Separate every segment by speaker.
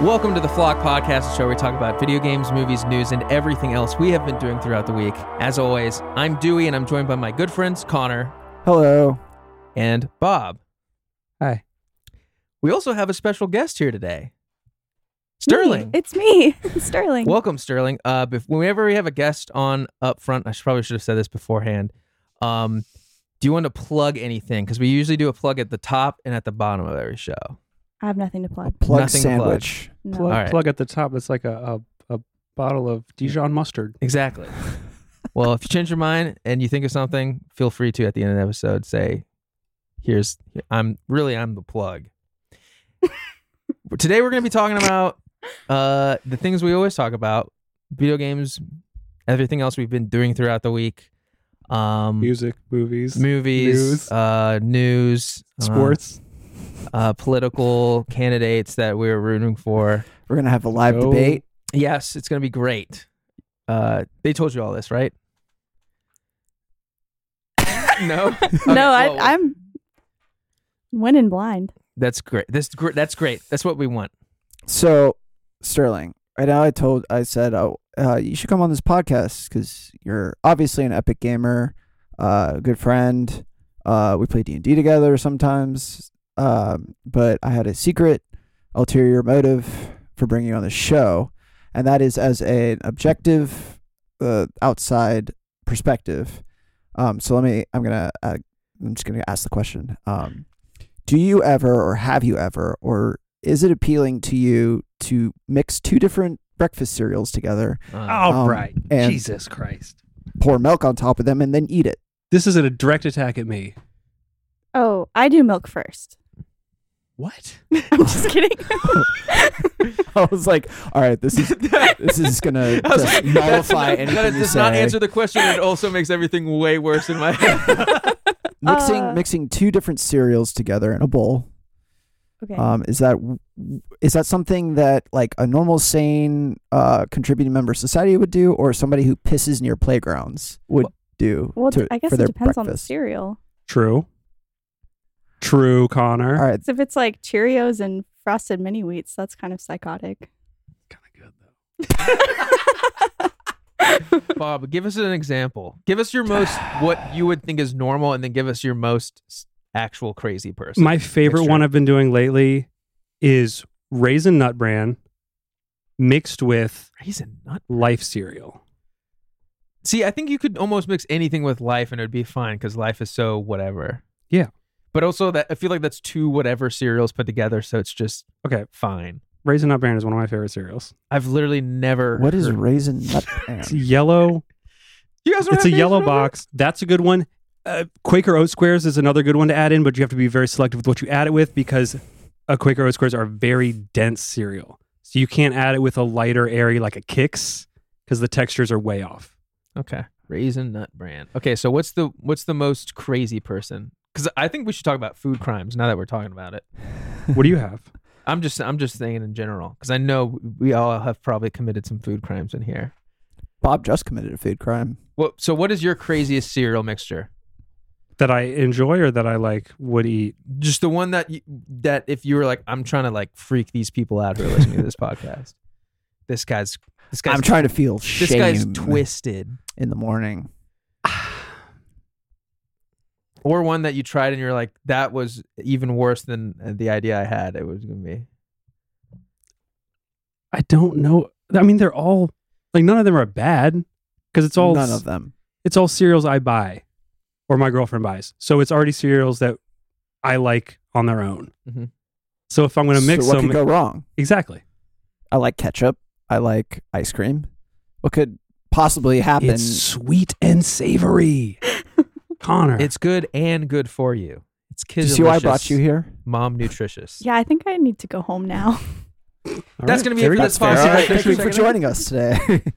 Speaker 1: Welcome to the Flock Podcast, the show where we talk about video games, movies, news, and everything else we have been doing throughout the week. As always, I'm Dewey, and I'm joined by my good friends Connor
Speaker 2: Hello.
Speaker 1: and Bob.
Speaker 2: Hi.
Speaker 1: We also have a special guest here today, Sterling.
Speaker 3: Me. It's me, Sterling.
Speaker 1: Welcome, Sterling. Uh, bef- whenever we have a guest on up front, I should, probably should have said this beforehand. Um, do you want to plug anything? Because we usually do a plug at the top and at the bottom of every show.
Speaker 3: I have nothing to
Speaker 2: A
Speaker 3: plug.
Speaker 2: plug
Speaker 1: Nothing
Speaker 2: sandwich.
Speaker 3: No.
Speaker 4: plug,
Speaker 1: All right.
Speaker 4: plug at the top. It's like a, a, a bottle of Dijon mustard.
Speaker 1: Exactly. well, if you change your mind and you think of something, feel free to at the end of the episode say, "Here's I'm really I'm the plug." Today we're going to be talking about uh, the things we always talk about: video games, everything else we've been doing throughout the week, um,
Speaker 4: Music, movies,
Speaker 1: movies,
Speaker 4: news.
Speaker 1: uh, news, uh,
Speaker 4: sports.
Speaker 1: uh, political candidates that we were rooting for.
Speaker 2: We're gonna have a live
Speaker 4: No.
Speaker 2: debate.
Speaker 1: Yes, it's going to be great. Uh, they told you all this, right? no, Okay,
Speaker 3: no,
Speaker 1: well,
Speaker 3: I, I'm winning blind.
Speaker 1: That's great. This gr- that's great. That's what we want.
Speaker 2: So, Sterling, right now I told I said oh, uh, you should come on this podcast because you're obviously an epic gamer, uh, good friend. Uh, we play D and D together sometimes. Um, but I had a secret ulterior motive for bringing you on the show, and that is as an objective, uh, outside perspective. Um, so let me. I'm gonna. Uh, I'm just gonna ask the question. Um, do you ever, or have you ever, or is it appealing to you to mix two different breakfast cereals together,
Speaker 1: Uh,
Speaker 4: All
Speaker 2: um,
Speaker 4: right,
Speaker 2: and-
Speaker 4: Jesus Christ.
Speaker 2: pour milk on top of them, and then eat it?
Speaker 4: This is a direct attack at me.
Speaker 3: Oh, I do milk first.
Speaker 4: What?
Speaker 3: I'm just kidding.
Speaker 2: I was like, all right, this is this is gonna
Speaker 1: I was
Speaker 2: just
Speaker 1: like, that's
Speaker 2: nullify
Speaker 1: not-
Speaker 2: anything
Speaker 1: That
Speaker 2: you
Speaker 1: does
Speaker 2: say.
Speaker 1: not answer the question. and It also makes everything way worse in my head.
Speaker 2: mixing
Speaker 3: Uh.
Speaker 2: mixing two different cereals together in a bowl.
Speaker 3: okay.
Speaker 2: Um, is that is that something that like a normal sane uh, contributing member of society would do, or somebody who pisses in your playgrounds would do?
Speaker 3: well,
Speaker 2: to-
Speaker 3: d- I guess
Speaker 2: for
Speaker 3: it
Speaker 2: their
Speaker 3: depends on the
Speaker 2: breakfast?
Speaker 3: cereal.
Speaker 4: True. True, Connor.
Speaker 2: All right,
Speaker 3: So if it's like Cheerios and frosted mini wheats, that's kind of psychotic.
Speaker 4: Kind of good though.
Speaker 1: Bob, give us an example. Give us your most what you would think is normal, and then give us your most s- actual crazy person.
Speaker 4: My favorite
Speaker 1: Mixture.
Speaker 4: one I've been doing lately is raisin nut bran mixed with
Speaker 1: He's a nut.
Speaker 4: life cereal.
Speaker 1: See, I think you could almost mix anything with life and it'd be fine because life is so whatever.
Speaker 4: Yeah.
Speaker 1: But also that I feel like that's two whatever cereals put together, so it's just
Speaker 4: Okay,
Speaker 1: fine.
Speaker 4: raisin nut bran is one of my favorite cereals.
Speaker 1: I've literally never
Speaker 2: what is
Speaker 1: heard-
Speaker 2: raisin nut? bran?
Speaker 4: It's yellow.
Speaker 1: you guys don't
Speaker 4: it's a
Speaker 1: have these
Speaker 4: yellow
Speaker 1: over there?
Speaker 4: box. That's a good one. Uh, Quaker oat squares is another good one to add in, but you have to be very selective with what you add it with because uh Quaker oat squares are very dense cereal, so you can't add it with a lighter, airy like a Kix because the textures are way off.
Speaker 1: Okay. Raisin nut brand. Okay, so what's the what's the most crazy person? Because I think we should talk about food crimes now that we're talking about it.
Speaker 4: What do you have?
Speaker 1: I'm just I'm just thinking in general because I know we all have probably committed some food crimes in here.
Speaker 2: Bob just committed a food crime.
Speaker 1: What so what is your craziest cereal mixture?
Speaker 4: that I enjoy or that I like would eat.
Speaker 1: just the one that you, that if you were like, I'm trying to like freak these people out who are listening to this podcast. This guy's this guy's
Speaker 2: I'm trying to feel
Speaker 1: this
Speaker 2: shame
Speaker 1: guy's twisted,
Speaker 2: in the morning.
Speaker 1: or one that you tried and you're like, that was even worse than uh, the idea I had. It was gonna be.
Speaker 4: I don't know. I mean, they're all like none of them are bad because it's all
Speaker 2: none of them.
Speaker 4: it's all cereals I buy or my girlfriend buys. So it's already cereals that I like on their own.
Speaker 1: Mhm.
Speaker 4: So if I'm going to mix
Speaker 2: so what
Speaker 4: them,
Speaker 2: could go wrong?
Speaker 4: exactly.
Speaker 2: I like ketchup. I like ice cream. What could possibly happen?
Speaker 4: It's sweet and savory. Connor.
Speaker 1: It's good and good for you. It's
Speaker 2: Do you
Speaker 1: kids.
Speaker 2: see why I brought you here?
Speaker 1: Mom nutritious.
Speaker 3: yeah, I think I need to go home now.
Speaker 4: All
Speaker 1: That's gonna be it
Speaker 4: there
Speaker 1: for
Speaker 4: we
Speaker 1: this
Speaker 4: go.
Speaker 1: All
Speaker 2: All
Speaker 1: podcast.
Speaker 2: right,
Speaker 1: right,
Speaker 2: thank you for
Speaker 1: second.
Speaker 2: joining us today.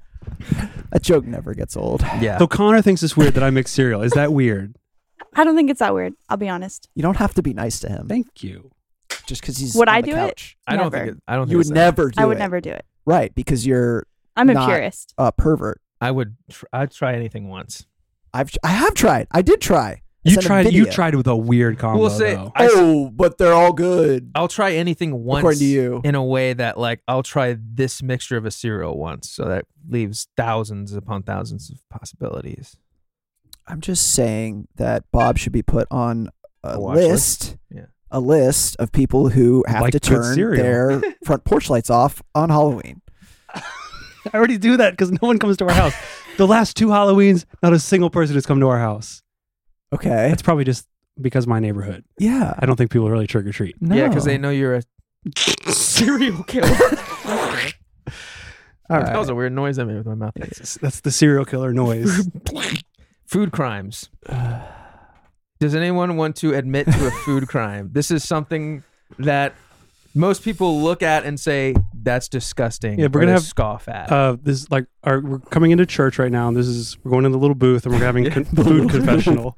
Speaker 2: that joke never gets old.
Speaker 1: Yeah.
Speaker 4: So Connor thinks it's weird that I mix cereal. Is that weird?
Speaker 3: I don't think it's that weird. I'll be honest.
Speaker 2: You don't have to be nice to him
Speaker 4: Thank you.
Speaker 2: just because he's.
Speaker 3: Would
Speaker 2: on
Speaker 3: I
Speaker 2: the
Speaker 3: do it?
Speaker 2: couch.
Speaker 1: I don't
Speaker 3: Never.
Speaker 1: think it, I don't.
Speaker 2: You
Speaker 1: think
Speaker 2: would
Speaker 1: it's that.
Speaker 2: never do
Speaker 3: I would
Speaker 2: it.
Speaker 3: never do it.
Speaker 2: Right, because you're
Speaker 3: I'm a
Speaker 2: Not-
Speaker 3: purist.
Speaker 2: a pervert.
Speaker 1: I would. Tr- I'd try anything once.
Speaker 2: I've I have tried. I did try.
Speaker 4: You
Speaker 2: sent him
Speaker 4: tried. You
Speaker 2: video.
Speaker 4: tried with a weird combo.
Speaker 1: We'll say-
Speaker 4: though.
Speaker 1: I s-
Speaker 2: oh, but they're all good
Speaker 1: I'll try anything once
Speaker 2: according to you.
Speaker 1: in a way that like I'll try this mixture of a cereal once, so that leaves thousands upon thousands of possibilities.
Speaker 2: I'm just saying that Bob should be put on a,
Speaker 1: A watch
Speaker 2: list,
Speaker 1: Yeah.
Speaker 2: a list of people who have
Speaker 4: Like
Speaker 2: to
Speaker 4: good
Speaker 2: turn
Speaker 4: cereal.
Speaker 2: their front porch lights off on Halloween.
Speaker 4: I already do that because no one comes to our house. the last two Halloweens, not a single person has come to our house.
Speaker 2: Okay.
Speaker 4: It's probably just because my neighborhood.
Speaker 2: yeah.
Speaker 4: I don't think people really trick or treat.
Speaker 2: No.
Speaker 1: Yeah, because they know you're a serial killer.
Speaker 4: All
Speaker 1: That
Speaker 4: right.
Speaker 1: was a weird noise I made with my mouth.
Speaker 4: That's, that's the serial killer noise.
Speaker 1: Food crimes. Does anyone want to admit to a food crime? This is something that most people look at and say that's disgusting.
Speaker 4: Yeah, we're
Speaker 1: or
Speaker 4: gonna
Speaker 1: they
Speaker 4: have,
Speaker 1: scoff at.
Speaker 4: uh, this is like our, we're coming into church right now, and this is we're going in the little booth, and we're having
Speaker 1: Yeah.
Speaker 4: con- food confessional.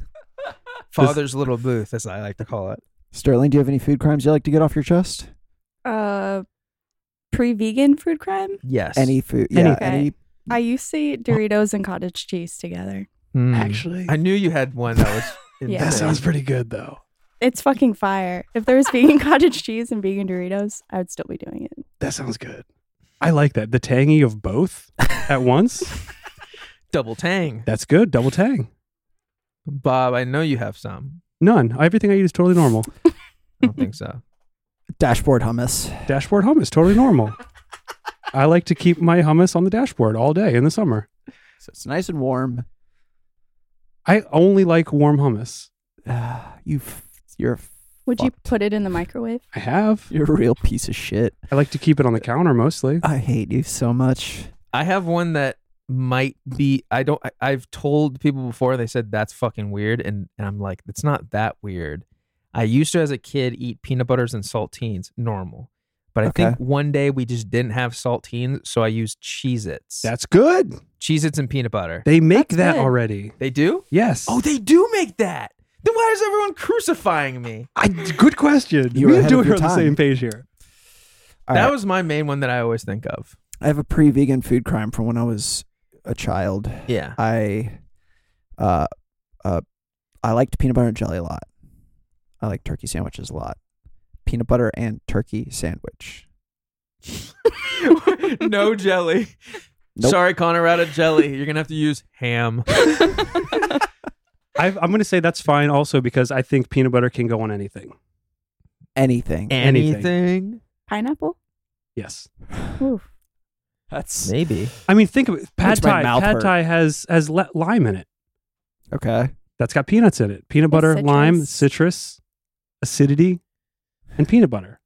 Speaker 1: Father's little booth, as I like to call it.
Speaker 2: Sterling, do you have any food crimes you like to get off your chest?
Speaker 3: Uh, pre-vegan food crime.
Speaker 1: Yes.
Speaker 2: Any food? Yeah.
Speaker 3: Anything.
Speaker 2: Any?
Speaker 3: I used to eat Doritos and cottage cheese together.
Speaker 1: Hmm.
Speaker 4: Actually,
Speaker 1: I knew you had one that was. in
Speaker 3: Yeah.
Speaker 4: that
Speaker 1: there.
Speaker 4: sounds pretty good though.
Speaker 3: It's fucking fire. If there was vegan cottage cheese and vegan Doritos, I would still be doing it.
Speaker 4: That sounds good. I like that. The tangy of both at once.
Speaker 1: double tang.
Speaker 4: That's good. Double tang.
Speaker 1: Bob, I know you have some.
Speaker 4: None. Everything I eat is totally normal.
Speaker 1: I don't think so.
Speaker 2: Dashboard hummus.
Speaker 4: Dashboard hummus, totally normal. I like to keep my hummus on the dashboard all day in the summer.
Speaker 2: So it's nice and warm.
Speaker 4: I only like warm hummus.
Speaker 2: Ah, you, f- you're, f-
Speaker 3: Would you
Speaker 2: Fucked.
Speaker 3: put it in the microwave?
Speaker 4: I have.
Speaker 2: you're a real piece of shit.
Speaker 4: I like to keep it on the counter mostly.
Speaker 2: I hate you so much.
Speaker 1: I have one that might be. I don't. I, I've told people before. They said that's fucking weird, and, and I'm like, it's not that weird. I used to, as a kid, eat peanut butters and saltines, normal. But I think one day we just didn't have saltines, so I used Cheez-Its.
Speaker 4: That's good.
Speaker 1: Cheez-Its and peanut butter.
Speaker 4: They make
Speaker 3: That's
Speaker 4: that
Speaker 3: good.
Speaker 4: already.
Speaker 1: They do?
Speaker 4: Yes.
Speaker 1: Oh, they do make that. Then why is everyone crucifying me?
Speaker 4: I, good question.
Speaker 2: You were
Speaker 4: Me
Speaker 2: ahead
Speaker 4: and
Speaker 2: of
Speaker 4: Dewey
Speaker 2: your
Speaker 4: are on the
Speaker 2: time.
Speaker 4: same page here.
Speaker 2: All
Speaker 1: that
Speaker 2: right.
Speaker 1: was my main one that I always think of.
Speaker 2: I have a pre-vegan food crime from when I was a child.
Speaker 1: Yeah.
Speaker 2: I, uh, uh, I liked peanut butter and jelly a lot. I like turkey sandwiches a lot. Peanut butter and turkey sandwich.
Speaker 1: no jelly.
Speaker 2: Nope.
Speaker 1: Sorry, Connor, out of jelly. You're gonna have to use ham.
Speaker 4: i I'm going to say that's fine also because I think peanut butter can go on anything.
Speaker 2: Anything.
Speaker 4: Anything.
Speaker 1: Anything?
Speaker 3: Pineapple?
Speaker 4: Yes.
Speaker 3: Ooh.
Speaker 2: That's
Speaker 1: Maybe.
Speaker 4: I mean, think of it. Pad
Speaker 2: Makes my
Speaker 4: Thai.
Speaker 2: mouth
Speaker 4: Pad
Speaker 2: hurt.
Speaker 4: Thai has has le- lime in it.
Speaker 2: okay.
Speaker 4: That's got peanuts in it. Peanut
Speaker 3: With
Speaker 4: butter, lime,
Speaker 3: citrus.
Speaker 4: citrus, acidity, and peanut butter.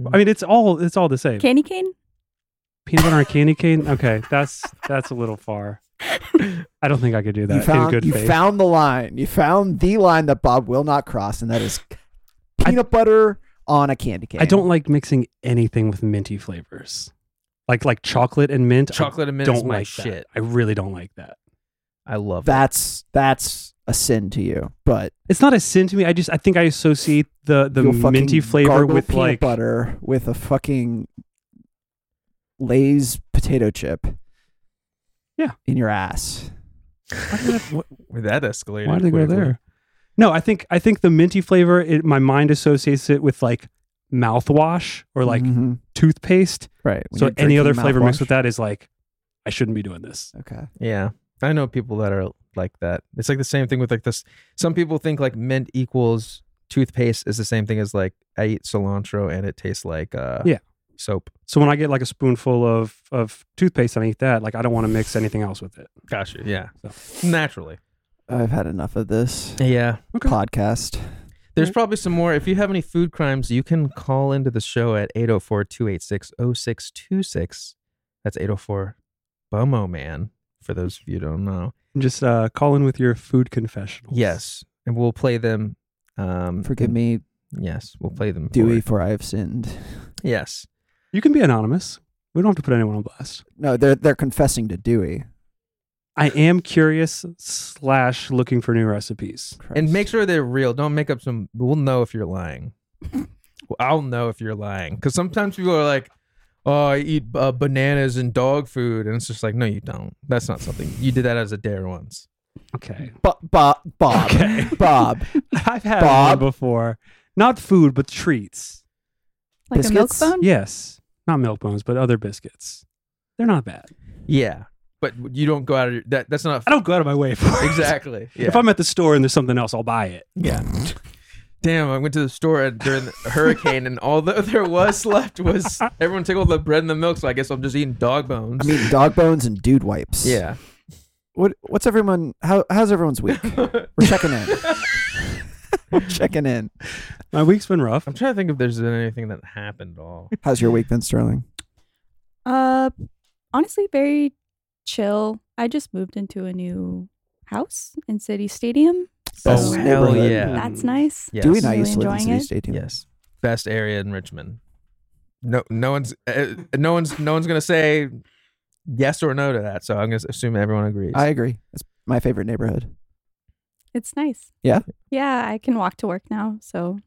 Speaker 1: Mm.
Speaker 4: I mean, it's all it's all the same.
Speaker 3: Candy cane?
Speaker 4: peanut butter and candy cane. Okay, that's that's a little far. I don't think I could do that
Speaker 2: you found
Speaker 4: in good
Speaker 2: you
Speaker 4: faith.
Speaker 2: found the line. You found the line that Bob will not cross, and that is peanut butter on a candy cane.
Speaker 4: I don't like mixing anything with minty flavors, like like chocolate and mint. I
Speaker 1: Chocolate and mint is
Speaker 4: don't
Speaker 1: my
Speaker 4: like that.
Speaker 1: shit.
Speaker 4: I really don't like that.
Speaker 1: I love that.
Speaker 2: That's that's a sin to you, but
Speaker 4: It's not a sin to me. I just I think I associate the the
Speaker 2: you'll fucking
Speaker 4: minty flavor
Speaker 2: gargle
Speaker 4: with
Speaker 2: peanut
Speaker 4: like
Speaker 2: butter with a fucking Lay's potato chip.
Speaker 4: Yeah.
Speaker 2: in your ass.
Speaker 1: That escalated.
Speaker 4: Why did they go
Speaker 1: quickly.
Speaker 4: there? No, I think I think the minty flavor. It, my mind associates it with like mouthwash or like
Speaker 2: Mhm.
Speaker 4: toothpaste.
Speaker 2: right. when
Speaker 4: so
Speaker 2: you're
Speaker 4: any other
Speaker 2: drinking
Speaker 4: flavor mixed
Speaker 2: mouthwash.
Speaker 4: with that is like, I shouldn't be doing this.
Speaker 2: Okay.
Speaker 1: Yeah. I know people that are like that. It's like the same thing with like this. Some people think like mint equals toothpaste is the same thing as like I eat cilantro and it tastes like uh
Speaker 4: Yeah.
Speaker 1: soap.
Speaker 4: So when I get like a spoonful of of toothpaste and I eat that, like I don't want to mix anything else with it.
Speaker 1: Gotcha. Yeah. Naturally.
Speaker 2: I've had enough of this
Speaker 1: Yeah.
Speaker 4: Okay.
Speaker 2: podcast.
Speaker 4: Mm-hmm.
Speaker 1: There's probably some more. If you have any food crimes, you can call into the show at 804 286 0626. That's 804 Bummo Man, for those of you who don't know.
Speaker 4: Just uh, call in with your food confessionals.
Speaker 1: Yes. And we'll play them. Um,
Speaker 2: Forgive me,
Speaker 1: Yes. We'll play them.
Speaker 2: Dewey,
Speaker 1: forward.
Speaker 2: for I have sinned.
Speaker 1: Yes.
Speaker 4: you can be anonymous. We don't have to put anyone on blast.
Speaker 2: No, they're they're confessing to Dewey.
Speaker 4: I am curious slash looking for new recipes.
Speaker 1: And make sure they're real. Don't make up some. We'll know if you're lying. Well, I'll know if you're lying. Because sometimes people are like, oh, I eat uh, bananas and dog food. And it's just like, no, you don't. That's not something. You did that as a dare once.
Speaker 4: Okay.
Speaker 2: Bo- Bo- Bob.
Speaker 4: Okay.
Speaker 2: Bob.
Speaker 4: I've had
Speaker 2: Bob?
Speaker 4: one before. Not food, but treats.
Speaker 3: Like a milk
Speaker 2: Biscuits?
Speaker 3: bone?
Speaker 4: Yes. Not milk bones, but other biscuits. They're not bad.
Speaker 1: Yeah, but you don't go out of your, that. That's not
Speaker 4: I don't go out of my way for it.
Speaker 1: exactly. Yeah.
Speaker 4: If I'm at the store and there's something else, I'll buy it.
Speaker 1: yeah. Damn, I went to the store at- during the hurricane, and all that there was left was everyone took all the bread and the milk. So I guess I'm just eating dog bones.
Speaker 2: I mean, dog bones and dude wipes.
Speaker 1: yeah.
Speaker 2: What? What's everyone? How? How's everyone's week? We're checking in. We're checking in.
Speaker 4: My week's been rough.
Speaker 1: I'm trying to think if there's been anything that happened at all.
Speaker 2: How's your week been, Sterling?
Speaker 3: Uh, honestly, very chill. I just moved into a new house in City Stadium. So
Speaker 4: Oh,
Speaker 2: Best
Speaker 1: hell
Speaker 2: neighborhood.
Speaker 4: Hmm.
Speaker 1: yeah.
Speaker 3: that's nice.
Speaker 1: Yes.
Speaker 2: Dewey and I
Speaker 3: Really
Speaker 2: used to live in
Speaker 3: enjoying
Speaker 2: City
Speaker 3: it?
Speaker 2: Stadium.
Speaker 1: Yes. Best area in Richmond. No, no one's, uh, no one's, no one's gonna say yes or no to that. So I'm gonna assume everyone agrees.
Speaker 2: I agree. It's my favorite neighborhood.
Speaker 3: It's nice.
Speaker 2: Yeah?
Speaker 3: Yeah, I can walk to work now, so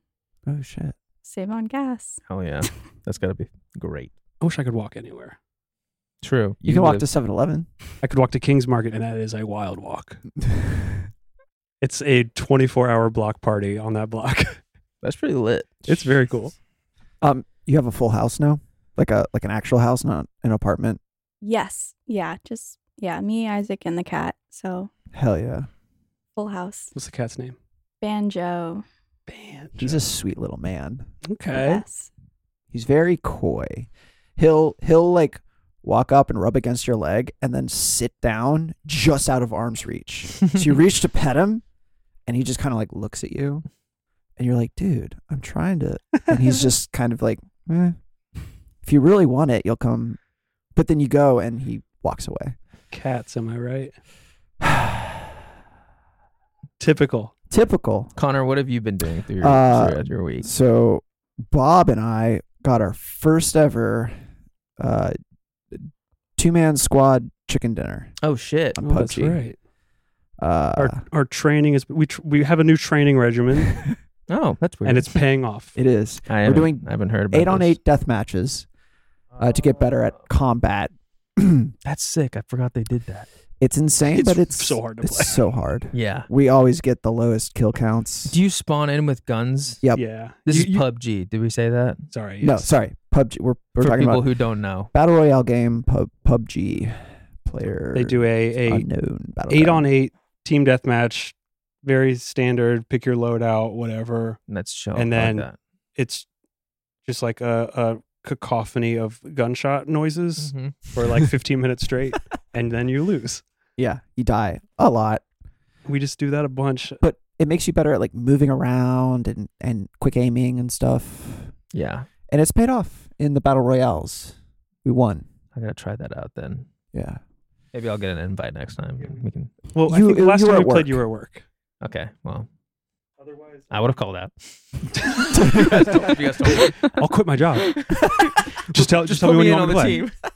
Speaker 2: Oh shit.
Speaker 3: save on gas.
Speaker 1: Hell yeah, that's gotta be great.
Speaker 4: I wish I could walk anywhere.
Speaker 1: True.
Speaker 2: You, can walk
Speaker 1: live-
Speaker 2: to 7-Eleven.
Speaker 4: I could walk to King's Market, and that is a wild walk. It's a 24 hour block party on that block.
Speaker 1: That's pretty lit.
Speaker 4: it's very cool.
Speaker 2: um, you have a full house now, like a like an actual house, not an apartment.
Speaker 3: Yes. Yeah. Just yeah. Me, Isaac, and the cat. So
Speaker 2: Hell yeah.
Speaker 3: full house.
Speaker 4: What's the cat's name?
Speaker 3: Banjo.
Speaker 4: Banjo.
Speaker 2: He's a sweet little man.
Speaker 4: Okay.
Speaker 3: Yes.
Speaker 2: He's very coy. He'll he'll like walk up and rub against your leg and then sit down just out of arm's reach. so you reach to pet him and he just kind of like looks at you and you're like, "Dude, I'm trying to." And he's just kind of like, eh. "If you really want it, you'll come." But then you go and he walks away.
Speaker 4: Cats, am I right? Typical.
Speaker 2: Typical.
Speaker 1: Connor, what have you been doing through your,
Speaker 2: Uh,
Speaker 1: throughout your week?
Speaker 2: So Bob and I got our first ever uh, two man squad chicken dinner.
Speaker 1: Oh shit.
Speaker 2: I'm
Speaker 4: Oh, that's
Speaker 2: PUBG.
Speaker 4: right.
Speaker 2: Uh,
Speaker 4: Our, our training is we tr- we have a new training regimen
Speaker 1: Oh, that's weird.
Speaker 4: and it's paying off.
Speaker 2: it is
Speaker 1: I haven't-
Speaker 2: doing
Speaker 1: I haven't heard about
Speaker 2: eight on
Speaker 1: this.
Speaker 2: eight death matches uh, to get better at combat. it's
Speaker 1: That's sick. I forgot they did that.
Speaker 2: insane,
Speaker 4: It's
Speaker 2: but it's
Speaker 4: so hard to
Speaker 2: it's
Speaker 4: play.
Speaker 2: so hard.
Speaker 1: Yeah.
Speaker 2: We always get the lowest kill counts.
Speaker 1: Do you spawn in with guns?
Speaker 2: Yep.
Speaker 4: Yeah.
Speaker 1: This
Speaker 4: You-
Speaker 1: is
Speaker 4: you-
Speaker 1: PUBG. Did we say that?
Speaker 4: Sorry.
Speaker 2: No,
Speaker 4: yes.
Speaker 2: sorry, PUBG. We're we're
Speaker 1: For
Speaker 2: talking
Speaker 1: people
Speaker 2: about
Speaker 1: who don't know.
Speaker 2: battle royale game pub, PUBG player.
Speaker 4: They do a, a
Speaker 2: unknown battle
Speaker 4: eight
Speaker 2: royale.
Speaker 4: on eight team deathmatch, very standard. Pick your loadout, whatever.
Speaker 1: And that's show.
Speaker 4: And
Speaker 1: I
Speaker 4: then-
Speaker 1: like that.
Speaker 4: It's just like a, a cacophony of gunshot noises
Speaker 1: Mhm.
Speaker 2: Mm-hmm.
Speaker 4: for like 15 minutes straight, and then you lose.
Speaker 2: Yeah, you die a lot.
Speaker 4: We just do that a bunch.
Speaker 2: but it makes you better at like moving around and and quick aiming and stuff.
Speaker 1: Yeah.
Speaker 2: And it's paid off in the battle royales. We won.
Speaker 1: I gotta try that out then.
Speaker 2: Yeah.
Speaker 1: Maybe I'll get an invite next time. We can.
Speaker 4: Well, I
Speaker 2: You-
Speaker 4: think the last
Speaker 2: you were
Speaker 4: time we
Speaker 2: at
Speaker 4: played, you
Speaker 2: work.
Speaker 4: were at work.
Speaker 1: Okay. Well,
Speaker 4: Otherwise,
Speaker 1: I would have called out. you guys don't. You guys don't.
Speaker 4: I'll quit my job. just tell, just,
Speaker 1: Just
Speaker 4: tell
Speaker 1: put
Speaker 4: me when
Speaker 1: me
Speaker 4: you
Speaker 1: in
Speaker 4: want
Speaker 1: on
Speaker 4: me
Speaker 1: the
Speaker 4: to play.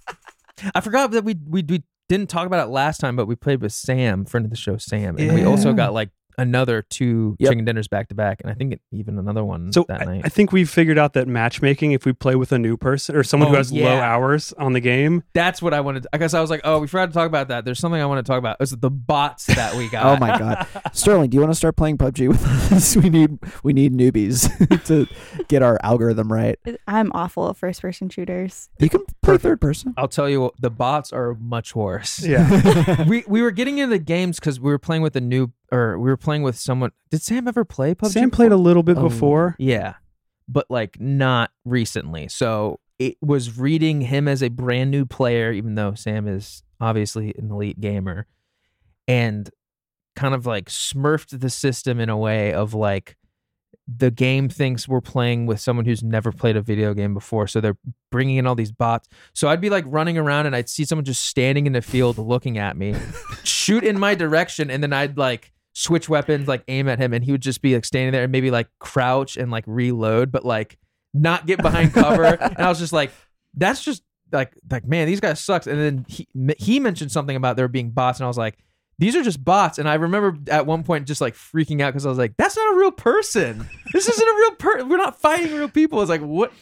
Speaker 1: team. I forgot that we, we we didn't talk about it last time, but we played with Sam, friend of the show, Sam, and we also
Speaker 2: Yeah.
Speaker 1: got like another two
Speaker 2: Yep.
Speaker 1: chicken dinners back to back, and I think even another one
Speaker 4: So
Speaker 1: that
Speaker 4: I,
Speaker 1: night.
Speaker 4: I think we've figured out that matchmaking, if we play with a new person or someone who
Speaker 1: Oh,
Speaker 4: has low
Speaker 1: yeah.
Speaker 4: hours on the game,
Speaker 1: That's what I wanted. I guess I was like, oh, we forgot to talk about that. There's something I want to talk about. It's the bots that we got.
Speaker 2: oh my god. Sterling, do you want to start playing PUBG with us? We need we need newbies to get our algorithm right.
Speaker 3: It- I'm awful at first person shooters.
Speaker 2: You can play third person.
Speaker 1: I'll tell you, what, the bots are much worse.
Speaker 4: yeah,
Speaker 1: we we were getting into the games because we were playing with a new or we were playing with someone. Did Sam ever play PUBG?
Speaker 4: Sam played a little bit
Speaker 2: Oh.
Speaker 4: before.
Speaker 1: Yeah, but like not recently. So it was reading him as a brand new player, even though Sam is obviously an elite gamer, and kind of like smurfed the system in a way of like the game thinks we're playing with someone who's never played a video game before. So they're bringing in all these bots. So I'd be like running around and I'd see someone just standing in the field looking at me, shoot in my direction, and then I'd like switch weapons, like aim at him, and he would just be like standing there and maybe like crouch and like reload, but like not get behind cover. and I was just like, that's just like like man, these guys sucks. And then he he mentioned something about there being bots, and I was like. These are just bots, and I remember at one point just like freaking out because I was like, "That's not a real person. This isn't a real person. We're not fighting real people." It's like, what?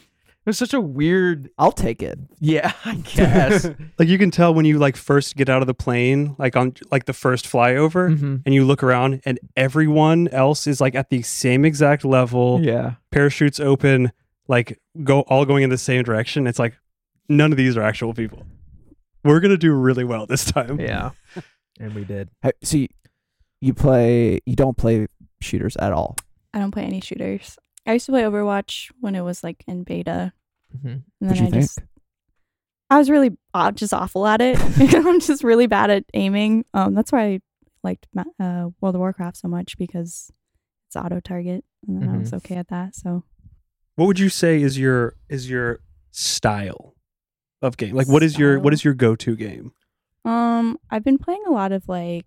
Speaker 1: was such a weird.
Speaker 2: I'll take it.
Speaker 1: Yeah, I guess.
Speaker 4: Like you can tell when you like first get out of the plane, like on like the first flyover,
Speaker 1: Mhm.
Speaker 4: and you look around and everyone else is like at the same exact level.
Speaker 1: Yeah.
Speaker 4: Parachutes open, like go all going in the same direction. It's like none of these are actual people. We're gonna do really well this time.
Speaker 1: Yeah. And we did.
Speaker 2: Ha- So you, you play. You don't play shooters at all.
Speaker 3: I don't play any shooters. I used to play Overwatch when it was like in beta,
Speaker 1: Mhm.
Speaker 3: and
Speaker 2: What'd
Speaker 3: then
Speaker 2: you
Speaker 3: I
Speaker 2: think?
Speaker 3: just I was really aw- just awful at it. I'm just really bad at aiming. Um, that's why I liked Ma- uh, World of Warcraft so much because it's auto target, and then I was okay at that. So
Speaker 4: What would you say is your is your style of game? Like what is your what
Speaker 3: Style.
Speaker 4: is your go to game?
Speaker 3: um, I've been playing a lot of like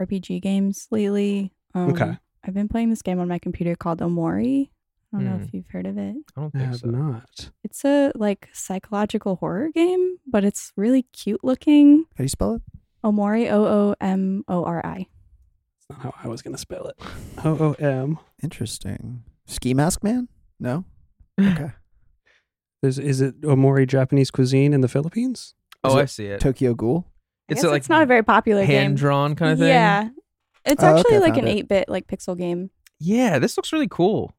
Speaker 3: RPG games lately. Um,
Speaker 4: Okay.
Speaker 3: I've been playing this game on my computer called Omori. I don't know
Speaker 1: Hmm.
Speaker 3: if you've heard of it.
Speaker 1: I don't
Speaker 4: I
Speaker 1: think
Speaker 4: have
Speaker 1: so.
Speaker 4: not.
Speaker 3: It's a like psychological horror game, but it's really cute looking.
Speaker 2: How do you spell it?
Speaker 3: Omori, O O M O R I.
Speaker 4: That's not how I was gonna spell it. O O M.
Speaker 2: Interesting. Ski Mask Man? No. Okay.
Speaker 4: There's, is it Omori Japanese cuisine in the Philippines?
Speaker 1: Oh,
Speaker 2: Is
Speaker 1: I
Speaker 2: it
Speaker 1: see it.
Speaker 2: Tokyo Ghoul.
Speaker 3: It's,
Speaker 1: a, like
Speaker 3: it's not a very popular
Speaker 1: hand
Speaker 3: game.
Speaker 1: drawn kind of thing.
Speaker 3: Yeah. It's
Speaker 2: Oh, okay,
Speaker 3: actually like
Speaker 2: found
Speaker 3: an
Speaker 2: it.
Speaker 3: 8 bit like pixel game.
Speaker 1: Yeah, this looks really cool.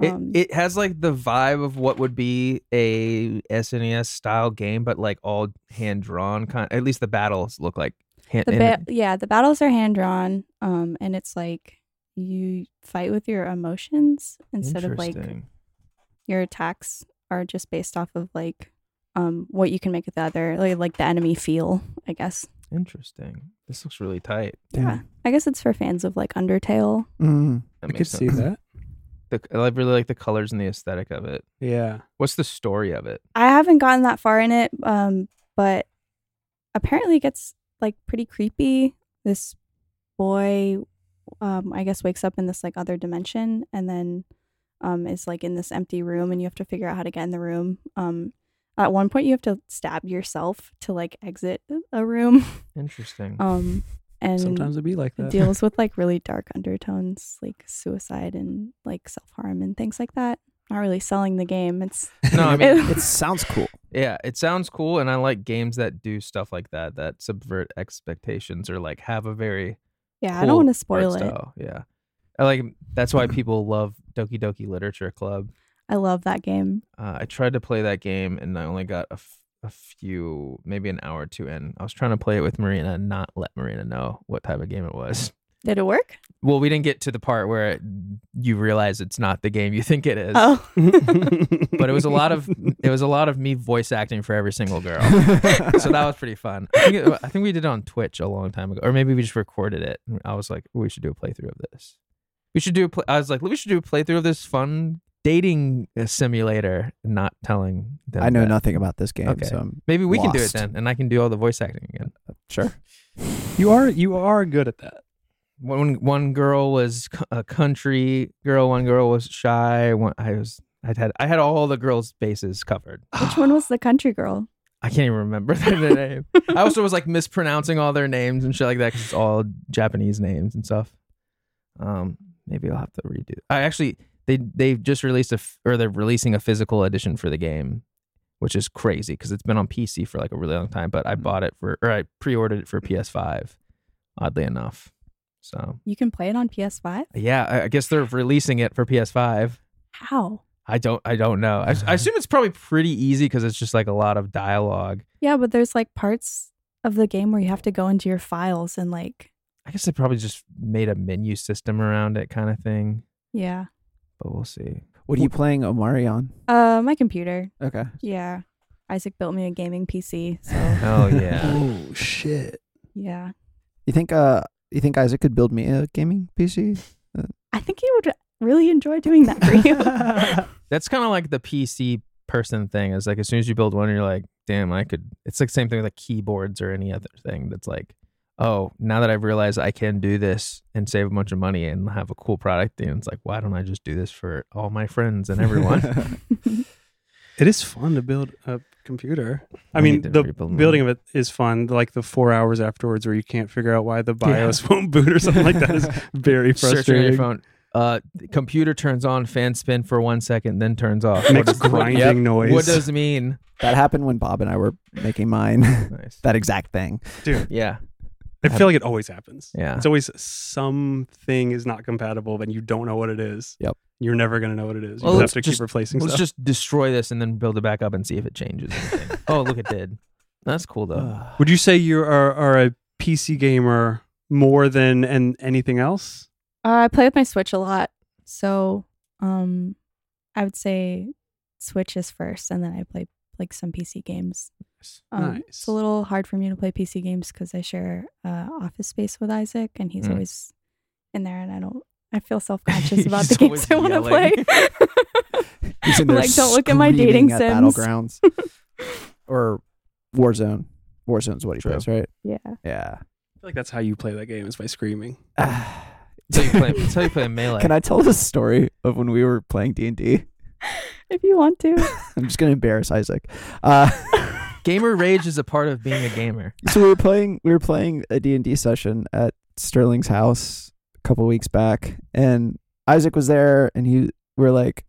Speaker 1: It,
Speaker 3: Um,
Speaker 1: it has like the vibe of what would be a SNES style game, but like all hand drawn. Kind at least the battles look like hand.
Speaker 3: The
Speaker 1: and-
Speaker 3: ba- yeah, the battles are hand drawn um and it's like you fight with your emotions instead of like
Speaker 1: Interesting.
Speaker 3: your attacks are just based off of like um what you can make with the other like, like the enemy feel, I guess.
Speaker 1: Interesting. This looks really tight.
Speaker 3: Yeah. I guess it's for fans of like Undertale.
Speaker 2: Mm.
Speaker 1: That
Speaker 4: I could
Speaker 1: makes
Speaker 4: see
Speaker 1: sense.
Speaker 4: that.
Speaker 1: The, I really like the colors and the aesthetic of it.
Speaker 4: Yeah.
Speaker 1: What's the story of it?
Speaker 3: I haven't gotten that far in it, um, but apparently it gets like pretty creepy. This boy, um, I guess, wakes up in this like other dimension, and then um, is like in this empty room, and you have to figure out how to get in the room. Um, at one point, you have to stab yourself to like exit a room,
Speaker 1: Interesting.
Speaker 3: um, and
Speaker 4: Sometimes it'd be like
Speaker 3: it
Speaker 4: that.
Speaker 3: deals with like really dark undertones, like suicide and like self harm and things like that. Not really selling the game. It's
Speaker 1: no, I mean,
Speaker 2: It sounds cool.
Speaker 1: yeah, it sounds cool, and I like games that do stuff like that that subvert expectations or like have a very
Speaker 3: Yeah, I
Speaker 1: cool
Speaker 3: don't want to
Speaker 1: art
Speaker 3: spoil it.
Speaker 1: style. Yeah, I like that's why people love Doki Doki Literature Club.
Speaker 3: I love that game.
Speaker 1: Uh, I tried to play that game and I only got a, f- a few, maybe an hour or two in. I was trying to play it with Marina and not let Marina know what type of game it was.
Speaker 3: Did it work?
Speaker 1: Well, we didn't get to the part where it, you realize it's not the game you think it is.
Speaker 3: Oh,
Speaker 1: But it was a lot of it was a lot of me voice acting for every single girl. so that was pretty fun. I think, it, I think we did it on Twitch a long time ago, or maybe we just recorded it. And I was like, we should do a playthrough of this. We should do. A pl- I was like, we should do a playthrough of this fun dating uh, simulator. Not telling them.
Speaker 2: I know
Speaker 1: that.
Speaker 2: nothing about this game,
Speaker 1: Okay.
Speaker 2: so I'm
Speaker 1: Maybe we can do it
Speaker 2: Lost.
Speaker 1: then, and I can do all the voice acting again.
Speaker 2: sure.
Speaker 4: you are you are good at that.
Speaker 1: One one girl was c- a country girl, one girl was shy. One I was I had I had all the girls' bases covered.
Speaker 3: which one was the country girl?
Speaker 1: I can't even remember their name. I also was like mispronouncing all their names and shit like that because it's all Japanese names and stuff. Um, maybe I'll have to redo. I actually they they just released a f- or they're releasing a physical edition for the game, which is crazy because it's been on PC for like a really long time. But I bought it for or I pre-ordered it for PS5, oddly enough. So
Speaker 3: You can play it on PS5.
Speaker 1: yeah, I, I guess they're releasing it for PS5.
Speaker 3: How?
Speaker 1: I don't I don't know. I, I assume it's probably pretty easy because it's just like a lot of dialogue.
Speaker 3: Yeah, but there's like parts of the game where you have to go into your files and like,
Speaker 1: I guess they probably just made a menu system around it kind of thing,
Speaker 3: yeah,
Speaker 1: but we'll see.
Speaker 2: What are you playing Omari on?
Speaker 3: uh, my computer.
Speaker 2: Okay.
Speaker 3: Yeah, Isaac built me a gaming PC, so
Speaker 1: Oh yeah.
Speaker 4: Oh shit.
Speaker 3: yeah,
Speaker 2: You think uh you think Isaac could build me a gaming PC?
Speaker 3: I think you would really enjoy doing that for you.
Speaker 1: That's kind of like the PC person thing. Is like as soon as you build one you're like, "Damn, I could." It's like same thing with like keyboards or any other thing that's like, "Oh, now that I've realized I can do this and save a bunch of money and have a cool product." And it's like, "Why don't I just do this for all my friends and everyone?"
Speaker 4: It is fun to build a computer. I
Speaker 1: I
Speaker 4: mean,
Speaker 1: need to
Speaker 4: the
Speaker 1: rebuild mine.
Speaker 4: building of it is fun. Like the four hours afterwards where you can't figure out why the BIOS won't boot or something like that is very
Speaker 1: Searching on
Speaker 4: frustrating.
Speaker 1: your phone. Uh, the computer turns on, fan spin for one second, then turns off. What
Speaker 4: Makes
Speaker 1: does- what-
Speaker 4: grinding
Speaker 1: yep.
Speaker 4: noise.
Speaker 1: What does it mean?
Speaker 2: That happened when Bob and I were making mine.
Speaker 1: Nice.
Speaker 2: that exact thing.
Speaker 1: Yeah.
Speaker 4: I feel like it always happens.
Speaker 1: Yeah.
Speaker 4: It's always something is not compatible and you don't know what it is.
Speaker 2: Yep.
Speaker 4: You're never going to know what it is. You
Speaker 1: Well,
Speaker 4: just
Speaker 1: let's
Speaker 4: have to
Speaker 1: just-
Speaker 4: keep replacing
Speaker 1: Let's
Speaker 4: stuff.
Speaker 1: just destroy this and then build it back up and see if it changes. anything. oh, look, it did. That's cool
Speaker 2: Uh.
Speaker 1: though.
Speaker 4: Would you say you are, are a PC gamer more than and anything else?
Speaker 3: Uh, I play with my Switch a lot, so um, I would say Switch is first, and then I play like some PC games. Um, It's
Speaker 4: nice.
Speaker 3: a little hard for me to play PC games because I share uh, office space with Isaac, and he's
Speaker 1: Mm.
Speaker 3: always in there, and I don't. I feel self conscious about the
Speaker 1: He's always
Speaker 3: games I want to play.
Speaker 2: He's in there
Speaker 3: like, don't look at my
Speaker 2: screaming
Speaker 3: dating
Speaker 2: at
Speaker 3: sims.
Speaker 2: Battlegrounds or Warzone. Warzone's what he
Speaker 1: True.
Speaker 2: plays, right?
Speaker 3: yeah,
Speaker 2: Yeah.
Speaker 4: I feel like that's how you play that game is by screaming.
Speaker 1: Until you play, until you play melee.
Speaker 2: Can I tell the story of when we were playing D and D?
Speaker 3: if you want to.
Speaker 2: I'm just gonna embarrass Isaac. Uh,
Speaker 1: Gamer rage is a part of being a gamer.
Speaker 2: so we were playing we were playing a D&D session at Sterling's house a couple weeks back and Isaac was there and he we are like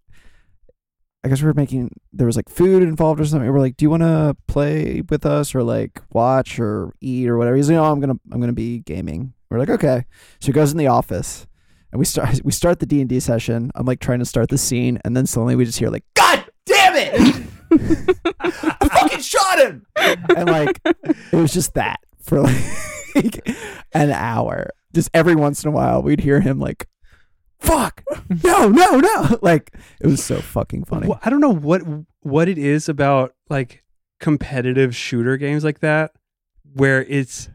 Speaker 2: I guess we were making there was like food involved or something. We are like, "Do you want to play with us or like watch or eat or whatever?" He's like, "No, I'm going to I'm going to be gaming." We're like, "Okay." So he goes in the office and we start we start the D&D session. I'm like trying to start the scene and then suddenly we just hear like, "God damn it!" I fucking shot him. And like it was just that for like an hour. Just every once in a while, we'd hear him like, "Fuck, no, no, no!" Like it was so fucking funny.
Speaker 4: Well, I don't know what what it is about like competitive shooter games like that where it's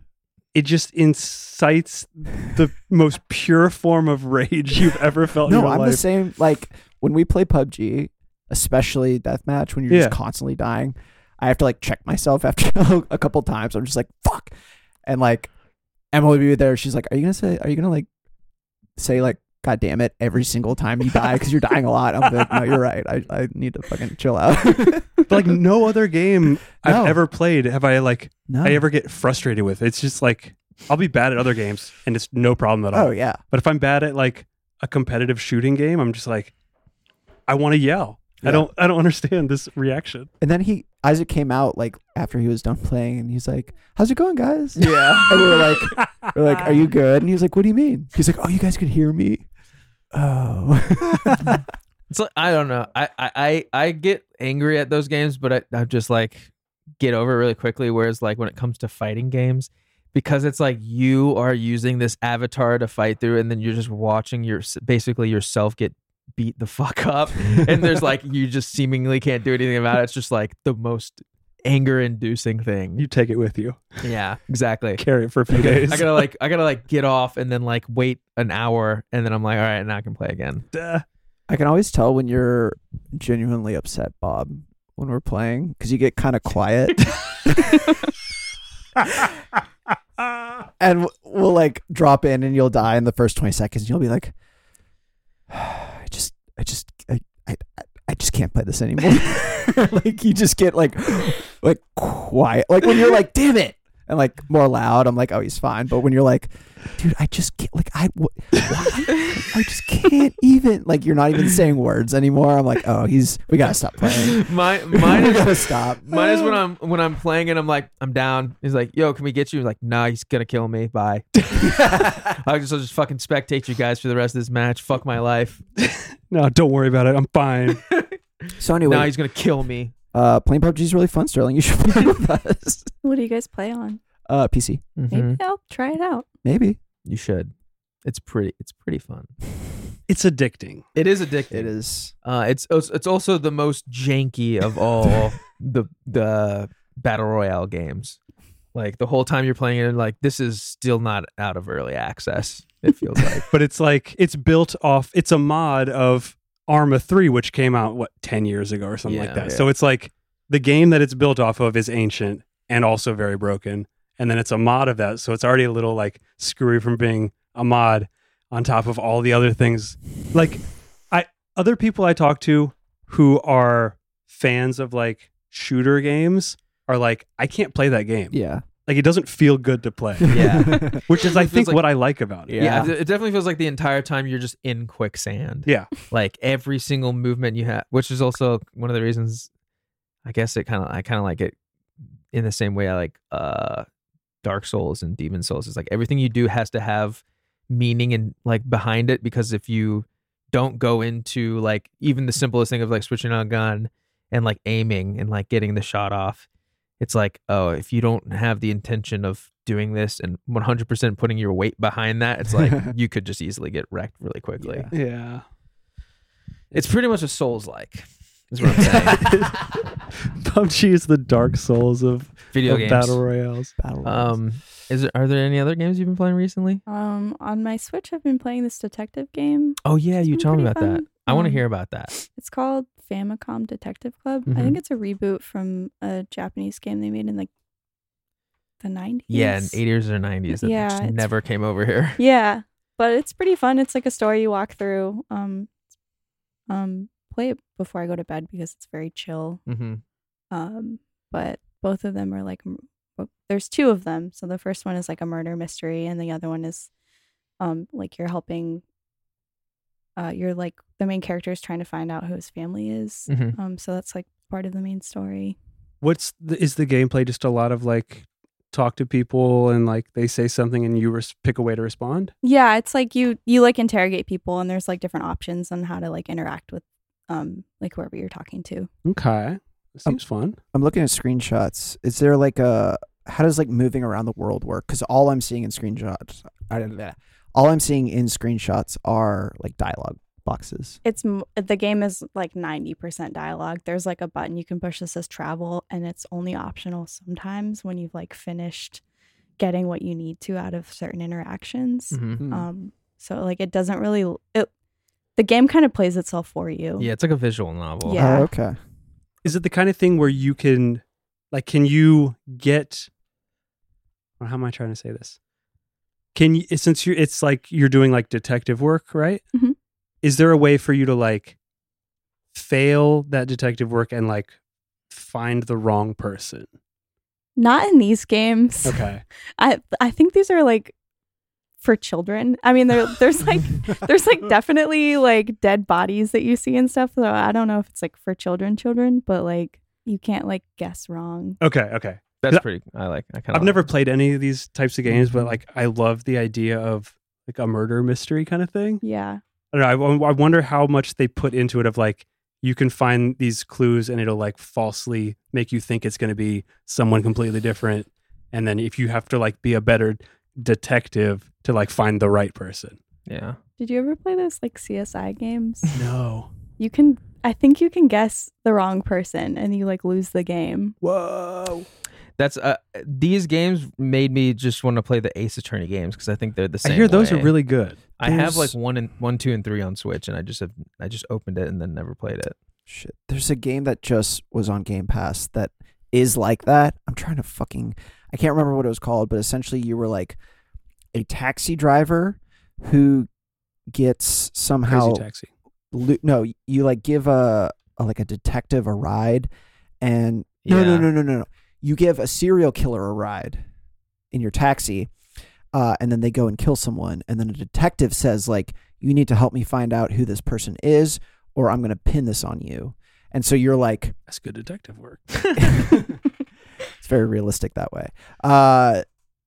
Speaker 4: it just incites the most pure form of rage you've ever felt in
Speaker 2: No,
Speaker 4: your
Speaker 2: I'm
Speaker 4: life.
Speaker 2: the same. Like when we play PUBG, especially deathmatch, when you're
Speaker 4: Yeah.
Speaker 2: just constantly dying, I have to like check myself after a couple times. I'm just like, "Fuck," and like Emma would be there. She's like, "Are you gonna say? Are you gonna like say like?" God damn it! Every single time you die, because you're dying a lot. I'm like, no, you're right. I, I need to fucking chill out.
Speaker 4: But like no other game
Speaker 2: No.
Speaker 4: I've ever played have I like
Speaker 2: no,
Speaker 4: I ever get frustrated with. It's just like I'll be bad at other games and it's no problem at all.
Speaker 2: Oh yeah,
Speaker 4: But if I'm bad at like a competitive shooting game, I'm just like I want to yell.
Speaker 2: Yeah.
Speaker 4: I don't I don't understand this reaction.
Speaker 2: and then he Isaac came out like after he was done playing, and he's like, "How's it going, guys?"
Speaker 1: Yeah.
Speaker 2: And we were like, we "We're like, are you good?" And he was like, "What do you mean?" He's like, "Oh, you guys could hear me." Oh,
Speaker 1: It's like I don't know. I I I, I get angry at those games, but I, I just like get over it really quickly. Whereas like when it comes to fighting games, because it's like you are using this avatar to fight through, and then you're just watching your basically yourself get beat the fuck up, and there's like you just seemingly can't do anything about it. It's just like the most anger-inducing thing.
Speaker 4: You take it with you.
Speaker 1: yeah, exactly.
Speaker 4: Carry it for a few
Speaker 1: I
Speaker 4: days.
Speaker 1: gotta like I gotta like get off and then like wait an hour and then I'm like all right now I can play again.
Speaker 4: Duh.
Speaker 2: I can always tell when you're genuinely upset, Bob, when we're playing because you get kind of quiet, and w- we'll like drop in, and you'll die in the first twenty seconds. And you'll be like, "I just, I just, I, I, I just can't play this anymore." like you just get like, like quiet, like when you're like, "Damn it." And like more loud, I'm like, oh, he's fine. But when you're like, dude, I just can't, like, I, wh- I just can't even like you're not even saying words anymore. I'm like, oh, he's we gotta stop playing.
Speaker 1: My mine
Speaker 2: we
Speaker 1: is
Speaker 2: gotta stop.
Speaker 1: Mine is when I'm when I'm playing and I'm like I'm down. He's like, "Yo, can we get you?" I'm like, nah, he's gonna kill me. Bye. I just I'll just fucking spectate you guys for the rest of this match. Fuck my life.
Speaker 4: No, don't worry about it. I'm fine.
Speaker 2: So
Speaker 1: Now
Speaker 2: anyway,
Speaker 1: he's gonna kill me.
Speaker 2: uh, playing PUBG is really fun. Sterling, you should play with us.
Speaker 3: What do you guys play on?
Speaker 2: Uh, PC,
Speaker 3: Maybe I'll try it out.
Speaker 2: maybe
Speaker 1: Mm-hmm. You should. It's pretty. It's pretty fun.
Speaker 4: It's addicting.
Speaker 1: It is addictive.
Speaker 2: it is.
Speaker 1: Uh, it's it's it's also the most janky of all the the battle royale games. Like the whole time you're playing it, you're like this is still not out of early access. It feels like.
Speaker 4: But it's like it's built off it's a mod of Arma 3 which came out what 10 years ago or something
Speaker 1: Yeah.
Speaker 4: like that. So it's like the game that it's built off of is ancient and also very broken and then it's a mod of that. So it's already a little like screwy from being a mod on top of all the other things. Like I other people I talk to who are fans of like shooter games are like I can't play that game.
Speaker 2: Yeah,
Speaker 4: Like it doesn't feel good to play,
Speaker 1: Yeah.
Speaker 4: which is I
Speaker 1: It feels
Speaker 4: think
Speaker 1: like-
Speaker 4: what I like about it.
Speaker 1: Yeah.
Speaker 2: Yeah.
Speaker 1: it definitely feels like the entire time you're just in quicksand.
Speaker 4: Yeah.
Speaker 1: Like every single movement you have, which is also one of the reasons I guess it kind of I kind of like it in the same way I like uh Dark Souls and Demon Souls. It's like everything you do has to have meaning and like behind it because if you don't go into like even the simplest thing of like switching on a gun and like aiming and like getting the shot off it's like oh if you don't have the intention of doing this and 100% putting your weight behind that it's like you could just easily get wrecked really quickly
Speaker 2: Yeah.
Speaker 4: Yeah.
Speaker 1: it's pretty much what souls like is what i'm saying
Speaker 4: PUBG is the Dark Souls of,
Speaker 1: video
Speaker 4: of
Speaker 1: games
Speaker 4: battle royales.
Speaker 2: Battle Royals.
Speaker 1: um is there are there any other games you've been playing recently
Speaker 3: Um, on my Switch, I've been playing this detective game.
Speaker 1: oh yeah
Speaker 3: It's
Speaker 1: you
Speaker 3: been
Speaker 1: tell me
Speaker 3: pretty
Speaker 1: about that
Speaker 3: fun.
Speaker 1: i want to
Speaker 3: Um,
Speaker 1: hear about that
Speaker 3: It's called Famicom Detective Club. I
Speaker 1: Mm-hmm.
Speaker 3: think it's a reboot from a Japanese game they made in like the nineties.
Speaker 1: yeah in 80s or 90s that
Speaker 3: Yeah,
Speaker 1: just
Speaker 3: it's-
Speaker 1: never came over here
Speaker 3: Yeah, but it's pretty fun. It's like a story you walk through. Um, um, play it before I go to bed because it's very chill.
Speaker 1: mm-hmm.
Speaker 3: Um, but both of them are like, m- well, there's two of them. So the first one is like a murder mystery, and the other one is, um, like you're helping. Uh, you're like the main character is trying to find out who his family is.
Speaker 1: Mm-hmm.
Speaker 3: Um, so that's like part of the main story.
Speaker 4: What's the, is the gameplay just a lot of like talk to people and like they say something and you res- pick a way to respond?
Speaker 3: Yeah, it's like you you like interrogate people, and there's like different options on how to like interact with, um, like whoever you're talking to.
Speaker 4: Okay. That
Speaker 2: Um,
Speaker 4: seems fun.
Speaker 2: I'm looking at screenshots. Is there like a how does like moving around the world work? Because all I'm seeing in screenshots, I don't know. all I'm seeing in screenshots are like dialogue boxes.
Speaker 3: It's m- the game is like ninety percent dialogue. There's like a button you can push that says travel, and it's only optional sometimes when you've like finished getting what you need to out of certain interactions.
Speaker 1: Mm-hmm.
Speaker 2: Oh,
Speaker 3: Um, so like it doesn't really it, the game kind of plays itself for you.
Speaker 1: yeah it's like a visual novel
Speaker 3: Yeah.
Speaker 2: Oh, okay.
Speaker 4: is it the kind of thing where you can like can you get or how am i trying to say this can you since you it's like you're doing like detective work right
Speaker 1: Mm-hmm.
Speaker 3: Mhm.
Speaker 4: is there a way for you to like fail that detective work and like find the wrong person
Speaker 3: Not in these games.
Speaker 4: okay
Speaker 3: I I think these are like for children. I mean, there there's like there's like definitely like dead bodies that you see and stuff. So I don't know if it's like for children, children, but like you can't like guess wrong.
Speaker 4: okay okay
Speaker 1: that's
Speaker 4: Yeah.
Speaker 1: pretty i like i kind of
Speaker 4: i've never played any of these types of games
Speaker 3: Mm-hmm.
Speaker 4: but like i love the idea of like a murder mystery kind of thing
Speaker 3: Yeah,
Speaker 4: I don't know. I, won- I wonder how much they put into it of like you can find these clues and it'll like falsely make you think it's going to be someone completely different, and then if you have to like be a better detective to like find the right person.
Speaker 1: yeah
Speaker 3: did you ever play those like CSI games?
Speaker 4: No.
Speaker 3: You can. I think you can guess the wrong person and you like lose the game.
Speaker 4: Whoa.
Speaker 1: That's uh, these games made me just want to play the Ace Attorney games because I think they're the
Speaker 4: I
Speaker 1: same.
Speaker 4: hear those
Speaker 1: way.
Speaker 4: are really good.
Speaker 1: I have like
Speaker 2: there's-
Speaker 1: one and one, two, and three on Switch, and I just have I just opened it and then never played it.
Speaker 2: Shit. There's a game that just was on Game Pass that is like that. I'm trying to fucking I can't remember what it was called, but essentially you were like a taxi driver who gets
Speaker 4: Crazy
Speaker 2: somehow
Speaker 4: Taxi.
Speaker 2: lo- no, you like give a, a like a detective a ride, and no, no,
Speaker 1: Yeah.
Speaker 2: no, no, no, no. You give a serial killer a ride in your taxi, uh, and then they go and kill someone, and then a detective says like, "You need to help me find out who this person is, or I'm gonna pin this on you." And so you're like,
Speaker 4: That's good detective work.
Speaker 2: it's very realistic that way. Uh,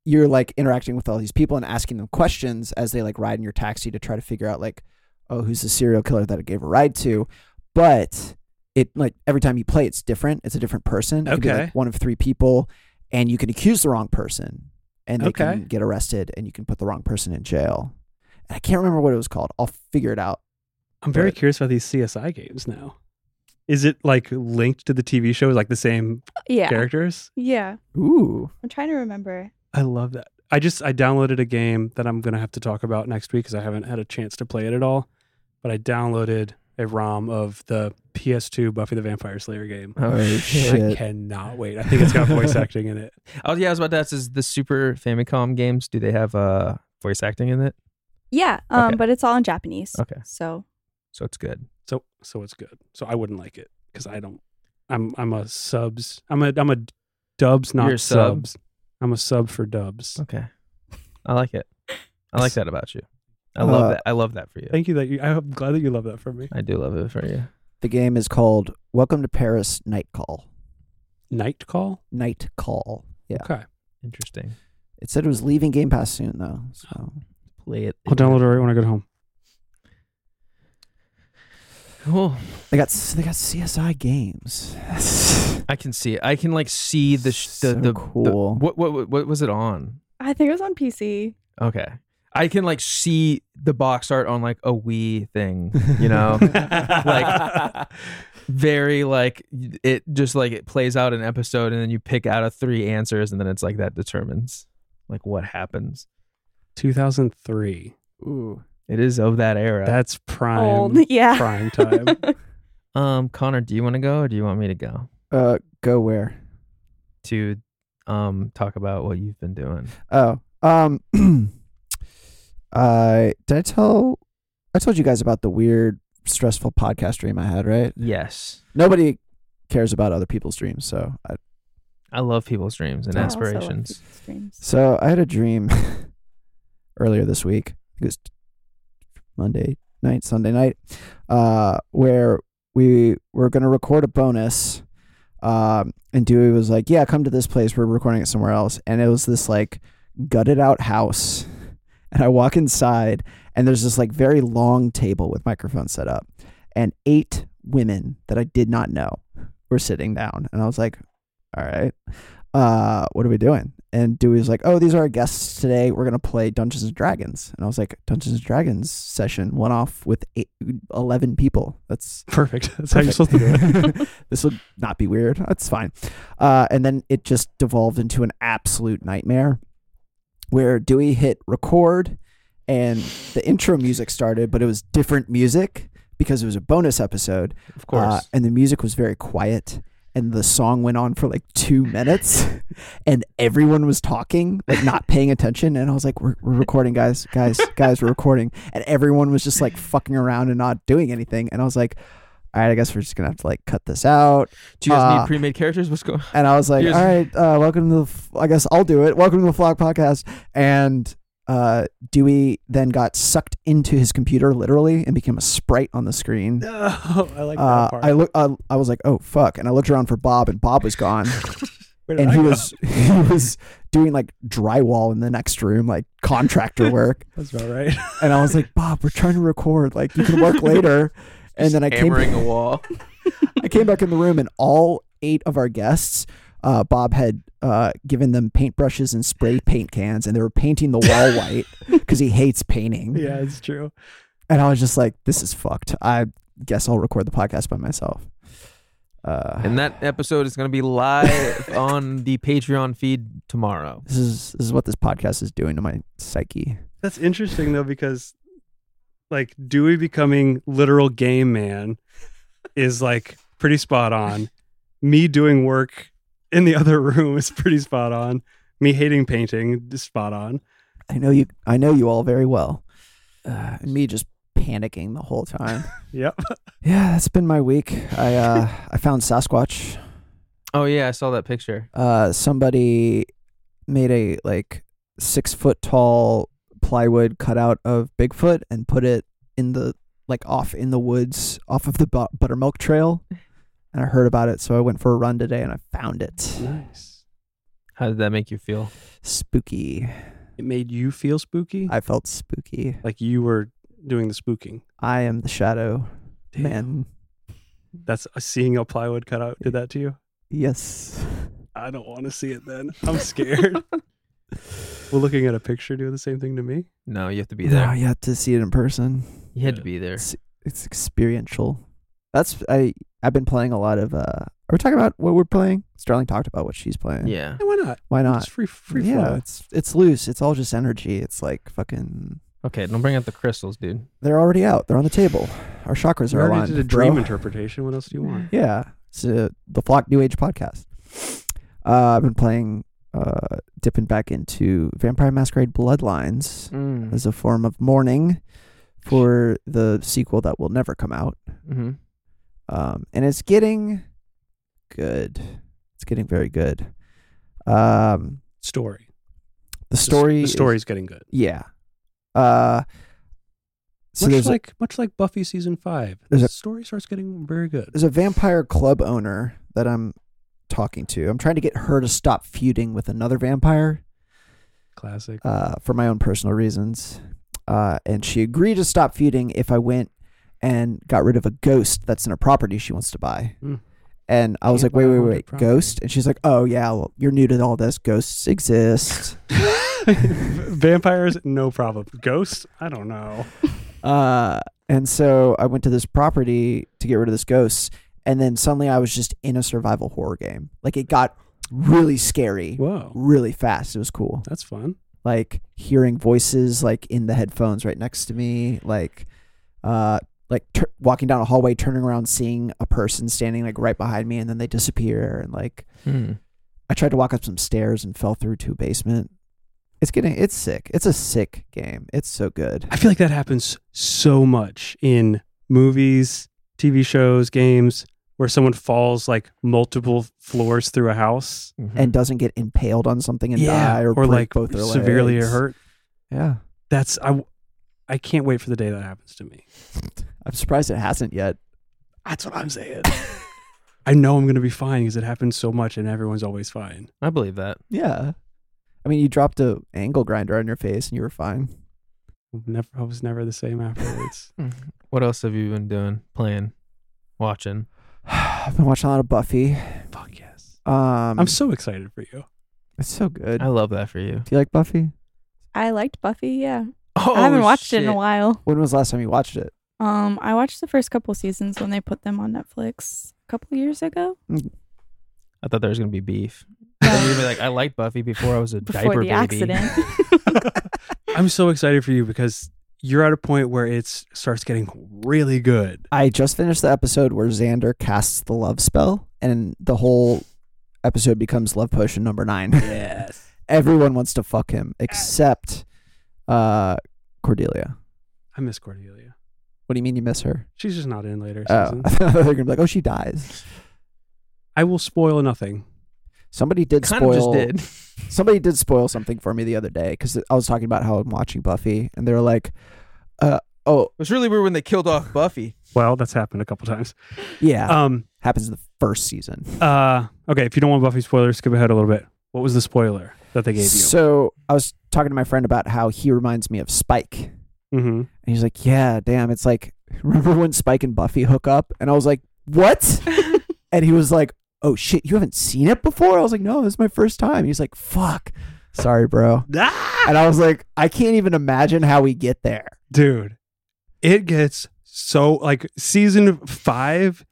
Speaker 2: you're like interacting with all these people and asking them questions as they like ride in your taxi to try to figure out like, oh, who's the serial killer that I gave a ride to? But it like every time you play, it's different. It's a different person. It could be, like,
Speaker 4: Okay.
Speaker 2: one of three people, and you can accuse the wrong person, and they
Speaker 4: Okay.
Speaker 2: can get arrested, and you can put the wrong person in jail. And I can't remember what it was called. I'll figure it out.
Speaker 4: I'm very
Speaker 2: But-
Speaker 4: curious about these CSI games now. Is it like linked to the TV shows, like the same
Speaker 3: Yeah,
Speaker 4: characters?
Speaker 3: yeah.
Speaker 2: Ooh,
Speaker 3: I'm trying to remember.
Speaker 4: I love that. I just I downloaded a game that I'm gonna have to talk about next week because I haven't had a chance to play it at all. But I downloaded a ROM of the PS2 Buffy the Vampire Slayer game.
Speaker 2: Oh, shit.
Speaker 4: I cannot wait. I think it's got voice acting in it.
Speaker 1: Oh yeah, I was about to ask: Is the Super Famicom games do they have uh voice acting in it?
Speaker 3: Yeah, um,
Speaker 1: Okay.
Speaker 3: but it's all in Japanese.
Speaker 1: Okay,
Speaker 3: So
Speaker 1: so it's good.
Speaker 4: So so it's good. So I wouldn't like it because I don't. I'm I'm a subs. I'm a I'm a dubs not
Speaker 1: You're a sub.
Speaker 4: subs. I'm a sub for Dubs.
Speaker 1: Okay. I like it. I like that about you. I love
Speaker 2: Uh,
Speaker 1: that. I love that for you.
Speaker 4: Thank you that you. I'm glad that you love that for me.
Speaker 1: I do love it for you.
Speaker 2: The game is called Welcome to Paris Night Call.
Speaker 4: Night call.
Speaker 2: Night Call. Yeah.
Speaker 4: Okay,
Speaker 1: Interesting.
Speaker 2: It said it was leaving Game Pass soon though. So
Speaker 1: Play it.
Speaker 4: I'll download it right when I get home.
Speaker 1: Cool.
Speaker 2: they got they got CSI games.
Speaker 1: I can see it. I can like see E, the sh- the,
Speaker 2: So
Speaker 1: the the-
Speaker 2: cool.
Speaker 1: what what what was it on?
Speaker 3: I think it was on PC.
Speaker 1: Okay. I can like see the box art on like a Wii thing, you know? Like- Very like it just like it plays out an episode and then you pick out of three answers and then it's like that determines like what happens.
Speaker 4: 2003.
Speaker 2: Ooh.
Speaker 1: It is of that era.
Speaker 4: That's prime
Speaker 3: Old. Yeah.
Speaker 4: prime time.
Speaker 1: um Connor, do you want to go or do you want me to go
Speaker 2: Uh go where?
Speaker 1: to um talk about what you've been doing?
Speaker 2: Oh. Um I did I tell I told you guys about the weird stressful podcast dream I had, right?
Speaker 1: Yes.
Speaker 2: Nobody cares about other people's dreams, so I
Speaker 1: I love people's dreams and
Speaker 3: I also love
Speaker 1: aspirations.
Speaker 3: people's dreams.
Speaker 2: So I had a dream earlier this week. It was Monday night, Sunday night, uh, where we were going to record a bonus. Um, and Dewey was like, "Yeah, come to this place. We're recording it somewhere else." And it was this like gutted out house. And I walk inside, and there's this like very long table with microphones set up, and eight women that I did not know were sitting down. And I was like, "All right." uh, what are we doing? And Dewey was like, oh, these are our guests today. We're going to play Dungeons and Dragons. And I was like, Dungeons and Dragons session went off with eight, 11 people. That's
Speaker 4: Perfect. That's how you're supposed to do it.
Speaker 2: to do it. this would not be weird. That's fine. Uh, and then it just devolved into an absolute nightmare where Dewey hit record and the intro music started, but it was different music because it was a bonus episode.
Speaker 1: Of course.
Speaker 2: Uh, and the music was very quiet. And the song went on for like two minutes, and everyone was talking, like not paying attention. And I was like, "We're, we're recording, guys, guys, guys, we're recording." And everyone was just like fucking around and not doing anything. And I was like, "All right, I guess we're just gonna have to like cut this out."
Speaker 1: do you guys
Speaker 2: uh,
Speaker 1: need pre-made characters? What's going on?
Speaker 2: And I was like,
Speaker 1: Here's-
Speaker 2: "All right, uh, welcome to the. F- I guess I'll do it. Welcome to the Flock Podcast." And uh, Dewey then got sucked into his computer literally and became a sprite on the screen.
Speaker 4: No, I like that
Speaker 2: Uh,
Speaker 4: part.
Speaker 2: I look. I, I was like, "Oh fuck!" And I looked around for Bob, and Bob was gone,
Speaker 4: Where did
Speaker 2: and
Speaker 4: I
Speaker 2: he
Speaker 4: go?
Speaker 2: was he was doing like drywall in the next room, like contractor work.
Speaker 4: That's about right.
Speaker 2: And I was like, "Bob, we're trying to record. Like, you can work later." And then I came
Speaker 1: hammering a wall.
Speaker 2: I came back in the room, and all eight of our guests, uh, Bob had uh, given them paintbrushes and spray paint cans, and they were painting the wall white because he hates painting.
Speaker 4: yeah, it's true.
Speaker 2: And I was just like, "This is fucked. I guess I'll record the podcast by myself." Uh,
Speaker 1: And that episode is going to be live on the Patreon feed tomorrow.
Speaker 2: This is this is what this podcast is doing to my psyche.
Speaker 4: That's interesting though because like Dewey becoming literal game man is like pretty spot on. Me doing work in the other room is pretty spot on. Me hating painting is spot on.
Speaker 2: I know you. I know you all very well. Uh, and me just panicking the whole time.
Speaker 4: Yep.
Speaker 2: yeah, that's been my week. I uh, I found Sasquatch.
Speaker 1: Oh yeah, I saw that picture.
Speaker 2: Uh, somebody made a like six foot tall plywood cutout of Bigfoot and put it in the like off in the woods off of the bu- buttermilk trail. And I heard about it, so I went for a run today and I found it.
Speaker 4: Nice.
Speaker 1: How did that make you feel?
Speaker 2: Spooky.
Speaker 4: It made you feel spooky?
Speaker 2: I felt spooky.
Speaker 4: like you were doing the spooking.
Speaker 2: I am the shadow
Speaker 4: Damn.
Speaker 2: man.
Speaker 4: That's uh, seeing a plywood cutout did that to you?
Speaker 2: Yes.
Speaker 4: I don't want to see it then. I'm scared. Will looking at a picture do the same thing to me?
Speaker 1: No, you have to be
Speaker 2: No,
Speaker 1: there.
Speaker 2: you have to see it in person.
Speaker 1: You had to be there.
Speaker 2: It's experiential. That's I. I've been playing a lot of. uh Are we talking about what we're playing? Starling talked about what she's playing.
Speaker 1: Yeah.
Speaker 4: Yeah, why not?
Speaker 2: Why
Speaker 4: It's
Speaker 2: not?
Speaker 4: free free
Speaker 2: yeah.
Speaker 4: flow.
Speaker 2: It's it's loose. It's all just energy. It's like fucking.
Speaker 1: Okay, don't bring out the crystals, dude.
Speaker 2: They're already out. They're on the table. Our chakras
Speaker 4: We
Speaker 2: are
Speaker 4: already
Speaker 2: aligned.
Speaker 4: did a dream
Speaker 2: bro.
Speaker 4: interpretation. What else do you want?
Speaker 2: Yeah. It's uh, the Flock New Age podcast. Uh, I've been playing, uh, dipping back into Vampire Masquerade Bloodlines.
Speaker 1: Mm,
Speaker 2: as a form of mourning for the sequel that will never come out.
Speaker 1: Mm-hmm.
Speaker 2: Um, and it's getting good. It's getting very good. Um,
Speaker 4: story.
Speaker 2: The story.
Speaker 4: The
Speaker 2: is-
Speaker 4: story's getting good.
Speaker 2: yeah. Uh. So
Speaker 4: much
Speaker 2: there's a-
Speaker 4: like much like Buffy season five,
Speaker 2: There's
Speaker 4: the
Speaker 2: a-
Speaker 4: story starts getting very good.
Speaker 2: there's a vampire club owner that I'm talking to. I'm trying to get her to stop feuding with another vampire
Speaker 4: Classic.
Speaker 2: uh, for my own personal reasons. Uh, and she agreed to stop feuding if I went and got rid of a ghost that's in a property she wants to buy.
Speaker 4: Mm.
Speaker 2: And I was
Speaker 4: Can't
Speaker 2: like, wait,
Speaker 4: buy a
Speaker 2: wait,
Speaker 4: haunted
Speaker 2: wait,
Speaker 4: property.
Speaker 2: ghost? And she's like, oh, yeah, well, you're new to all this. Ghosts exist.
Speaker 4: Vampires, no problem. Ghosts, I don't know.
Speaker 2: Uh, and so I went to this property to get rid of this ghost, and then suddenly I was just in a survival horror game. Like it got really scary,
Speaker 4: Whoa,
Speaker 2: really fast. It was cool.
Speaker 4: that's fun.
Speaker 2: Like hearing voices like in the headphones right next to me, like uh like tur walking down a hallway, turning around, seeing a person standing like right behind me, and then they disappear. And like
Speaker 1: Hmm.
Speaker 2: I tried to walk up some stairs and fell through to a basement. It's getting it's sick. It's a sick game. It's so good.
Speaker 4: I feel like that happens so much in movies, TV shows, games, where someone falls like multiple floors through a house
Speaker 1: Mhm.
Speaker 2: and doesn't get impaled on something and die or, break
Speaker 4: like
Speaker 2: both their
Speaker 4: severely
Speaker 2: legs.
Speaker 4: hurt.
Speaker 2: Yeah,
Speaker 4: That's I. I can't wait for the day that happens to me.
Speaker 2: I'm surprised it hasn't yet.
Speaker 4: That's what I'm saying. I know I'm gonna be fine because it happens so much, and everyone's always fine.
Speaker 1: I believe that.
Speaker 2: Yeah, I mean, you dropped a angle grinder on your face and you were fine.
Speaker 4: Never, I was never the same afterwards.
Speaker 1: What else have you been doing? Playing, watching.
Speaker 2: I've been watching a lot of Buffy.
Speaker 4: Fuck yes.
Speaker 2: Um,
Speaker 4: I'm so excited for you.
Speaker 2: it's so good.
Speaker 1: I love that for you.
Speaker 2: Do you like Buffy?
Speaker 3: I liked Buffy. Yeah,
Speaker 1: Oh,
Speaker 3: I haven't watched it in
Speaker 1: shit.
Speaker 3: a while.
Speaker 2: When was the last time you watched it?
Speaker 3: Um, I watched the first couple seasons when they put them on Netflix a couple years ago.
Speaker 1: I thought there was gonna be beef.
Speaker 3: No.
Speaker 1: You'd be like, I liked Buffy before I was a diaper
Speaker 3: Before the
Speaker 1: baby.
Speaker 3: accident,
Speaker 4: I'm so excited for you because you're at a point where it starts getting really good.
Speaker 2: I just finished the episode where Xander casts the love spell, and the whole episode becomes love potion number nine.
Speaker 4: Yes.
Speaker 2: Everyone wants to fuck him except uh, Cordelia.
Speaker 4: I miss Cordelia.
Speaker 2: What do you mean you miss her?
Speaker 4: She's just not in later
Speaker 2: Oh,
Speaker 4: seasons.
Speaker 2: they're gonna be like, oh, she dies.
Speaker 4: I will spoil nothing.
Speaker 2: Somebody did
Speaker 1: Kind
Speaker 2: spoil.
Speaker 1: of just did.
Speaker 2: Somebody did spoil something for me the other day because I was talking about how I'm watching Buffy, and they were like, uh, "Oh,
Speaker 1: It was really weird when they killed off Buffy.
Speaker 4: Well, that's happened a couple times.
Speaker 2: yeah,
Speaker 4: Um.
Speaker 2: happens in the first season."
Speaker 4: Uh. Okay. If you don't want Buffy spoilers, skip ahead a little bit. What was the spoiler that they gave you?
Speaker 2: So I was talking to my friend about how he reminds me of Spike, and
Speaker 4: mm-hmm.
Speaker 2: he's like, "Yeah, damn, it's like remember when Spike and Buffy hook up?" And I was like, "What?" and he was like, "Oh shit, you haven't seen it before?" I was like, "No, this is my first time." He's like, "Fuck, sorry, bro." And I was like, "I can't even imagine how we get there."
Speaker 4: dude it gets so like season five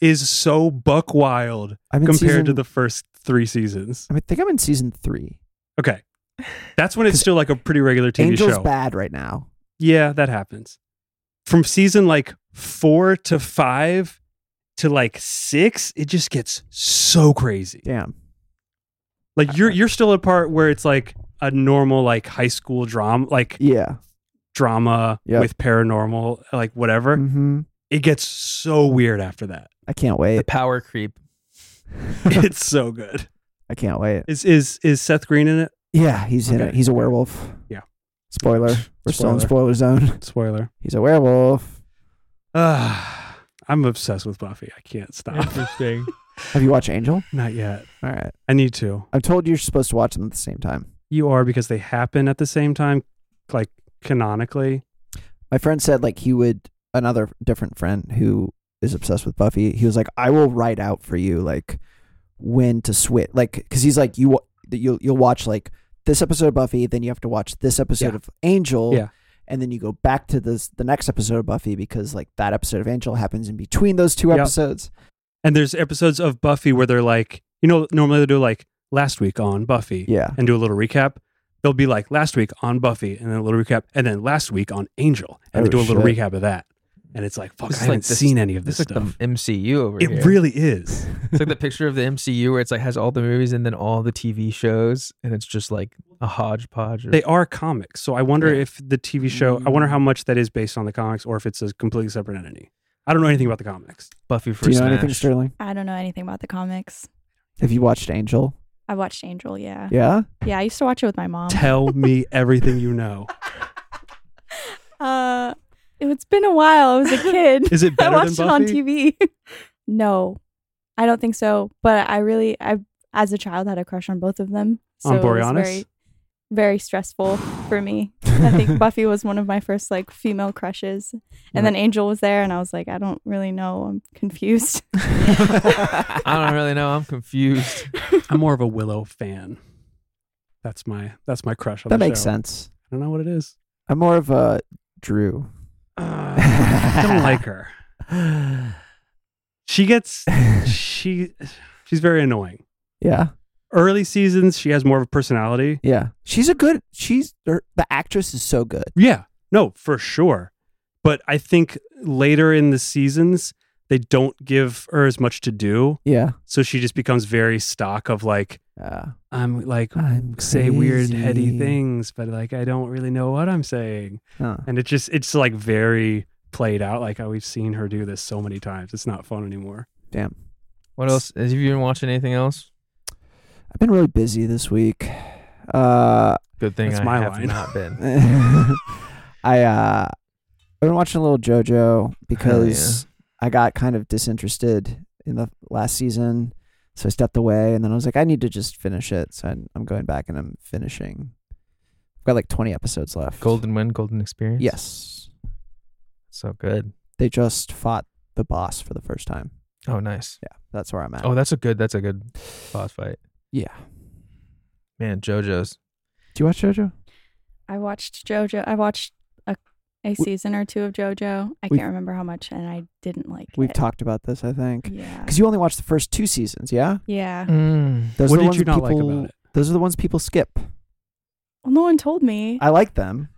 Speaker 4: is so buck wild
Speaker 2: I'm in
Speaker 4: compared to
Speaker 2: season-
Speaker 4: the first three seasons
Speaker 2: I mean, I think I'm in season three.
Speaker 4: okay that's when it's
Speaker 2: 'Cause
Speaker 4: still like a pretty regular tv
Speaker 2: Angel's
Speaker 4: show
Speaker 2: bad right now.
Speaker 4: yeah that happens from season like four to five to like six it just gets so crazy
Speaker 2: Damn.
Speaker 4: like you're you're still at a part where it's like a normal like high school drama like
Speaker 2: Yeah.
Speaker 4: drama
Speaker 2: Yep.
Speaker 4: with paranormal like whatever
Speaker 2: hmm
Speaker 4: it gets so weird after that
Speaker 2: I can't
Speaker 1: The
Speaker 2: wait.
Speaker 1: power creep.
Speaker 4: it's so good.
Speaker 2: I can't wait.
Speaker 4: Is is is Seth Green in it?
Speaker 2: Yeah, he's in
Speaker 4: Okay.
Speaker 2: it. He's a werewolf.
Speaker 4: Yeah.
Speaker 2: Spoiler. We're still in spoiler zone.
Speaker 4: Spoiler.
Speaker 2: He's a werewolf.
Speaker 4: Uh, I'm obsessed with Buffy. I can't stop.
Speaker 1: Interesting.
Speaker 2: Have you watched Angel?
Speaker 4: Not yet.
Speaker 2: All right.
Speaker 4: I need to.
Speaker 2: I'm told you're supposed to watch them at the same time.
Speaker 4: You are because they happen at the same time, like canonically.
Speaker 2: My friend said like he would another different friend who is obsessed with Buffy. He was like, I will write out for you like when to switch, like because he's like you wa- that you'll you'll watch like this episode of Buffy, then you have to watch this episode
Speaker 4: Yeah.
Speaker 2: of Angel,
Speaker 4: Yeah.
Speaker 2: and then you go back to this the next episode of Buffy because like that episode of Angel happens in between those two
Speaker 4: Yep.
Speaker 2: episodes.
Speaker 4: And there's episodes of Buffy where they're like, you know, normally they do like last week on Buffy
Speaker 2: Yeah,
Speaker 4: and do a little recap. They'll be like last week on Buffy and then a little recap, and then last week on Angel, and
Speaker 2: Oh,
Speaker 4: they do a little
Speaker 2: shit.
Speaker 4: recap of that. And it's like, fuck,
Speaker 1: This
Speaker 4: I
Speaker 1: is like
Speaker 4: haven't
Speaker 1: this-
Speaker 4: seen any of this
Speaker 1: It's like the
Speaker 4: stuff.
Speaker 1: MCU over
Speaker 4: It
Speaker 1: here.
Speaker 4: really is.
Speaker 1: It's like the picture of the MCU where it's like has all the movies and then all the TV shows, and it's just like a hodgepodge. Of,
Speaker 4: They are comics, so I wonder
Speaker 1: Yeah.
Speaker 4: if the TV show. I wonder how
Speaker 1: Mm.
Speaker 4: much that is based on the comics, or if it's a completely separate entity. I don't know anything about the comics.
Speaker 1: Buffy for
Speaker 2: do you know
Speaker 1: Smash.
Speaker 2: anything, Sterling?
Speaker 3: I don't know anything about the comics.
Speaker 2: Have you watched Angel?
Speaker 3: I watched Angel. Yeah.
Speaker 2: Yeah.
Speaker 3: Yeah. I used to watch it with my mom.
Speaker 4: Tell me everything you know.
Speaker 3: Uh, it- it's been a while. I was a kid.
Speaker 4: Is it better
Speaker 3: I
Speaker 4: than
Speaker 3: watched
Speaker 4: Buffy?
Speaker 3: it on TV. no, I don't think so. But I really, I as a child had a crush on both of them. So
Speaker 4: On
Speaker 3: it was
Speaker 4: Boreanaz?
Speaker 3: very, very stressful for me. I think Buffy was one of my first like female crushes, and then Angel was there, and I was like, I don't really know. I'm confused.
Speaker 1: I don't really know. I'm confused.
Speaker 4: I'm more of a Willow fan. That's my that's my crush on
Speaker 2: that
Speaker 4: the
Speaker 2: makes
Speaker 4: show.
Speaker 2: sense.
Speaker 4: I don't know what it is.
Speaker 2: I'm more of a Drew.
Speaker 4: Uh, I don't like her. She gets she she's very annoying.
Speaker 2: yeah.
Speaker 4: Early seasons, she has more of a personality.
Speaker 2: Yeah. She's a good. She's her, the actress is so good.
Speaker 4: Yeah, no, for sure. But I think later in the seasons, they don't give her as much to do,
Speaker 2: Yeah.
Speaker 4: so she just becomes very stock of like
Speaker 2: Uh,
Speaker 4: I'm like
Speaker 2: I'm
Speaker 4: say weird heady
Speaker 2: crazy.
Speaker 4: things, but like I don't really know what I'm saying.
Speaker 2: huh.
Speaker 4: and it just it's like very played out like oh, we've seen her do this so many times it's not fun anymore
Speaker 2: Damn.
Speaker 1: What else? Have you been watching anything else?
Speaker 2: I've been really busy this week. Uh,
Speaker 1: Good thing
Speaker 4: That's
Speaker 1: I
Speaker 4: my
Speaker 1: have
Speaker 4: line.
Speaker 1: not been.
Speaker 2: I uh, I've been watching a little JoJo because I got kind of disinterested in the last season, so I stepped away, and then I was like, I need to just finish it, so I'm, I'm going back and I'm finishing. I've got like 20 episodes left.
Speaker 1: Golden Wind, Golden Experience.
Speaker 2: Yes,
Speaker 1: So good.
Speaker 2: they just fought the boss for the first time.
Speaker 1: Oh, nice.
Speaker 2: Yeah, that's where I'm at.
Speaker 1: Oh, that's a good. That's a good boss fight.
Speaker 2: yeah.
Speaker 1: Man, JoJo's.
Speaker 2: Do you watch JoJo?
Speaker 3: I watched JoJo. I watched a a season or two of JoJo. I
Speaker 2: We've-
Speaker 3: can't remember how much, and I didn't like
Speaker 2: We've
Speaker 3: it.
Speaker 2: talked about this, I think,
Speaker 3: yeah.
Speaker 2: because you only watched the first two seasons. Yeah,
Speaker 3: Yeah.
Speaker 1: Mm.
Speaker 2: those
Speaker 4: what
Speaker 2: are the
Speaker 4: did
Speaker 2: ones
Speaker 4: you not
Speaker 2: people,
Speaker 4: like about it
Speaker 2: Those are the ones people skip.
Speaker 3: Well, no one told me.
Speaker 2: I like them,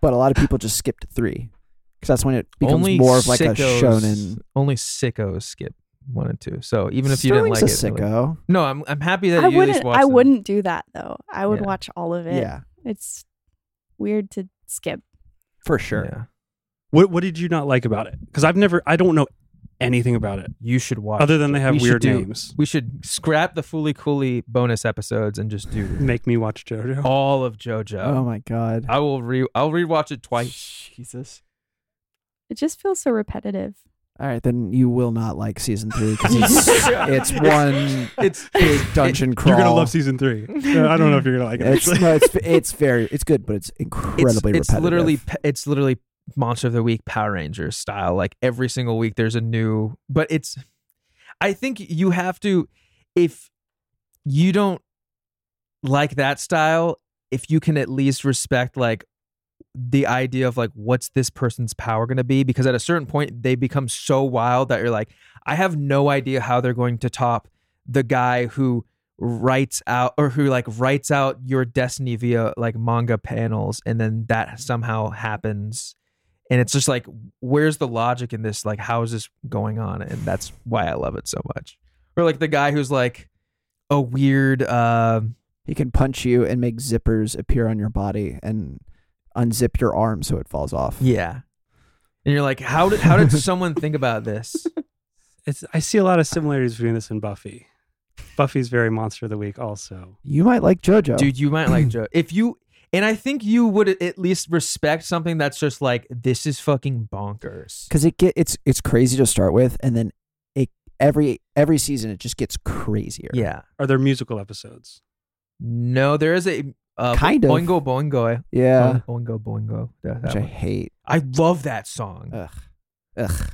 Speaker 2: but a lot of people just skipped three because that's when it becomes
Speaker 1: only
Speaker 2: more of like a
Speaker 1: sickos-
Speaker 2: shonen.
Speaker 1: Only sickos skip one and two. So even if you didn't
Speaker 2: Sterling's
Speaker 1: like it,
Speaker 2: a
Speaker 1: like-
Speaker 2: sicko.
Speaker 1: no, I'm I'm happy that
Speaker 3: I
Speaker 1: you at least
Speaker 3: wouldn't.
Speaker 1: watched.
Speaker 3: I
Speaker 1: them.
Speaker 3: wouldn't do that though. I would
Speaker 1: Yeah.
Speaker 3: watch all of it.
Speaker 2: yeah,
Speaker 3: It's weird to skip.
Speaker 2: for sure.
Speaker 1: Yeah.
Speaker 4: what, what did you not like about it because i've never i don't know anything about it
Speaker 1: You should watch.
Speaker 4: other than they have
Speaker 1: we should
Speaker 4: weird
Speaker 1: do-
Speaker 4: names
Speaker 1: We should scrap the Fooly Cooly bonus episodes and just do
Speaker 4: make me watch jojo
Speaker 1: all of JoJo.
Speaker 2: Oh my god.
Speaker 1: I will re. I'll rewatch it twice.
Speaker 2: Jesus.
Speaker 3: It just feels so repetitive.
Speaker 2: All right, then you will not like season three because it's, it's one
Speaker 1: It's
Speaker 2: big dungeon crawl.
Speaker 4: you're gonna love season three Uh, i don't know if you're gonna like it
Speaker 2: It's
Speaker 4: actually.
Speaker 2: no, it's it's very it's good, but it's
Speaker 1: it's,
Speaker 2: incredibly
Speaker 1: it's
Speaker 2: repetitive.
Speaker 1: literally pe- it's literally monster of the week power rangers style like every single week there's a new but it's i think you have to if you don't like that style if you can at least respect like the idea of like what's this person's power going to be because at a certain point they become so wild that you're like i have no idea how they're going to top the guy who writes out or who like writes out your destiny via like manga panels and then that somehow happens and it's just like where's the logic in this like how is this going on and that's why i love it so much or like the guy who's like a weird uh
Speaker 2: he can punch you and make zippers appear on your body and unzip your arm so it falls off.
Speaker 1: yeah and you're like how did how did someone think about this
Speaker 4: it's i see a lot of similarities between this and buffy buffy's very monster of the week also
Speaker 2: You might like JoJo.
Speaker 1: dude you might like joe if you and i think you would at least respect something that's just like this is fucking bonkers
Speaker 2: because it get it's it's crazy to start with, and then it every every season it just gets crazier.
Speaker 1: yeah
Speaker 4: are there musical episodes
Speaker 1: no there is a uh,
Speaker 2: Kind of.
Speaker 1: boingo boingo
Speaker 2: yeah,
Speaker 1: Boing- Boingo Boingo. That, that
Speaker 2: which I
Speaker 1: one.
Speaker 2: hate.
Speaker 1: I love that song.
Speaker 2: Ugh, ugh.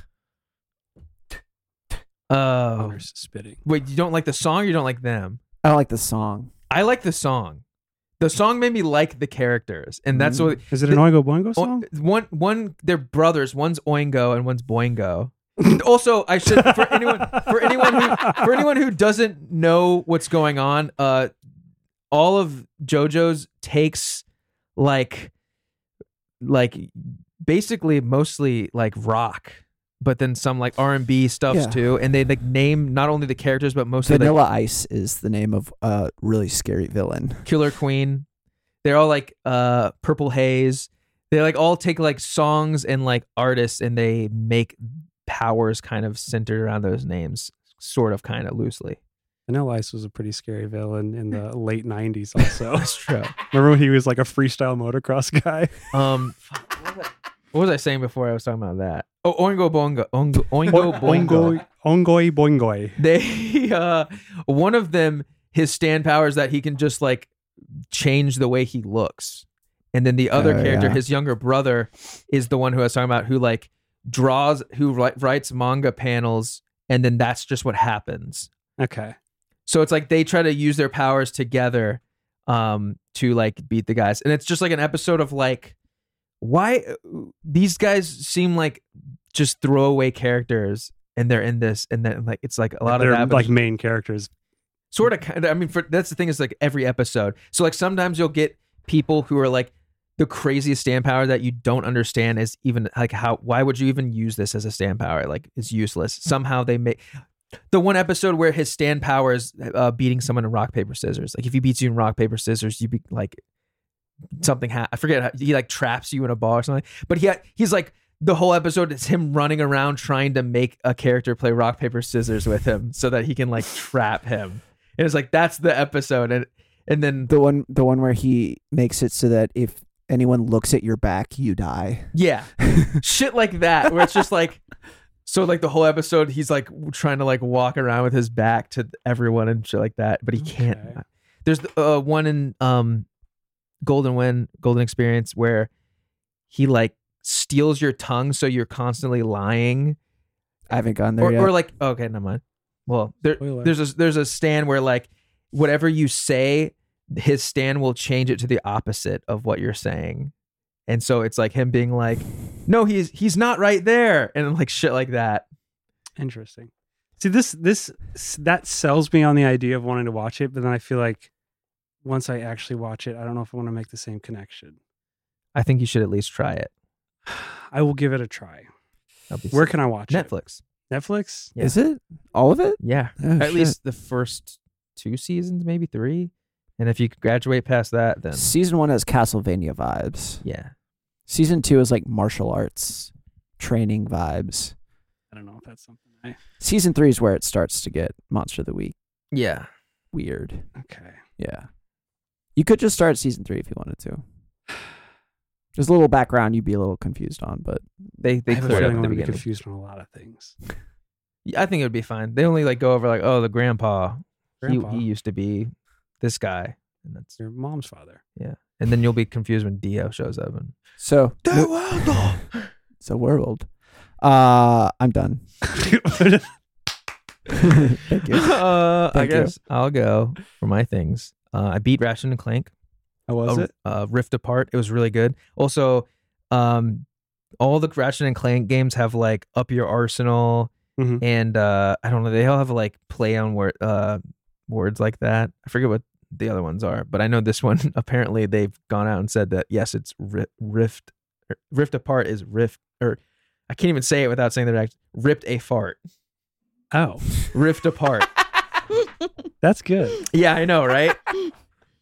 Speaker 1: Oh.
Speaker 4: Connor's spitting
Speaker 1: Wait, you don't like the song or you don't like them?
Speaker 2: I don't like the song.
Speaker 1: I like the song. The song made me like the characters. And that's
Speaker 2: Mm,
Speaker 1: what
Speaker 4: is it
Speaker 1: the-
Speaker 4: an oingo
Speaker 1: Oh,
Speaker 4: boingo song
Speaker 1: one one they're brothers, one's Oingo and one's Boingo. And also, I should for anyone for anyone who for anyone who doesn't know what's going on, uh all of JoJo's takes like like basically mostly like rock, but then some like R and B stuff
Speaker 2: Yeah.
Speaker 1: too. And they like name not only the characters but mostly like
Speaker 2: Vanilla Ice is the name of a really scary villain.
Speaker 1: Killer Queen. They're all like uh Purple Haze. They like all take like songs and like artists and they make powers kind of centered around those names, sort of kind of loosely.
Speaker 4: Vanilla Ice was a pretty scary villain in the late '90s. Also,
Speaker 1: That's true.
Speaker 4: remember when he was like a freestyle motocross guy?
Speaker 1: Um, fuck, what, was I, what was I saying before I was talking about that? Oh, Oingo Boingo, Oingo, Oingo Boingo.
Speaker 4: Oingoi, Oingoi Boingoi.
Speaker 1: They, uh, one of them, his stand power is that he can just like change the way he looks, and then the other
Speaker 2: Oh,
Speaker 1: character,
Speaker 2: yeah.
Speaker 1: his younger brother, is the one who I was talking about, who like draws, who wri- writes manga panels, and then that's just what happens.
Speaker 4: Okay.
Speaker 1: So it's like they try to use their powers together um to like beat the guys. And it's just like an episode of like why uh, these guys seem like just throwaway characters and they're in this and then like it's like a lot
Speaker 4: They're
Speaker 1: of that
Speaker 4: like main characters.
Speaker 1: sort of kind of i mean for that's the thing is like every episode so like sometimes you'll get people who are like the craziest stand power that you don't understand is even like how why would you even use this as a stand power like it's useless somehow they make the one episode where his stand power is uh, beating someone in rock paper scissors like if he beats you in rock paper scissors you be like something ha- i forget how, he like traps you in a ball or something but he he's like the whole episode is him running around trying to make a character play rock paper scissors with him so that he can like trap him it was like that's the episode, and and then
Speaker 2: The one, the one where he makes it so that if anyone looks at your back, you die.
Speaker 1: yeah, shit like that where it's just like, so like the whole episode he's like trying to like walk around with his back to everyone and shit like that, but he
Speaker 4: Okay.
Speaker 1: can't. There's uh, one in um, Golden Wind, Golden Experience where he like steals your tongue, so you're constantly lying,
Speaker 2: I haven't gone there
Speaker 1: or,
Speaker 2: yet.
Speaker 1: or like oh, okay, never mind. Well, there,
Speaker 4: Spoiler.
Speaker 1: there's a there's a stand where like whatever you say his stand will change it to the opposite of what you're saying and so it's like him being like no he's he's not right there and like shit like that
Speaker 4: Interesting. See this this that sells me on the idea of wanting to watch it, but then I feel like once I actually watch it, I don't know if I want to make the same connection.
Speaker 1: i think you should at least try it
Speaker 4: I will give it a try.
Speaker 1: That'd be
Speaker 4: Where
Speaker 1: sick.
Speaker 4: can I watch it?
Speaker 1: netflix
Speaker 4: Netflix.
Speaker 1: yeah.
Speaker 2: Is it all of it?
Speaker 1: yeah
Speaker 2: Oh,
Speaker 1: at
Speaker 2: shit.
Speaker 1: least the first two seasons maybe three and if you graduate past that then
Speaker 2: season one has Castlevania vibes.
Speaker 1: yeah
Speaker 2: Season two is like martial arts training vibes.
Speaker 4: I don't know if that's something. I,
Speaker 2: Season three is where it starts to get monster of the week
Speaker 1: yeah
Speaker 2: weird.
Speaker 4: okay.
Speaker 2: Yeah, you could just start season three if you wanted to. There's a little background you'd be a little confused on, but
Speaker 1: they
Speaker 4: I
Speaker 1: they
Speaker 4: have a
Speaker 1: cleared
Speaker 4: feeling
Speaker 1: up
Speaker 4: I'm
Speaker 1: at the
Speaker 4: gonna be
Speaker 1: beginning
Speaker 4: confused on a lot of things.
Speaker 1: Yeah, i think it would be fine they only like go over like oh the grandpa,
Speaker 4: Grandpa,
Speaker 1: He, he used to be this guy and that's
Speaker 4: your mom's father.
Speaker 1: And then you'll be confused when Dio shows up. And
Speaker 2: so it's a world. Uh, I'm done. Thank you.
Speaker 1: uh, I
Speaker 2: Thank you.
Speaker 1: guess I'll go for my things. Uh, I beat Ratchet and Clank.
Speaker 4: How was
Speaker 1: uh,
Speaker 4: it?
Speaker 1: Uh, Rift Apart. It was really good. Also, um, all the Ratchet and Clank games have like up your arsenal,
Speaker 4: Mhm.
Speaker 1: and uh, I don't know. They all have like play on word uh, words like that. I forget what the other ones are, but I know this one. apparently, they've gone out and said that yes, it's ri- Rift. or Rift Apart is Rift, or I can't even say it without saying that. act- Ripped a fart.
Speaker 4: Oh,
Speaker 1: Rift Apart.
Speaker 4: that's good.
Speaker 1: yeah, I know, right?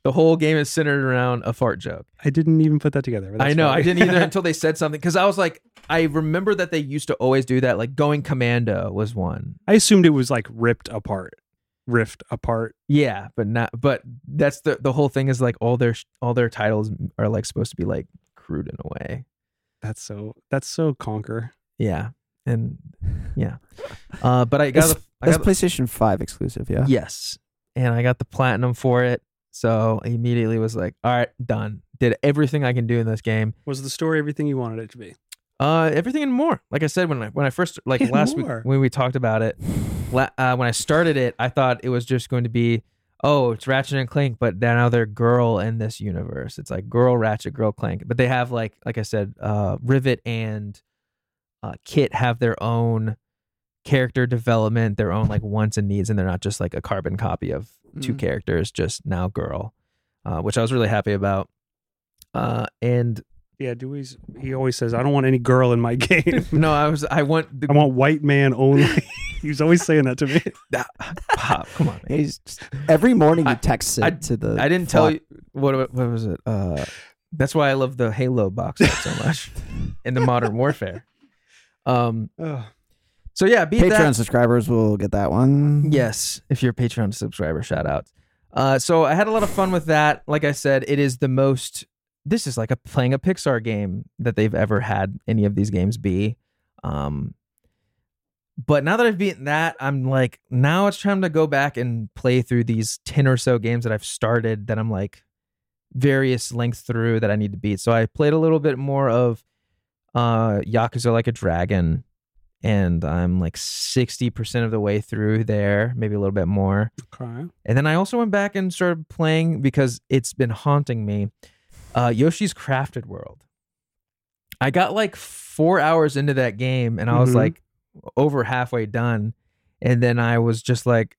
Speaker 1: The whole game is centered around a fart joke.
Speaker 4: I didn't even put that together. but
Speaker 1: I
Speaker 4: that's
Speaker 1: know.
Speaker 4: fine.
Speaker 1: I didn't either until they said something because I was like, I remember that they used to always do that. Like going commando was one.
Speaker 4: I assumed it was like ripped apart, rift apart.
Speaker 1: Yeah, but not. But that's the the whole thing is like all their sh- all their titles are like supposed to be like crude in a way.
Speaker 4: That's so. That's so conquer.
Speaker 1: Yeah, and yeah. Uh, but I got
Speaker 2: That's-
Speaker 1: the, I
Speaker 2: That's
Speaker 1: got the,
Speaker 2: PlayStation Five exclusive. Yeah.
Speaker 1: yes, and I got the platinum for it. So I immediately was like, all right, done. Did everything I can do in this game.
Speaker 4: Was the story everything you wanted it to be?
Speaker 1: Uh, everything and more. Like I said when I when I first like
Speaker 4: And
Speaker 1: last
Speaker 4: more.
Speaker 1: week when we talked about it, la- uh, when I started it, I thought it was just going to be oh it's Ratchet and Clank, but now they're girl in this universe. It's like girl Ratchet, girl Clank, but they have like like I said, uh, Rivet and uh, Kit have their own character development, their own like wants and needs, and they're not just like a carbon copy of two
Speaker 2: Mm.
Speaker 1: characters, just now girl, uh, which I was really happy about. Uh, and
Speaker 4: Yeah, Dewey's. He always says, "I don't want any girl in my game.
Speaker 1: no, I was I want the
Speaker 4: I want white man only." he was always saying that to me.
Speaker 1: Ah, Pop, come on. man.
Speaker 2: He's just- every morning
Speaker 1: I-
Speaker 2: you text it
Speaker 1: I-
Speaker 2: to the.
Speaker 1: I didn't tell
Speaker 2: flock.
Speaker 1: you what what was it? Uh, that's why I love the Halo box art so much and the Modern Warfare. Um,
Speaker 4: Ugh.
Speaker 1: So yeah, beat
Speaker 2: Patreon
Speaker 1: that.
Speaker 2: subscribers will get that one.
Speaker 1: Yes, if you're a Patreon subscriber, shout out. Uh, so I had a lot of fun with that. Like I said, it is the most. This is like a playing a Pixar game that they've ever had any of these games be. Um, but now that I've beaten that, I'm like, now it's time to go back and play through these ten or so games that I've started that I'm like various length through that I need to beat. So I played a little bit more of uh, Yakuza Like a Dragon and I'm like 60% of the way through there, maybe a little bit more.
Speaker 4: Okay.
Speaker 1: And then I also went back and started playing because it's been haunting me. Uh, Yoshi's Crafted World. I got like four hours into that game and I was
Speaker 4: Mhm.
Speaker 1: like over halfway done. And then I was just like,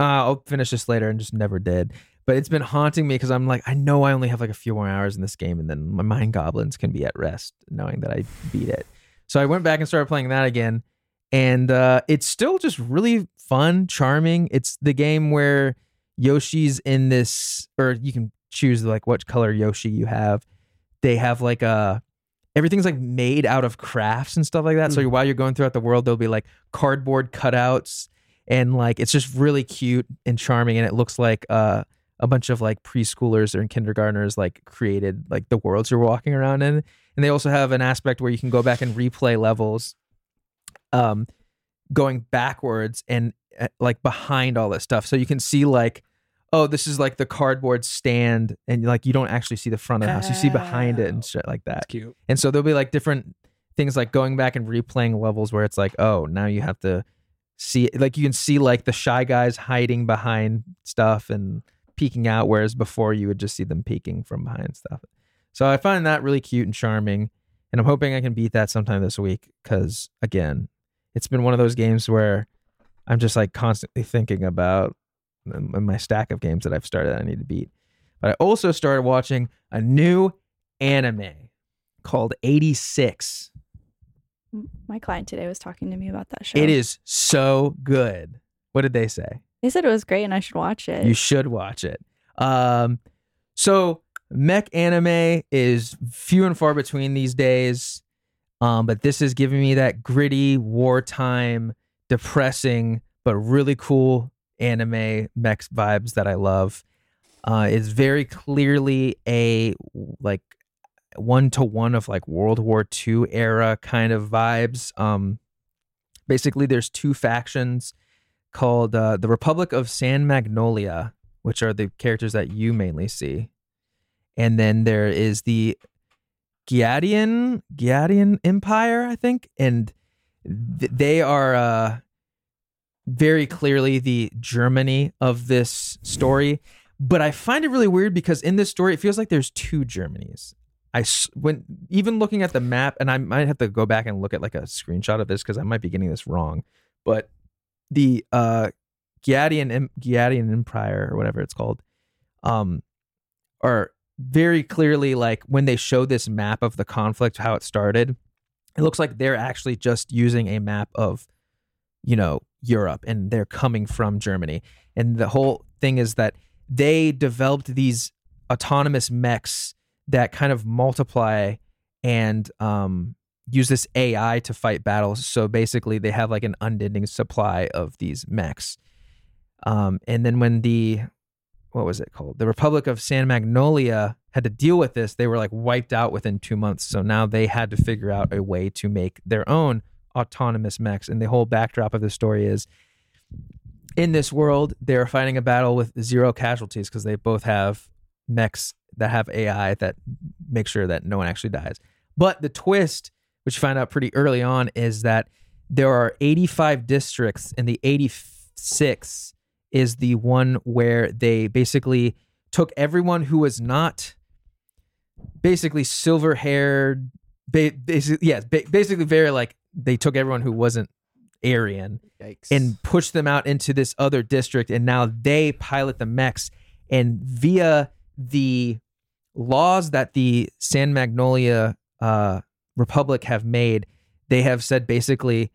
Speaker 1: uh, I'll finish this later and just never did. But it's been haunting me because I'm like, I know I only have like a few more hours in this game and then my mind goblins can be at rest knowing that I beat it. So I went back and started playing that again. And uh, it's still just really fun, charming. It's the game where Yoshi's in this, or you can choose like what color Yoshi you have. They have like a, everything's like made out of crafts and stuff like that. So while you're going throughout the world, there'll be like cardboard cutouts and like it's just really cute and charming. And it looks like uh, a bunch of like preschoolers or kindergartners like created like the worlds you're walking around in and they also have an aspect where you can go back and replay levels um going backwards and uh, like behind all this stuff so you can see like oh this is like the cardboard stand and like you don't actually see the front of the house you see behind it and shit like that
Speaker 4: That's cute.
Speaker 1: and so there'll be like different things like going back and replaying levels where it's like, oh, now you have to see like you can see like the shy guys hiding behind stuff and peeking out, whereas before you would just see them peeking from behind stuff. So I find that really cute and charming. And I'm hoping I can beat that sometime this week because again, it's been one of those games where I'm just like constantly thinking about um, my stack of games that I've started that I need to beat. But I also started watching a new anime called 86.
Speaker 3: M- My client today was talking to me about that show.
Speaker 1: It is so good. What did they say?
Speaker 3: They said it was great and I should watch it.
Speaker 1: You should watch it. Um, so mech anime is few and far between these days. Um, but this is giving me that gritty, wartime, depressing, but really cool anime mech vibes that I love. Uh, it's very clearly a like one to one of like World War II era kind of vibes. Um, basically, there's two factions called uh, the Republic of San Magnolia, which are the characters that you mainly see, and then there is the Giadian Giadian Empire, I think, and th- they are uh, very clearly the Germany of this story. But I find it really weird because in this story, it feels like there's two Germanys. I s- when even looking at the map, and I might have to go back and look at like a screenshot of this because I might be getting this wrong. But the uh, Giadian Em- Giadian Empire or whatever it's called, um, are very clearly like when they show this map of the conflict, how it started. It looks like they're actually just using a map of, you know, Europe, and they're coming from Germany. And the whole thing is that they developed these autonomous mechs that kind of multiply and um, use this AI to fight battles. So basically, they have like an unending supply of these mechs. Um, and then when the what was it called? The Republic of San Magnolia had to deal with this. They were like wiped out within two months. So now they had to figure out a way to make their own autonomous mechs. And the whole backdrop of the story is in this world, they're fighting a battle with zero casualties because they both have mechs that have AI that make sure that no one actually dies. But the twist, which you find out pretty early on, is that there are 85 districts, and the 86th is the one where they basically took everyone who was not basically silver haired, ba- basically, yes, ba- basically very like they took everyone who wasn't Aryan
Speaker 2: Yikes.
Speaker 1: and push them out into this other district and now they pilot the mechs and via the laws that the san magnolia uh, republic have made they have said basically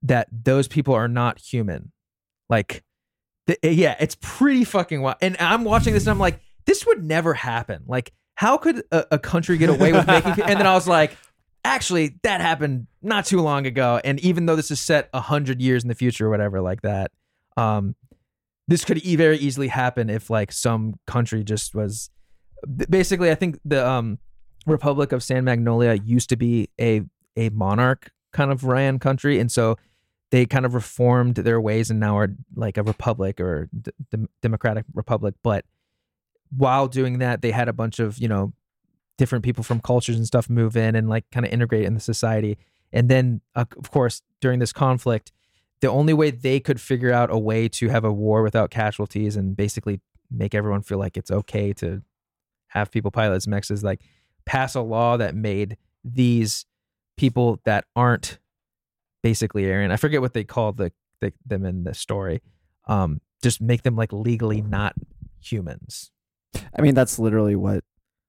Speaker 1: that those people are not human like th- yeah it's pretty fucking wild and i'm watching this and i'm like this would never happen like how could a, a country get away with making and then i was like actually that happened not too long ago and even though this is set 100 years in the future or whatever like that um this could e- very easily happen if like some country just was b- basically i think the um republic of san magnolia used to be a a monarch kind of ran country and so they kind of reformed their ways and now are like a republic or d- dem- democratic republic but while doing that they had a bunch of you know different people from cultures and stuff move in and like kind of integrate in the society. And then, uh, of course, during this conflict, the only way they could figure out a way to have a war without casualties and basically make everyone feel like it's okay to have people pilot as mechs is like pass a law that made these people that aren't basically Aryan. I forget what they called the, the them in the story. Um, just make them like legally not humans.
Speaker 2: I mean, that's literally what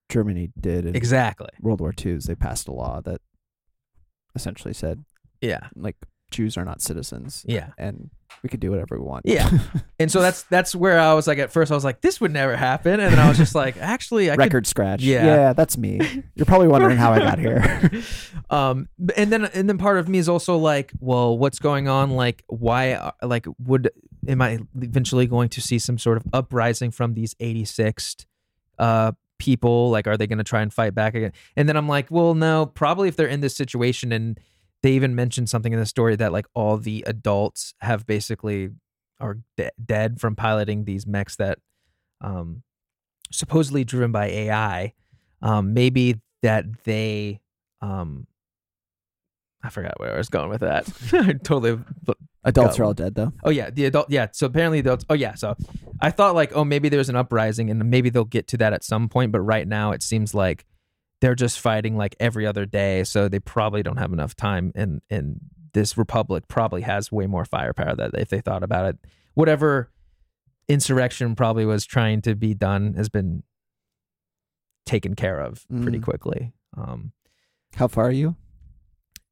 Speaker 2: Germany did in
Speaker 1: Exactly.
Speaker 2: World War II. Is they passed a law that essentially said
Speaker 1: Yeah.
Speaker 2: like Jews are not citizens,
Speaker 1: Yeah.
Speaker 2: and we could do whatever we want.
Speaker 1: Yeah. And so that's that's where I was like at first I was like this would never happen and then I was just like actually I
Speaker 2: record scratch.
Speaker 1: Yeah.
Speaker 2: yeah, that's me. You're probably wondering how I got here.
Speaker 1: could um b- and then and then part of me is also like well what's going on like why are- like would am I eventually going to see some sort of uprising from these 86th uh people like are they going to try and fight back again and then I'm like well no probably if they're in this situation and they even mentioned something in the story that like all the adults have basically are de- dead from piloting these mechs that um supposedly driven by AI um maybe that they um I forgot where I was going with that I totally
Speaker 2: Adults
Speaker 1: Got
Speaker 2: are all dead though.
Speaker 1: Oh yeah, the adult. Yeah, so apparently the adults. Oh yeah, so I thought like, oh maybe there's an uprising and maybe they'll get to that at some point, but right now it seems like they're just fighting like every other day, so they probably don't have enough time. And and this republic probably has way more firepower that if they thought about it, whatever insurrection probably was trying to be done has been taken care of pretty
Speaker 2: Mm.
Speaker 1: quickly. Um,
Speaker 2: How far are you?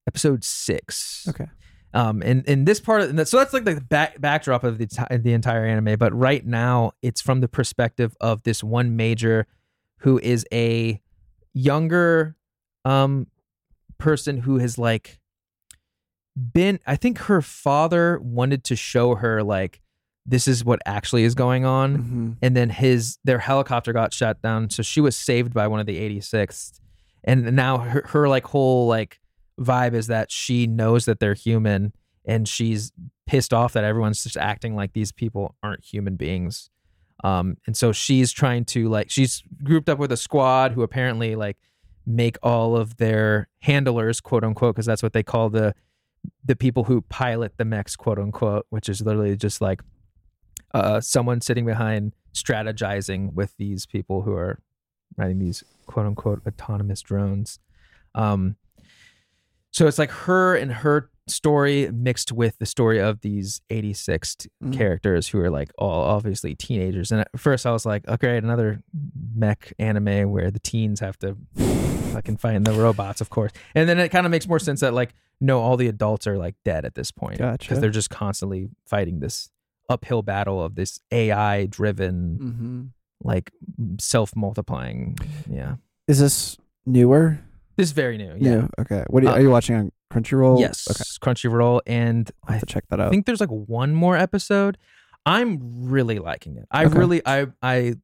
Speaker 1: episode six.
Speaker 2: Okay.
Speaker 1: Um, and and this part, of, so that's like the back, backdrop of the ti- the entire anime. But right now, it's from the perspective of this one major, who is a younger, um, person who has like been. I think her father wanted to show her like this is what actually is going on
Speaker 2: Mm-hmm.
Speaker 1: and then his their helicopter got shot down so she was saved by one of the 86th and now her, her like whole like vibe is that she knows that they're human and she's pissed off that everyone's just acting like these people aren't human beings um and so she's trying to like she's grouped up with a squad who apparently like make all of their handlers quote unquote because that's what they call the the people who pilot the mechs quote unquote which is literally just like uh, someone sitting behind strategizing with these people who are riding these quote unquote autonomous drones. Um, so it's like her and her story mixed with the story of these 86
Speaker 2: Mm.
Speaker 1: characters who are like all obviously teenagers. And at first I was like, okay, another mech anime where the teens have to fucking fight the robots, of course. And then it kind of makes more sense that like, no, all the adults are like dead at this point
Speaker 2: Gotcha.
Speaker 1: because they're just constantly fighting this uphill battle of this AI driven
Speaker 2: Mm-hmm.
Speaker 1: like self multiplying. Yeah,
Speaker 2: Is this newer?
Speaker 1: this is very new. Yeah.
Speaker 2: New. Okay. What are you,
Speaker 1: Uh,
Speaker 2: are you watching on Crunchyroll?
Speaker 1: Yes,
Speaker 2: Okay.
Speaker 1: Crunchyroll, and
Speaker 2: I'll
Speaker 1: I
Speaker 2: have to check that out.
Speaker 1: think there's like one more episode. I'm really liking it. I
Speaker 2: Okay.
Speaker 1: really I I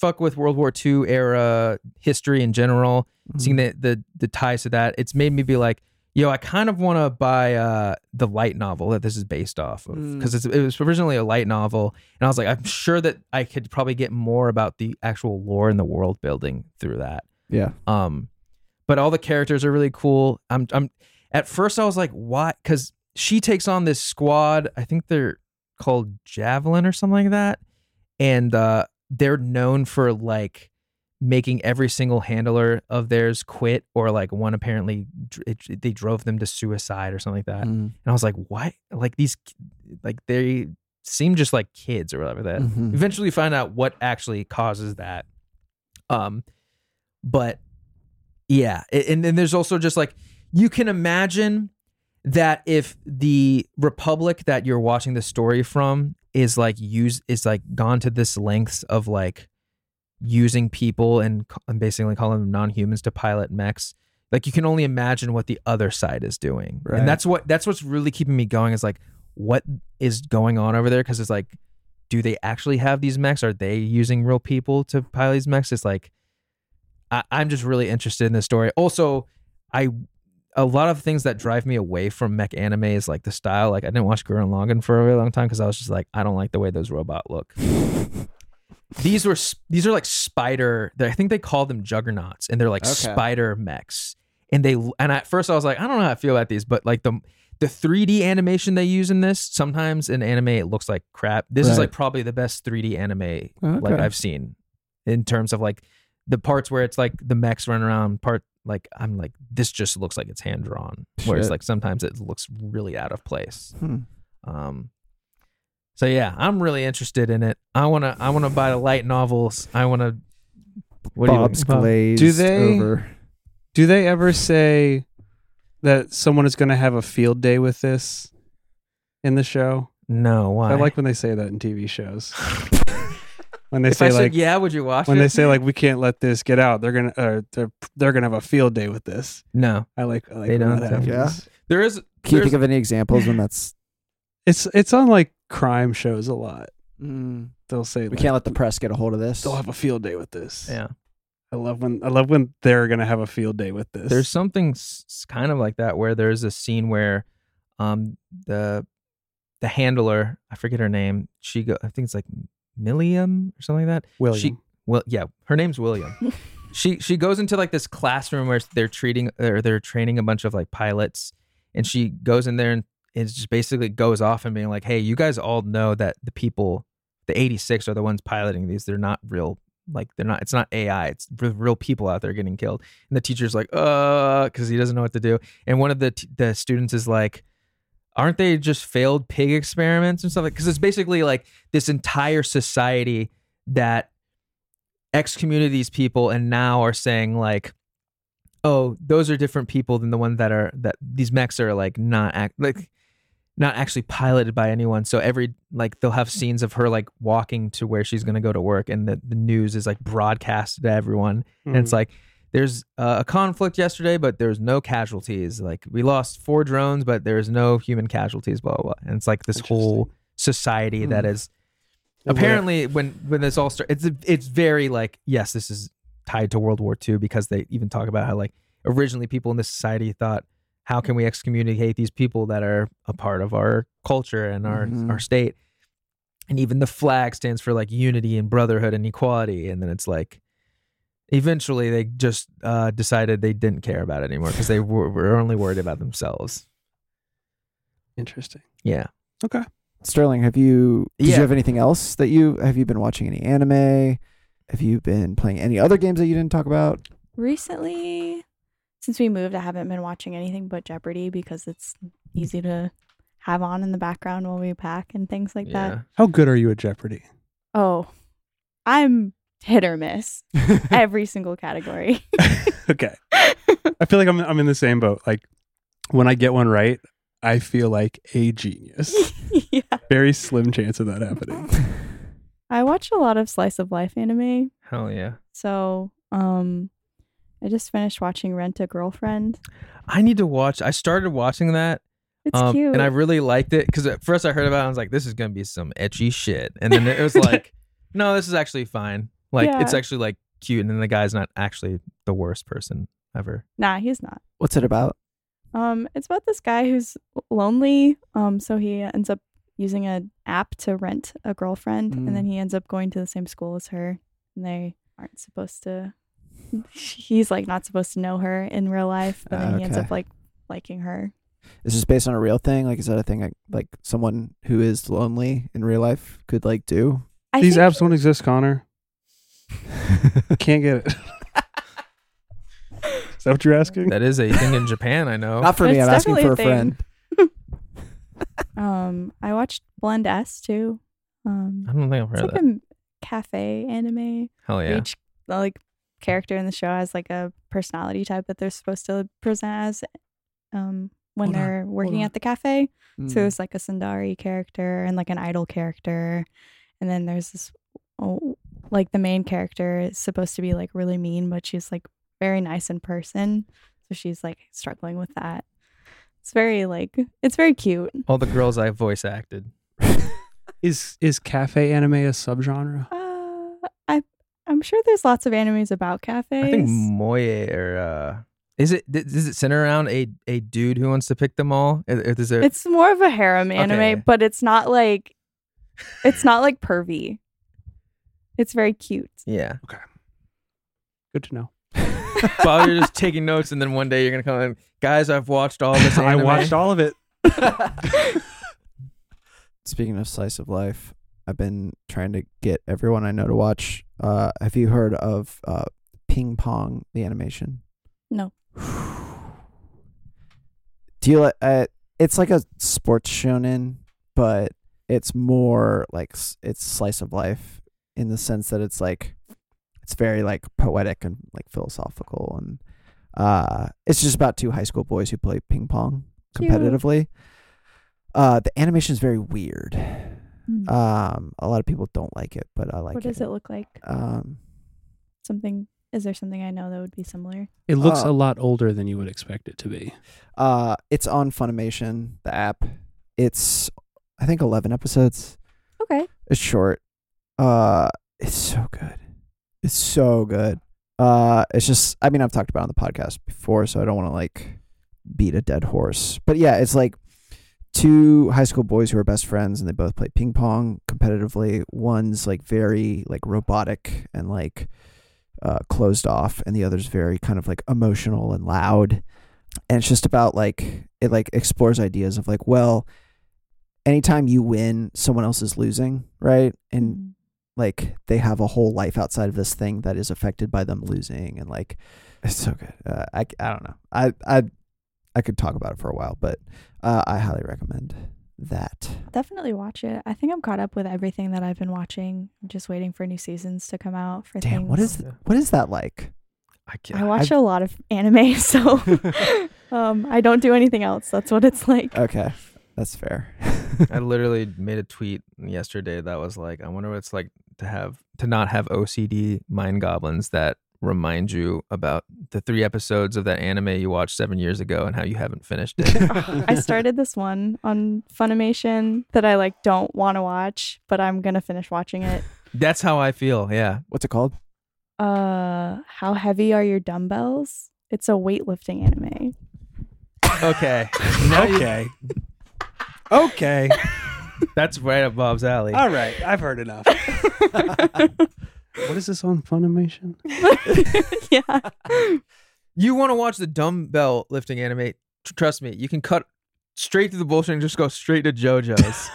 Speaker 1: fuck with World War II era history in general.
Speaker 2: Mhm.
Speaker 1: Seeing the, the the ties to that, it's made me be like, yo, I kind of want to buy uh the light novel that this is based off of
Speaker 2: Mm.
Speaker 1: because it was originally a light novel, and I was like, I'm sure that I could probably get more about the actual lore and the world building through that.
Speaker 2: Mm-hmm. Yeah.
Speaker 1: Um, but all the characters are really cool. I'm, I'm at first I was like, why? Because she takes on this squad. I think they're called Javelin or something like that, and uh, they're known for like making every single handler of theirs quit, or like one apparently dr- it, they drove them to suicide or something like that.
Speaker 2: Mm.
Speaker 1: And I was like, why? Like these, like they seem just like kids or whatever that
Speaker 2: Mhm.
Speaker 1: eventually find out what actually causes that um but yeah a- and then there's also just like you can imagine that if the republic that you're watching the story from is like use is like gone to this lengths of like using people and, c- and basically calling them non-humans to pilot mechs like you can only imagine what the other side is doing
Speaker 2: Right.
Speaker 1: and that's what that's what's really keeping me going is like what is going on over there because it's like do they actually have these mechs are they using real people to pilot these mechs it's like I, i'm just really interested in this story also i a lot of things that drive me away from mech anime is like the style like i didn't watch gurren lagann for a really long time because i was just like i don't like the way those robot look these were s- these are like spider they- i think they call them juggernauts and they're like
Speaker 2: Okay.
Speaker 1: spider mechs and they and at first i was like i don't know how i feel about these but like the the 3d animation they use in this sometimes in anime it looks like crap this is
Speaker 2: Right.
Speaker 1: like probably the best 3d anime like
Speaker 2: Oh, Okay.
Speaker 1: i've seen in terms of like the parts where it's like the mechs run around part like i'm like this just looks like it's hand drawn whereas
Speaker 2: Shit.
Speaker 1: like sometimes it looks really out of place
Speaker 2: Hmm.
Speaker 1: um, so yeah, I'm really interested in it. I wanna I wanna buy the light novels. I wanna. What do you-
Speaker 2: Bob's
Speaker 4: Bob-
Speaker 2: glazed
Speaker 4: Do they-
Speaker 2: over.
Speaker 4: Do they ever say that someone is going to have a field day with this in the show?
Speaker 1: No, why?
Speaker 4: I like when they say that in TV shows. when they
Speaker 1: If I
Speaker 4: say
Speaker 1: said
Speaker 4: like
Speaker 1: yeah, would you watch
Speaker 4: when
Speaker 1: it?
Speaker 4: they say like we can't let this get out, they're gonna uh, they're they're gonna have a field day with this.
Speaker 1: no,
Speaker 4: I like, I like
Speaker 1: They
Speaker 4: when
Speaker 1: don't
Speaker 4: that
Speaker 1: think-
Speaker 2: Yeah.
Speaker 4: happens.
Speaker 1: there is.
Speaker 2: Can you
Speaker 1: there's-
Speaker 2: think of any examples when that's?
Speaker 4: It's it's on like crime shows a lot. They'll say
Speaker 2: We
Speaker 4: like,
Speaker 2: can't let the press get a hold of this.
Speaker 1: Oh,
Speaker 4: they'll have a field day with this.
Speaker 1: yeah,
Speaker 4: I love when I love when they're gonna have a field day with this.
Speaker 1: there's something s- s- kind of like that where there's a scene where, um, the, the handler I forget her name. She go I think it's like Milliam or something like that.
Speaker 4: William.
Speaker 1: She well yeah, her name's William. she she goes into like this classroom where they're treating or they're training a bunch of like pilots and she goes in there and it just basically goes off and being like, "Hey, you guys all know that the people the 86 are the ones piloting these. They're not real like they're not it's not AI. It's r- real people out there getting killed." And the teacher's like, "Uh," cuz he doesn't know what to do. And one of the t- the students is like, aren't they just failed pig experiments and stuff like because it's basically like this entire society that excommunicated these people and now are saying like oh those are different people than the one that are that these mechs are like not act like not actually piloted by anyone so every like they'll have scenes of her like walking to where she's going to go to work and the, the news is like broadcasted to everyone
Speaker 4: Hmm.
Speaker 1: and
Speaker 4: Mm.
Speaker 1: it's like there's uh, a conflict yesterday but there's no casualties like we lost four drones but there's no human casualties blah blah, blah. and it's like this whole society that
Speaker 2: Hmm.
Speaker 1: is apparently when when this all starts it's it's very like yes this is tied to world war ii because they even talk about how like originally people in this society thought how can we excommunicate these people that are a part of our culture and our
Speaker 2: Mhm.
Speaker 1: our state and even the flag stands for like unity and brotherhood and equality and then it's like eventually they just uh, decided they didn't care about it anymore because they were, were only worried about themselves
Speaker 4: interesting.
Speaker 1: yeah
Speaker 4: Okay.
Speaker 2: Sterling, have you? Did
Speaker 1: Yeah.
Speaker 2: you have anything else that you have you been watching any anime? Have you been playing any other games that you didn't talk about?
Speaker 3: Recently, since we moved, I haven't been watching anything but Jeopardy because it's easy to have on in the background while we pack and things like that.
Speaker 1: yeah
Speaker 4: How good are you at Jeopardy?
Speaker 3: Oh, I'm hit or miss every single category.
Speaker 4: okay. I feel like I'm I'm in the same boat. Like when I get one right, I feel like a genius.
Speaker 3: yeah.
Speaker 4: Very slim chance of that happening.
Speaker 3: I watch a lot of slice of life anime.
Speaker 1: hell yeah
Speaker 3: So, um, I just finished watching Rent a Girlfriend.
Speaker 1: i need to watch i started watching that
Speaker 3: It's
Speaker 1: um,
Speaker 3: cute.
Speaker 1: and i really liked it because at first i heard about it i was like this is gonna be some etchy shit and then it was like no this is actually fine like
Speaker 3: Yeah.
Speaker 1: it's actually like cute and then the guy's not actually the worst person ever
Speaker 3: nah, he's not.
Speaker 2: What's it about?
Speaker 3: Um, it's about this guy who's lonely. Um, so he ends up using an app to rent a girlfriend,
Speaker 2: Mm.
Speaker 3: and then he ends up going to the same school as her, and they aren't supposed to. He's like not supposed to know her in real life, but then he ends
Speaker 2: Okay.
Speaker 3: up like liking her.
Speaker 2: Is this based on a real thing? Like, is that a thing like, like someone who is lonely in real life could like do?
Speaker 3: I
Speaker 4: These
Speaker 3: think-
Speaker 4: apps don't exist, Connor. Can't get it. Is that what you're asking?
Speaker 1: that is a thing in japan i know
Speaker 2: Not for me.
Speaker 3: It's
Speaker 2: I'm asking for a
Speaker 3: definitely a
Speaker 2: friend.
Speaker 3: thing. Um, I watched Blend S too. Um,
Speaker 1: i don't think i've heard
Speaker 3: it's
Speaker 1: of
Speaker 3: like
Speaker 1: that
Speaker 3: a m- cafe anime.
Speaker 1: hell yeah
Speaker 3: each like character in the show has like a personality type that they're supposed to present as um when
Speaker 4: Hold on,
Speaker 3: they're working
Speaker 4: on.
Speaker 3: at the cafe
Speaker 2: Mm.
Speaker 1: Hmm.
Speaker 3: so there's like a sundari character and like an idol character and then there's this oh, like the main character is supposed to be like really mean but she's like very nice in person So she's like struggling with that. It's very like it's very cute.
Speaker 1: All the girls I voice acted.
Speaker 4: Is is cafe anime a subgenre?
Speaker 3: Uh, I I'm sure there's lots of animes about cafes.
Speaker 1: I think Moye or uh, is it th- does it center around a a dude who wants to pick them all? Or- or is there-
Speaker 3: it's more of a harem anime,
Speaker 1: Okay.
Speaker 3: but it's not like it's not like pervy. It's very cute.
Speaker 1: yeah.
Speaker 4: Good to know.
Speaker 1: While you're just taking notes, and then one day you're gonna come in, guys. I've watched all this.
Speaker 4: I
Speaker 1: anime."
Speaker 4: watched all of it.
Speaker 2: Speaking of slice of life, I've been trying to get everyone I know to watch. Uh, have you heard of uh, Ping Pong, the animation?
Speaker 3: No.
Speaker 2: Do you like? Uh, it's like a sports shonen, but it's more like s- it's slice of life in the sense that it's like it's very like poetic and like philosophical, and uh, it's just about two high school boys who play ping pong
Speaker 3: Cute.
Speaker 2: competitively. Uh, the animation is very weird.
Speaker 3: Mm.
Speaker 2: Um, a lot of people don't like it, but I like
Speaker 3: what
Speaker 2: it.
Speaker 3: does it look like?
Speaker 2: Um,
Speaker 3: Something is there something I know that would be similar?
Speaker 4: It looks
Speaker 2: Oh.
Speaker 4: a lot older than you would expect it to be.
Speaker 2: uh, it's on Funimation, the app. It's, I think, eleven episodes.
Speaker 3: Okay.
Speaker 2: It's short. Uh, it's so good. It's so good. Uh, it's just, I mean, I've talked about it on the podcast before, so I don't want to like beat a dead horse. But yeah, it's like two high school boys who are best friends and they both play ping pong competitively. One's like very like robotic and like uh, closed off, and the other's very kind of like emotional and loud. And it's just about like, it like explores ideas of like, well, anytime you win, someone else is losing, right? And
Speaker 3: Mm.
Speaker 2: like they have a whole life outside of this thing that is affected by them losing and like it's so good uh, I, I don't know I, I i could talk about it for a while but uh, i highly recommend that
Speaker 3: Definitely watch it. I think I'm caught up with everything that I've been watching. I'm just waiting for new seasons to come out for
Speaker 2: damn
Speaker 3: things.
Speaker 2: what is what is that like
Speaker 1: I
Speaker 3: I
Speaker 1: can't.
Speaker 3: watch a lot of anime, so um, I don't do anything else. That's what it's like.
Speaker 2: okay that's fair
Speaker 1: I literally made a tweet yesterday that was like, I wonder what it's like to have to not have OCD mind goblins that remind you about the three episodes of that anime you watched seven years ago and how you haven't finished it.
Speaker 3: I started this one on Funimation that I like don't want to watch, but I'm gonna finish watching it.
Speaker 1: That's how I feel. Yeah.
Speaker 2: what's it called
Speaker 3: Uh, how heavy are your dumbbells? It's a weightlifting anime.
Speaker 1: Okay. Now you-
Speaker 4: okay. okay.
Speaker 1: that's right up Bob's alley.
Speaker 4: All right. I've heard enough. what is this on Funimation?
Speaker 3: yeah,
Speaker 1: You want to watch the dumbbell lifting anime? tr- Trust me, you can cut straight through the bullshit and just go straight to JoJo's.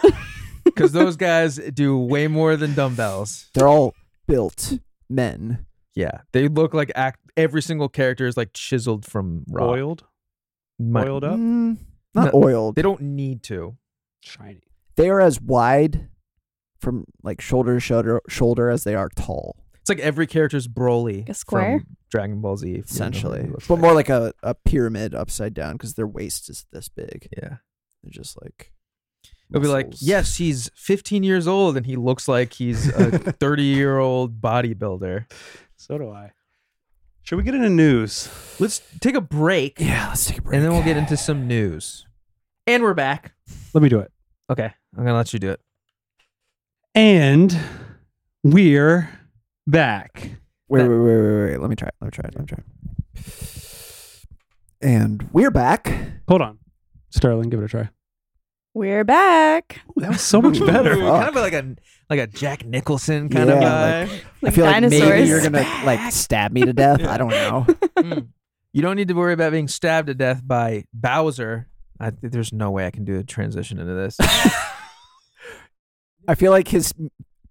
Speaker 1: Because those guys do way more than dumbbells.
Speaker 2: they're all built men
Speaker 1: Yeah, they look like act. Every single character is like chiseled from rock.
Speaker 4: Oiled.
Speaker 1: My-
Speaker 4: Oiled up.
Speaker 2: mm, not
Speaker 1: No.
Speaker 2: oiled
Speaker 1: They don't need to.
Speaker 4: Shiny.
Speaker 2: they are as wide from like shoulder to shoulder shoulder as they are tall
Speaker 1: It's like every character's Broly,
Speaker 3: A square?
Speaker 1: from Dragon Ball Z, if you know what
Speaker 2: essentially,
Speaker 1: he looks
Speaker 2: but
Speaker 1: like.
Speaker 2: more like a, a pyramid upside down because their waist is this big.
Speaker 1: Yeah,
Speaker 2: They're just like.
Speaker 1: it'll be like,
Speaker 2: muscles.
Speaker 1: yes, he's 15 years old and he looks like he's a 30 year old bodybuilder.
Speaker 4: uh, So do I. Should we get into news?
Speaker 1: Let's take a break,
Speaker 2: Yeah, let's take a break.
Speaker 1: and then we'll get into some news. And we're back.
Speaker 4: Let me do it.
Speaker 1: Okay, I'm gonna let you do it.
Speaker 4: And we're back.
Speaker 2: Wait, wait, wait, wait, wait, wait. Let me try it. Let me try it. Let me try it. And we're back.
Speaker 4: Hold on. Sterling, give it a try.
Speaker 3: we're back.
Speaker 4: that was so much
Speaker 1: Ooh,
Speaker 4: better.
Speaker 1: kind of like a like a Jack Nicholson kind
Speaker 2: Yeah,
Speaker 1: of vibe.
Speaker 2: I
Speaker 3: Like
Speaker 2: feel
Speaker 3: dinosaurs.
Speaker 2: like maybe you're gonna like stab me to death. I don't know.
Speaker 1: Mm. You don't need to worry about being stabbed to death by Bowser. I, there's no way I can do a transition into this.
Speaker 2: I feel like his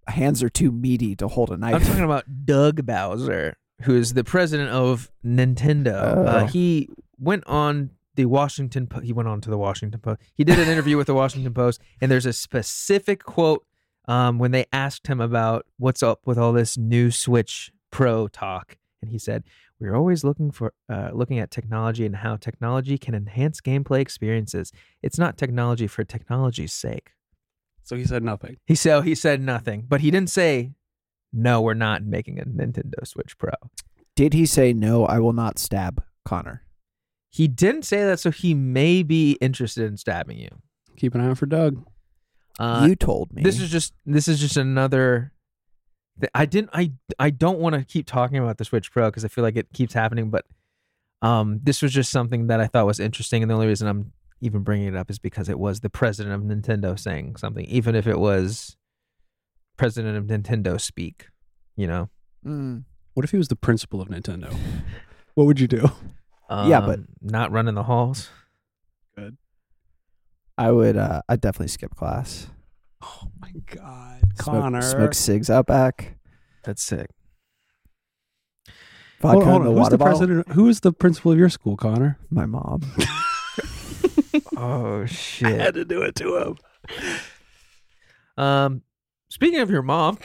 Speaker 2: hands are too meaty to hold a
Speaker 1: I'm
Speaker 2: knife.
Speaker 1: talking about Doug Bowser, who is the president of Nintendo. Uh,
Speaker 2: Oh.
Speaker 1: he went on the Washington. Po- he went on to the Washington Post. He did an interview with the Washington Post, and there's a specific quote um, when they asked him about what's up with all this new Switch Pro talk, and he said, "We're always looking for uh, looking at technology and how technology can enhance gameplay experiences. It's not technology for technology's sake."
Speaker 4: So he said nothing.
Speaker 1: He so he said nothing, but he didn't say, "No, we're not making a Nintendo Switch Pro."
Speaker 2: Did he say no? I will not stab Connor.
Speaker 1: He didn't say that, so he may be interested in stabbing you.
Speaker 4: Keep an eye out for Doug.
Speaker 1: Uh,
Speaker 2: you told me.
Speaker 1: this is just this is just another. th- I didn't. I I don't want to keep talking about the Switch Pro because I feel like it keeps happening. But um, this was just something that I thought was interesting, and the only reason I'm even bringing it up is because it was the president of Nintendo saying something, even if it was president of Nintendo speak. You know.
Speaker 2: Mm.
Speaker 4: What if he was the principal of Nintendo? What would you do?
Speaker 2: Yeah, but-
Speaker 1: Um, not running the halls.
Speaker 2: I would. Uh, I'd definitely skip class.
Speaker 4: Oh my God,
Speaker 2: Smoke-
Speaker 4: Connor!
Speaker 2: smoke cigs out back.
Speaker 1: That's sick.
Speaker 2: Vodka
Speaker 4: Hold,
Speaker 2: in
Speaker 4: hold on.
Speaker 2: the
Speaker 4: Who's
Speaker 2: water
Speaker 4: the
Speaker 2: bottle.
Speaker 4: president? Who is the principal of your school, Connor?
Speaker 2: My mom.
Speaker 1: Oh shit.
Speaker 4: to do it to him.
Speaker 1: Um, speaking of your mom,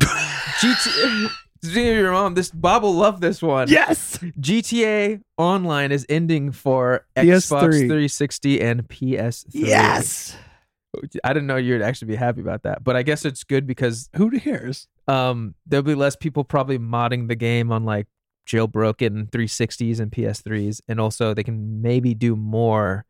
Speaker 1: GT. Speaking of your mom, this Bob will love this one.
Speaker 4: Yes.
Speaker 1: GTA Online is ending for
Speaker 4: PS3.
Speaker 1: Xbox 360 and PS3. I didn't know you'd actually be happy about that, but I guess it's good because
Speaker 4: Who cares?
Speaker 1: um there'll be less people probably modding the game on like jailbroken 360s and PS3s and also they can maybe do more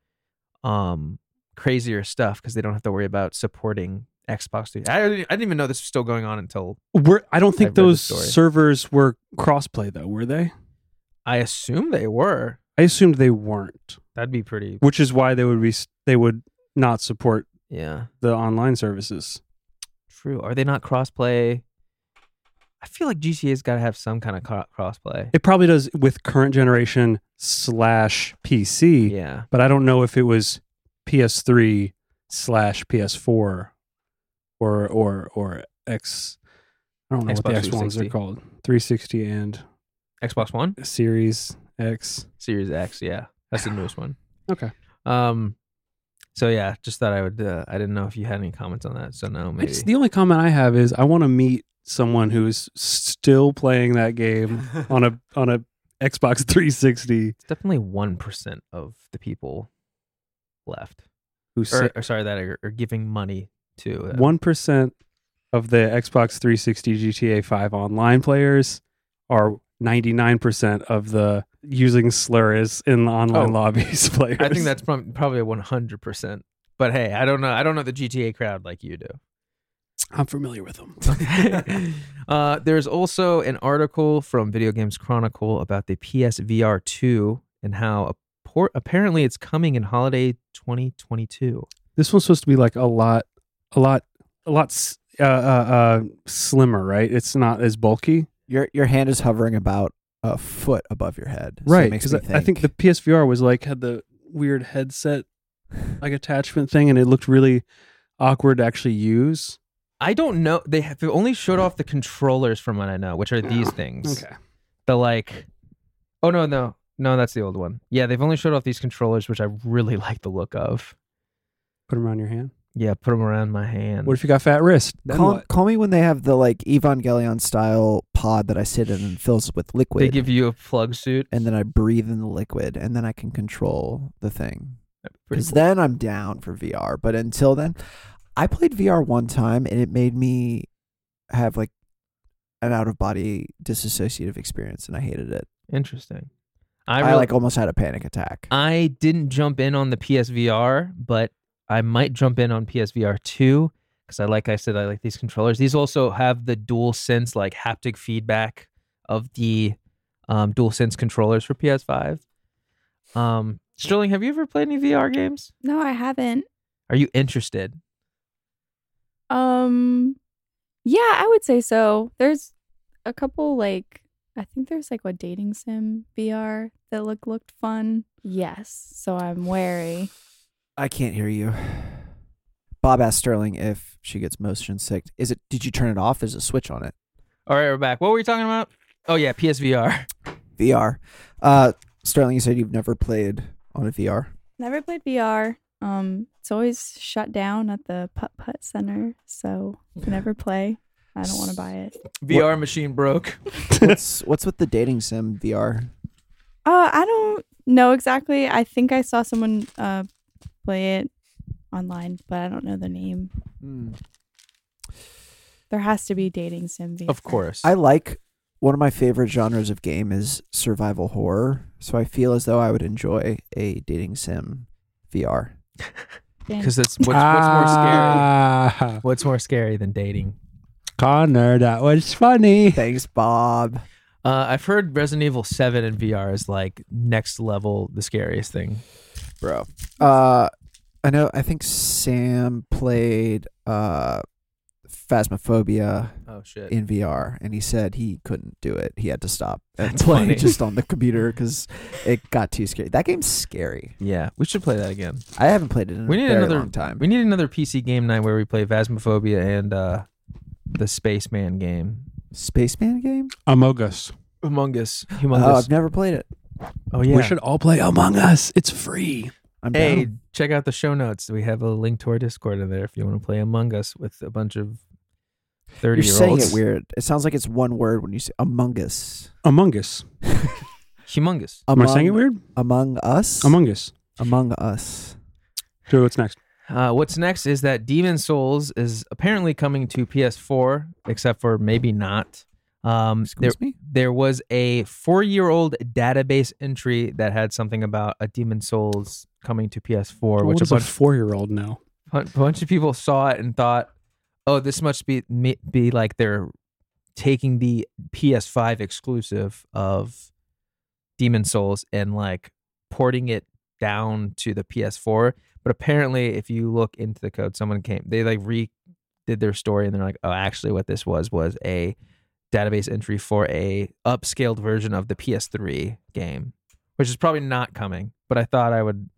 Speaker 1: um crazier stuff cuz they don't have to worry about supporting Xbox 3. I didn't, I didn't even know this was still going on until
Speaker 4: We're, I don't think
Speaker 1: I've read the
Speaker 4: those
Speaker 1: story.
Speaker 4: servers were crossplay though, were they?
Speaker 1: I assume they were.
Speaker 4: I assumed they weren't,
Speaker 1: That'd be pretty
Speaker 4: which is why they would be they would not support
Speaker 1: yeah.
Speaker 4: the online services.
Speaker 1: True. Are they not crossplay? I feel like GTA's got to have some kind of cro- crossplay.
Speaker 4: It probably does with current generation slash PC,
Speaker 1: Yeah.
Speaker 4: but I don't know if it was PS3 slash PS4 or or or X. I don't know what the
Speaker 1: Xbox
Speaker 4: X ones are
Speaker 1: 360.
Speaker 4: called. 360 and
Speaker 1: Xbox One,
Speaker 4: Series X.
Speaker 1: Series X. Yeah, that's the newest one.
Speaker 4: Okay.
Speaker 1: Um. So yeah, just thought I would. Uh, I didn't know if you had any comments on that. So no,
Speaker 4: I
Speaker 1: maybe.
Speaker 4: just- the only comment I have is I want to meet someone who is still playing that game on a on a Xbox 360
Speaker 1: it's definitely one percent of the people left,
Speaker 4: who
Speaker 1: or, or sorry, that are, are giving money to uh,
Speaker 4: one percent of the Xbox 360 GTA 5 online players are 99 percent of the using slurs in the online
Speaker 1: Oh.
Speaker 4: lobbies players.
Speaker 1: I think that's prob- probably one hundred percent. But hey, I don't know. I don't know the GTA crowd like you do.
Speaker 4: I'm familiar with them.
Speaker 1: uh, there's also an article from Video Games Chronicle about the PSVR 2 and how a port, apparently it's coming in holiday 2022.
Speaker 4: This one's supposed to be like a lot, a lot, a lot s- uh, uh, uh, slimmer, right? It's not as bulky.
Speaker 2: Your your hand is hovering about a foot above your head. So it
Speaker 4: right
Speaker 2: makes
Speaker 4: because
Speaker 2: me
Speaker 4: I, I think the psvr was like had the weird headset like attachment thing and it looked really awkward to actually use
Speaker 1: I don't know. They have they only showed off the controllers from what I know, which are these
Speaker 4: Oh,
Speaker 1: things. The like, oh no, no, no, that's the old one. Yeah, they've only showed off these controllers, which I really like the look of.
Speaker 4: put them around your hand
Speaker 1: Yeah, put them around my hand.
Speaker 4: what if you got fat wrist then
Speaker 2: call,
Speaker 4: what?
Speaker 2: call me when they have the like Evangelion style pod that I sit in and fills with liquid.
Speaker 1: they give you a plug suit.
Speaker 2: and then I breathe in the liquid, and then I can control the thing.
Speaker 1: That'd be pretty
Speaker 2: Because then I'm down for VR. But until then, I played VR one time, and it made me have like an out of body disassociative experience, and I hated it.
Speaker 1: cool. Interesting.
Speaker 2: I,
Speaker 1: really-
Speaker 2: like almost had a panic attack.
Speaker 1: I didn't jump in on the PSVR, but I might jump in on PSVR 2 because I like I said I like these controllers. These also have the dual sense like haptic feedback of the um, dual sense controllers for PS5. Um, Sterling, have you ever played any VR games?
Speaker 3: No, I haven't.
Speaker 1: Are you interested?
Speaker 3: Um, yeah, I would say so. There's a couple like I think there's like what dating sim VR that look looked fun. Yes, so I'm wary.
Speaker 2: I can't hear you. Bob asked Sterling if she gets motion sick. Is it? Did you turn it off? There's a switch on it.
Speaker 1: All right, we're back. What were we talking about? Oh yeah, PSVR.
Speaker 2: VR. Uh, Sterling, you said you've never played on a VR.
Speaker 3: Never played VR. Um, it's always shut down at the putt putt center, so can never play. I don't want to buy it.
Speaker 1: VR machine broke.
Speaker 2: What's what's with the dating sim VR?
Speaker 3: Uh, I don't know exactly. I think I saw someone uh play it online, but I don't know the name. There has to be dating sim VR.
Speaker 1: Of course.
Speaker 2: I like one of my favorite genres of game is survival horror. So I feel as though I would enjoy a dating sim VR.
Speaker 3: Damn.
Speaker 1: because that's what's, what's more scary.
Speaker 4: ah,
Speaker 1: What's more scary than dating?
Speaker 4: Connor, that was funny.
Speaker 2: Thanks, Bob.
Speaker 1: Uh, I've heard Resident Evil Seven in VR is like next level, the scariest thing.
Speaker 2: Bro. Uh I know I think Sam played uh Phasmophobia
Speaker 1: Oh shit!
Speaker 2: in VR and he said he couldn't do it. He had to stop and
Speaker 1: That's
Speaker 2: play
Speaker 1: funny.
Speaker 2: just on the computer cuz it got too scary. That game's scary.
Speaker 1: Yeah, we should play that again.
Speaker 2: I haven't played it in
Speaker 1: We
Speaker 2: a
Speaker 1: need
Speaker 2: very
Speaker 1: another-
Speaker 2: long time.
Speaker 1: We need another PC game night where we play Phasmophobia and uh, the Spaceman game.
Speaker 2: Spaceman game?
Speaker 4: Among Us.
Speaker 1: Among Us,
Speaker 2: Oh,
Speaker 1: humongous.
Speaker 2: I've never played it.
Speaker 1: Oh, yeah.
Speaker 4: We should all play Among Us. It's free.
Speaker 2: I'm
Speaker 1: hey,
Speaker 2: down.
Speaker 1: check out the show notes. We have a link to our Discord in there if you want to play Among Us with a bunch of
Speaker 2: You're saying it
Speaker 1: thirty-year-olds.
Speaker 2: weird. It sounds like it's one word when you say among us.
Speaker 4: Among Us.
Speaker 1: Humongous.
Speaker 4: Am
Speaker 2: Among,
Speaker 4: I saying it weird?
Speaker 2: Among us?
Speaker 4: Among Us.
Speaker 2: among us.
Speaker 4: So what's next?
Speaker 1: Uh, what's next is that Demon Souls is apparently coming to PS4, except for maybe not. Um, there,
Speaker 2: Excuse me?
Speaker 1: there was a four-year-old database entry that had something about a Demon Souls coming to PS4,
Speaker 4: What
Speaker 1: which a
Speaker 4: does a
Speaker 1: bunch
Speaker 4: four-year-old know?
Speaker 1: a bunch of people saw it and thought, "Oh, this must be me- be like they're taking the PS5 exclusive of Demon Souls and like porting it down to the PS4." But apparently, if you look into the code, someone came they like re did their story and they're like, "Oh, actually, what this was was a database entry for a upscaled version of the PS3 game, which is probably not coming." But I thought I would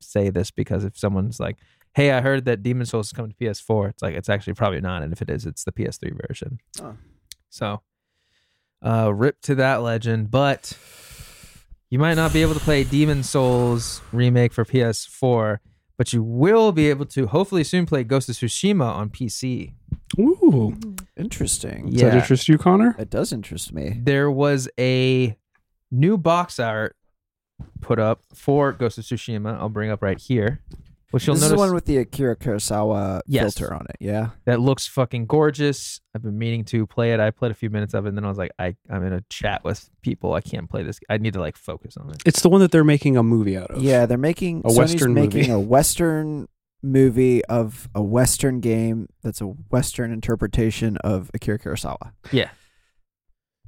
Speaker 1: say this because if someone's like hey, I heard that Demon Souls is coming to PS4. It's like it's actually probably not, and if it is, it's the PS3 version.
Speaker 2: Oh.
Speaker 1: So, uh, rip to that legend. But you might not be able to play Demon Souls remake for PS4, but you will be able to hopefully soon play Ghost of Tsushima on PC.
Speaker 4: Ooh.
Speaker 2: Interesting.
Speaker 1: Yeah.
Speaker 4: Does that interest you, Connor?
Speaker 2: It does interest me.
Speaker 1: There was a new box art put up for Ghost of Tsushima. I'll bring up right here. Which you'll
Speaker 2: this
Speaker 1: notice
Speaker 2: is the one with the Akira Kurosawa
Speaker 1: Yes.
Speaker 2: filter on it. Yeah.
Speaker 1: that looks fucking gorgeous. I've been meaning to play it. I played a few minutes of it, and then I was like, I, I'm in a chat with people. I can't play this. I need to like focus on it.
Speaker 4: It's the one that they're making a movie out of.
Speaker 2: Yeah, they're making
Speaker 4: A
Speaker 2: Sony's
Speaker 4: Western
Speaker 2: making
Speaker 4: movie.
Speaker 2: a Western movie of a Western game that's a Western interpretation of Akira Kurosawa.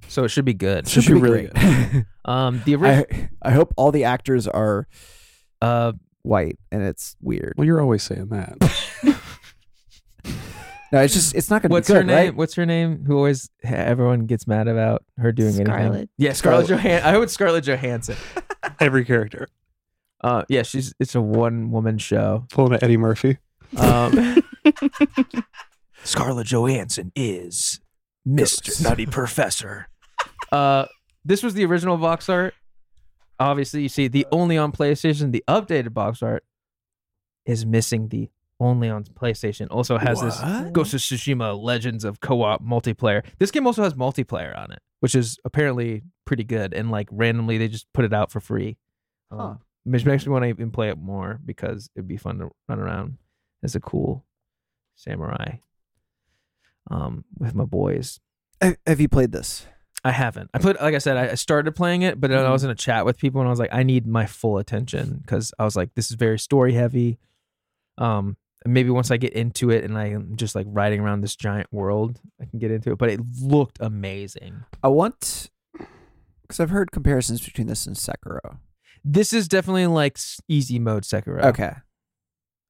Speaker 1: So it should be good.
Speaker 4: Should
Speaker 2: It
Speaker 4: be really
Speaker 2: great.
Speaker 1: Um, the original,
Speaker 2: I, I hope all the actors are
Speaker 1: uh,
Speaker 2: white and it's weird.
Speaker 4: Well, you're always saying that.
Speaker 2: No, it's just it's not going to be
Speaker 1: what's
Speaker 2: good,
Speaker 1: her name?
Speaker 2: right?
Speaker 1: What's her name? Who always everyone gets mad about her doing anything?
Speaker 3: Scarlett.
Speaker 1: Yeah, Scarlett Johansson. I would Scarlett Johansson.
Speaker 4: Every character.
Speaker 1: Uh, yeah, she's it's a one woman show.
Speaker 4: Pulling at Eddie Murphy.
Speaker 1: Um, Scarlett Johansson is
Speaker 2: Mr. Nutty
Speaker 1: Professor. Uh, this was the original box art. Obviously, you see the only on PlayStation. The updated box art is missing the only on PlayStation. Also has this Ghost of Tsushima Legends of co-op multiplayer. This game also has multiplayer on it, which is apparently pretty good. And like randomly, they just put it out for free, um,
Speaker 2: Huh.
Speaker 1: which makes me want to even play it more because it'd be fun to run around as a cool samurai um, with my boys.
Speaker 2: Have- Have you played this?
Speaker 1: I haven't. I put like I said, I I started playing it, but then I was in a chat with people and I was like, I need my full attention because I was like, this is very story heavy. Um, and maybe once I get into it and I'm just like riding around this giant world, I can get into it. But it looked amazing.
Speaker 2: I want cuz I've heard comparisons between this and Sekiro.
Speaker 1: This is definitely like s- easy mode Sekiro.
Speaker 2: Okay.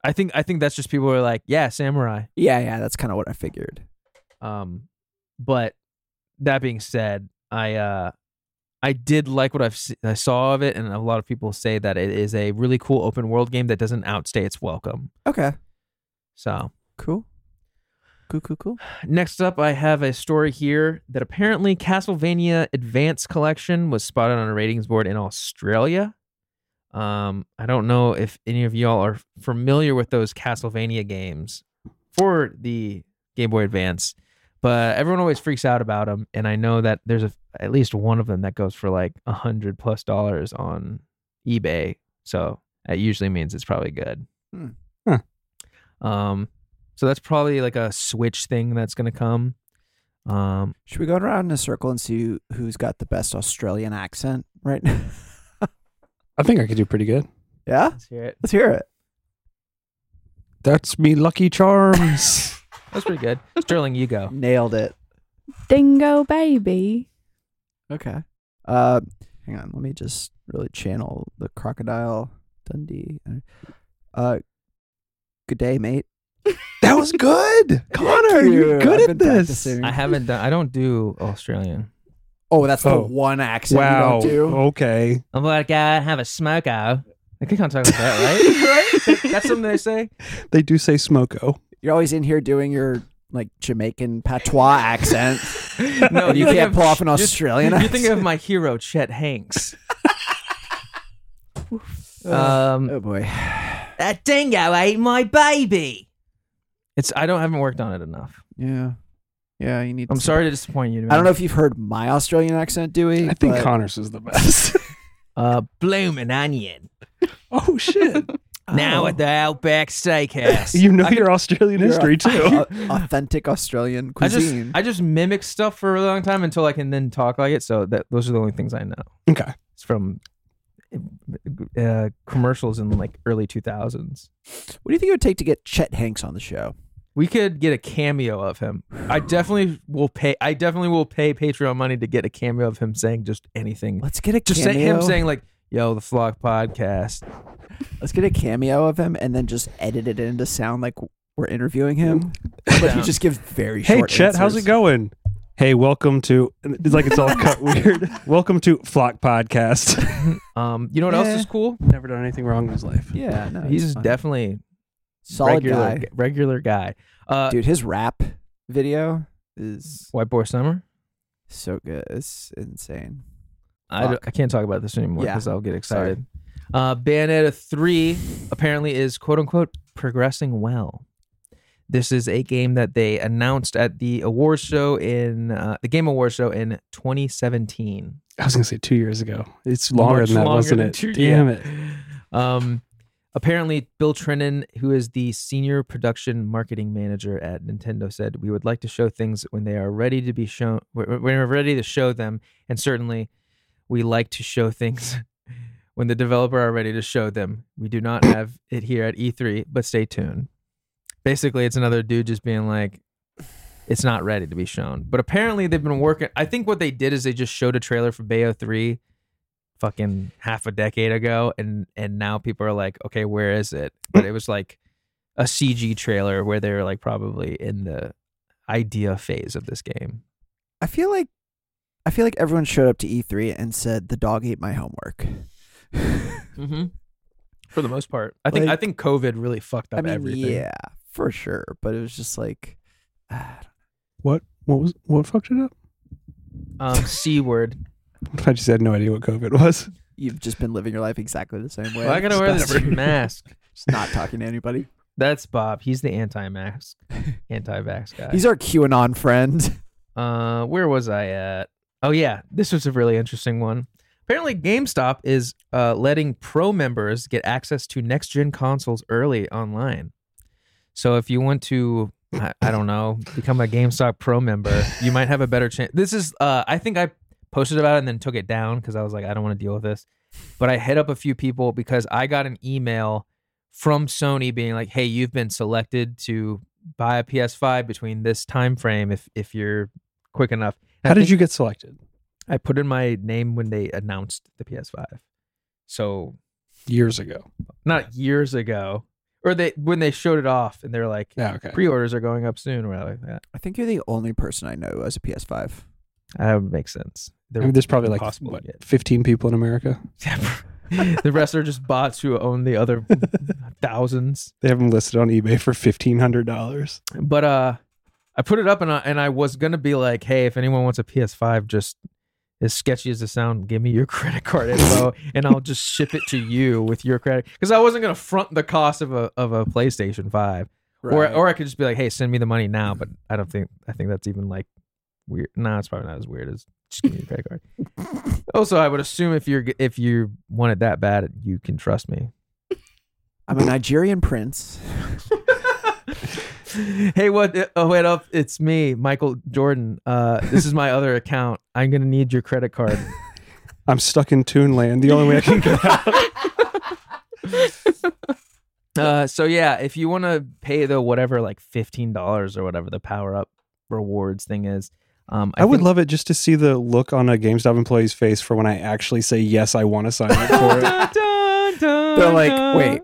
Speaker 1: I think I think that's just people are like, yeah, samurai.
Speaker 2: Yeah, yeah, that's kind of what I figured.
Speaker 1: Um, but that being said, I uh, I did like what I've se- I saw of it, and a lot of people say that it is a really cool open world game that doesn't outstay its welcome.
Speaker 2: Okay.
Speaker 1: So
Speaker 2: Cool. Cool, cool, cool.
Speaker 1: next up, I have a story here that apparently Castlevania Advance Collection was spotted on a ratings board in Australia. Um, I don't know if any of y'all are familiar with those Castlevania games for the Game Boy Advance, but everyone always freaks out about them, and I know that there's a, at least one of them that goes for like a hundred plus dollars on eBay, so that usually means it's probably good.
Speaker 2: Hmm.
Speaker 4: Huh.
Speaker 1: Um, so that's probably like a Switch thing that's gonna come. Um,
Speaker 2: Should we go around in a circle and see who- who's got the best Australian accent right now?
Speaker 5: I think I could do pretty good.
Speaker 2: yeah?
Speaker 1: let's hear it.
Speaker 2: Let's hear it.
Speaker 5: That's me Lucky Charms.
Speaker 1: That's pretty good. Sterling, you go.
Speaker 2: Nailed it.
Speaker 3: Dingo baby.
Speaker 2: Okay. Uh, hang on. Let me just really channel the crocodile Dundee. Uh, good day, mate.
Speaker 5: that was good. Connor,
Speaker 2: Thank
Speaker 5: you. are
Speaker 2: you.
Speaker 5: good
Speaker 2: I've
Speaker 5: at
Speaker 2: been
Speaker 5: this.
Speaker 2: practicing.
Speaker 1: I haven't done. I don't do Australian.
Speaker 2: Oh, that's
Speaker 4: Oh.
Speaker 2: the one accent
Speaker 4: Wow.
Speaker 2: you don't do.
Speaker 4: Okay.
Speaker 2: Oh
Speaker 1: I'm like, I have a smoke out. I think I'm talking about that, right? right? That's something they say.
Speaker 4: They do say smoko.
Speaker 2: You're always in here doing your like Jamaican patois accent.
Speaker 1: No,
Speaker 2: And you
Speaker 1: think
Speaker 2: can't
Speaker 1: of-
Speaker 2: pull off an
Speaker 1: just-
Speaker 2: Australian
Speaker 1: You think
Speaker 2: accent.
Speaker 1: of my hero, Chet Hanks. um,
Speaker 2: oh boy.
Speaker 1: Uh, that dingo ate my baby. It's. I don't haven't worked on it enough.
Speaker 2: Yeah. Yeah, you need.
Speaker 1: I'm
Speaker 2: to-
Speaker 1: sorry to disappoint you. Man.
Speaker 2: I don't know if you've heard my Australian accent, Dewey.
Speaker 5: I think
Speaker 2: but-
Speaker 5: Connor's is the best.
Speaker 1: Uh, bloomin' onion.
Speaker 5: oh shit.
Speaker 2: Oh.
Speaker 1: Now at the Outback Steakhouse.
Speaker 4: Oh. You know
Speaker 1: I
Speaker 4: your Australian
Speaker 2: You're
Speaker 4: history too.
Speaker 2: au- authentic Australian
Speaker 1: I just
Speaker 2: cuisine.
Speaker 1: I just mimic stuff for a long time until I can then talk like it. So that those are the only things I know.
Speaker 4: Okay.
Speaker 1: It's from uh, commercials in like early two thousands.
Speaker 2: what do you think it would take to get Chet Hanks on the show?
Speaker 1: We could get a cameo of him. I definitely will pay. I definitely will pay Patreon money to get a cameo of him saying just anything.
Speaker 2: Let's get a
Speaker 1: Just say,
Speaker 2: cameo.
Speaker 1: him saying like, "Yo, the Flock Podcast."
Speaker 2: Let's get a cameo of him and then just edit it in to sound like we're interviewing him. But he
Speaker 1: down.
Speaker 2: just gives very
Speaker 4: Hey
Speaker 2: short
Speaker 4: Chet, how's it
Speaker 2: answers.
Speaker 4: going? Hey, welcome to it's like it's all cut weird. Welcome to Flock Podcast.
Speaker 1: Um, you know what
Speaker 2: Yeah.
Speaker 1: else is cool?
Speaker 4: Never done anything wrong in his life.
Speaker 2: Yeah, no,
Speaker 1: He's
Speaker 2: fine.
Speaker 1: definitely
Speaker 2: solid
Speaker 1: regular
Speaker 2: guy.
Speaker 1: regular guy. Uh,
Speaker 2: Dude, his rap video is
Speaker 1: White Boy Summer.
Speaker 2: so good. It's insane.
Speaker 1: I, d-
Speaker 2: Fuck.
Speaker 1: I can't talk about this anymore
Speaker 2: Yeah.
Speaker 1: because I'll get excited. Uh, Bayonetta 3 apparently is quote unquote progressing well. This is a game that they announced at the award show in uh, the Game Awards show in 2017.
Speaker 5: I was gonna say two years ago. It's longer
Speaker 1: Much
Speaker 5: than that,
Speaker 1: longer
Speaker 5: wasn't
Speaker 1: than
Speaker 5: it?
Speaker 1: two-
Speaker 5: Damn
Speaker 1: yeah.
Speaker 5: it.
Speaker 1: Um, apparently, Bill Trennan, who is the senior production marketing manager at Nintendo, said we would like to show things when they are ready to be shown. When when we're ready to show them, and certainly, we like to show things when the developer are ready to show them. We do not have it here at E3, but stay tuned. Basically, it's another dude just being like. It's not ready to be shown, but apparently they've been working. I think what they did is they just showed a trailer for Bayo Three, fucking half a decade ago and and now people are like okay where is it but it was like a cg trailer where they were like probably in the idea phase of this game
Speaker 2: I feel like I feel like everyone showed up to E3 and said the dog ate my homework.
Speaker 1: mm-hmm. for the most part i think
Speaker 2: Like-
Speaker 1: i think covid really fucked up
Speaker 2: I mean,
Speaker 1: everything
Speaker 2: yeah, for sure. But it was just like, ah,
Speaker 4: What what was what fucked it up?
Speaker 1: um c word
Speaker 4: I just had no idea what COVID was.
Speaker 2: you've just been living your life exactly the same way.
Speaker 1: well, i gotta
Speaker 2: Just
Speaker 1: wear this
Speaker 2: never-
Speaker 1: mask
Speaker 2: just not talking to anybody.
Speaker 1: that's bob he's the anti-mask anti-vax guy
Speaker 2: He's our QAnon friend.
Speaker 1: Uh, where was I at? Oh yeah, this was a really interesting one. Apparently, GameStop is uh, letting pro members get access to next gen consoles early online. So if you want to, I, I don't know, become a GameStop pro member, you might have a better chance. This is, uh, I think I posted about it and then took it down because I was like, I don't want to deal with this. But I hit up a few people because I got an email from Sony being like, "Hey, you've been selected to buy a PS5 between this time frame if if you're quick enough." And
Speaker 4: How
Speaker 1: I
Speaker 4: did
Speaker 1: think
Speaker 4: you get selected?
Speaker 1: I put in my name when they announced the PS5. So
Speaker 5: Years ago.
Speaker 1: not years ago, or they when they showed it off and they're like,
Speaker 5: Yeah, okay.
Speaker 1: "Pre-orders are going up soon," or like that.
Speaker 2: I think you're the only person I know who has a PS5.
Speaker 1: That would make sense.
Speaker 5: I
Speaker 1: They're-
Speaker 5: mean, there's probably like
Speaker 1: impossible to
Speaker 5: what,
Speaker 1: get.
Speaker 5: 15 people in America.
Speaker 1: the rest are just bots who own the other thousands.
Speaker 4: They have them listed on eBay for fifteen hundred dollars.
Speaker 1: but uh i put it up and I, and I was gonna be like hey if anyone wants a ps5 just as sketchy as the sound give me your credit card info and i'll just ship it to you with your credit because i wasn't gonna front the cost of a of a playstation 5 or or i could just be like hey send me the money now but i don't think i think that's even like weird no it's probably not as weird as just give me your credit card also i would assume if you're g- if you want it that bad you can trust me
Speaker 2: I'm a Nigerian prince.
Speaker 1: hey, what? Oh, wait up! It's me, Michael Jordan. Uh, this is my other account. I'm gonna need your credit card.
Speaker 5: I'm stuck in Toon Land. The only way I can get out.
Speaker 1: Uh, so yeah, if you want to pay the whatever, like fifteen dollars or whatever the power up rewards thing is, um,
Speaker 5: I would
Speaker 1: think-
Speaker 5: love it just to see the look on a GameStop employee's face for when I actually say yes, I want to sign up for it.
Speaker 1: Dun, dun, dun,
Speaker 2: They're like,
Speaker 1: dun.
Speaker 2: wait,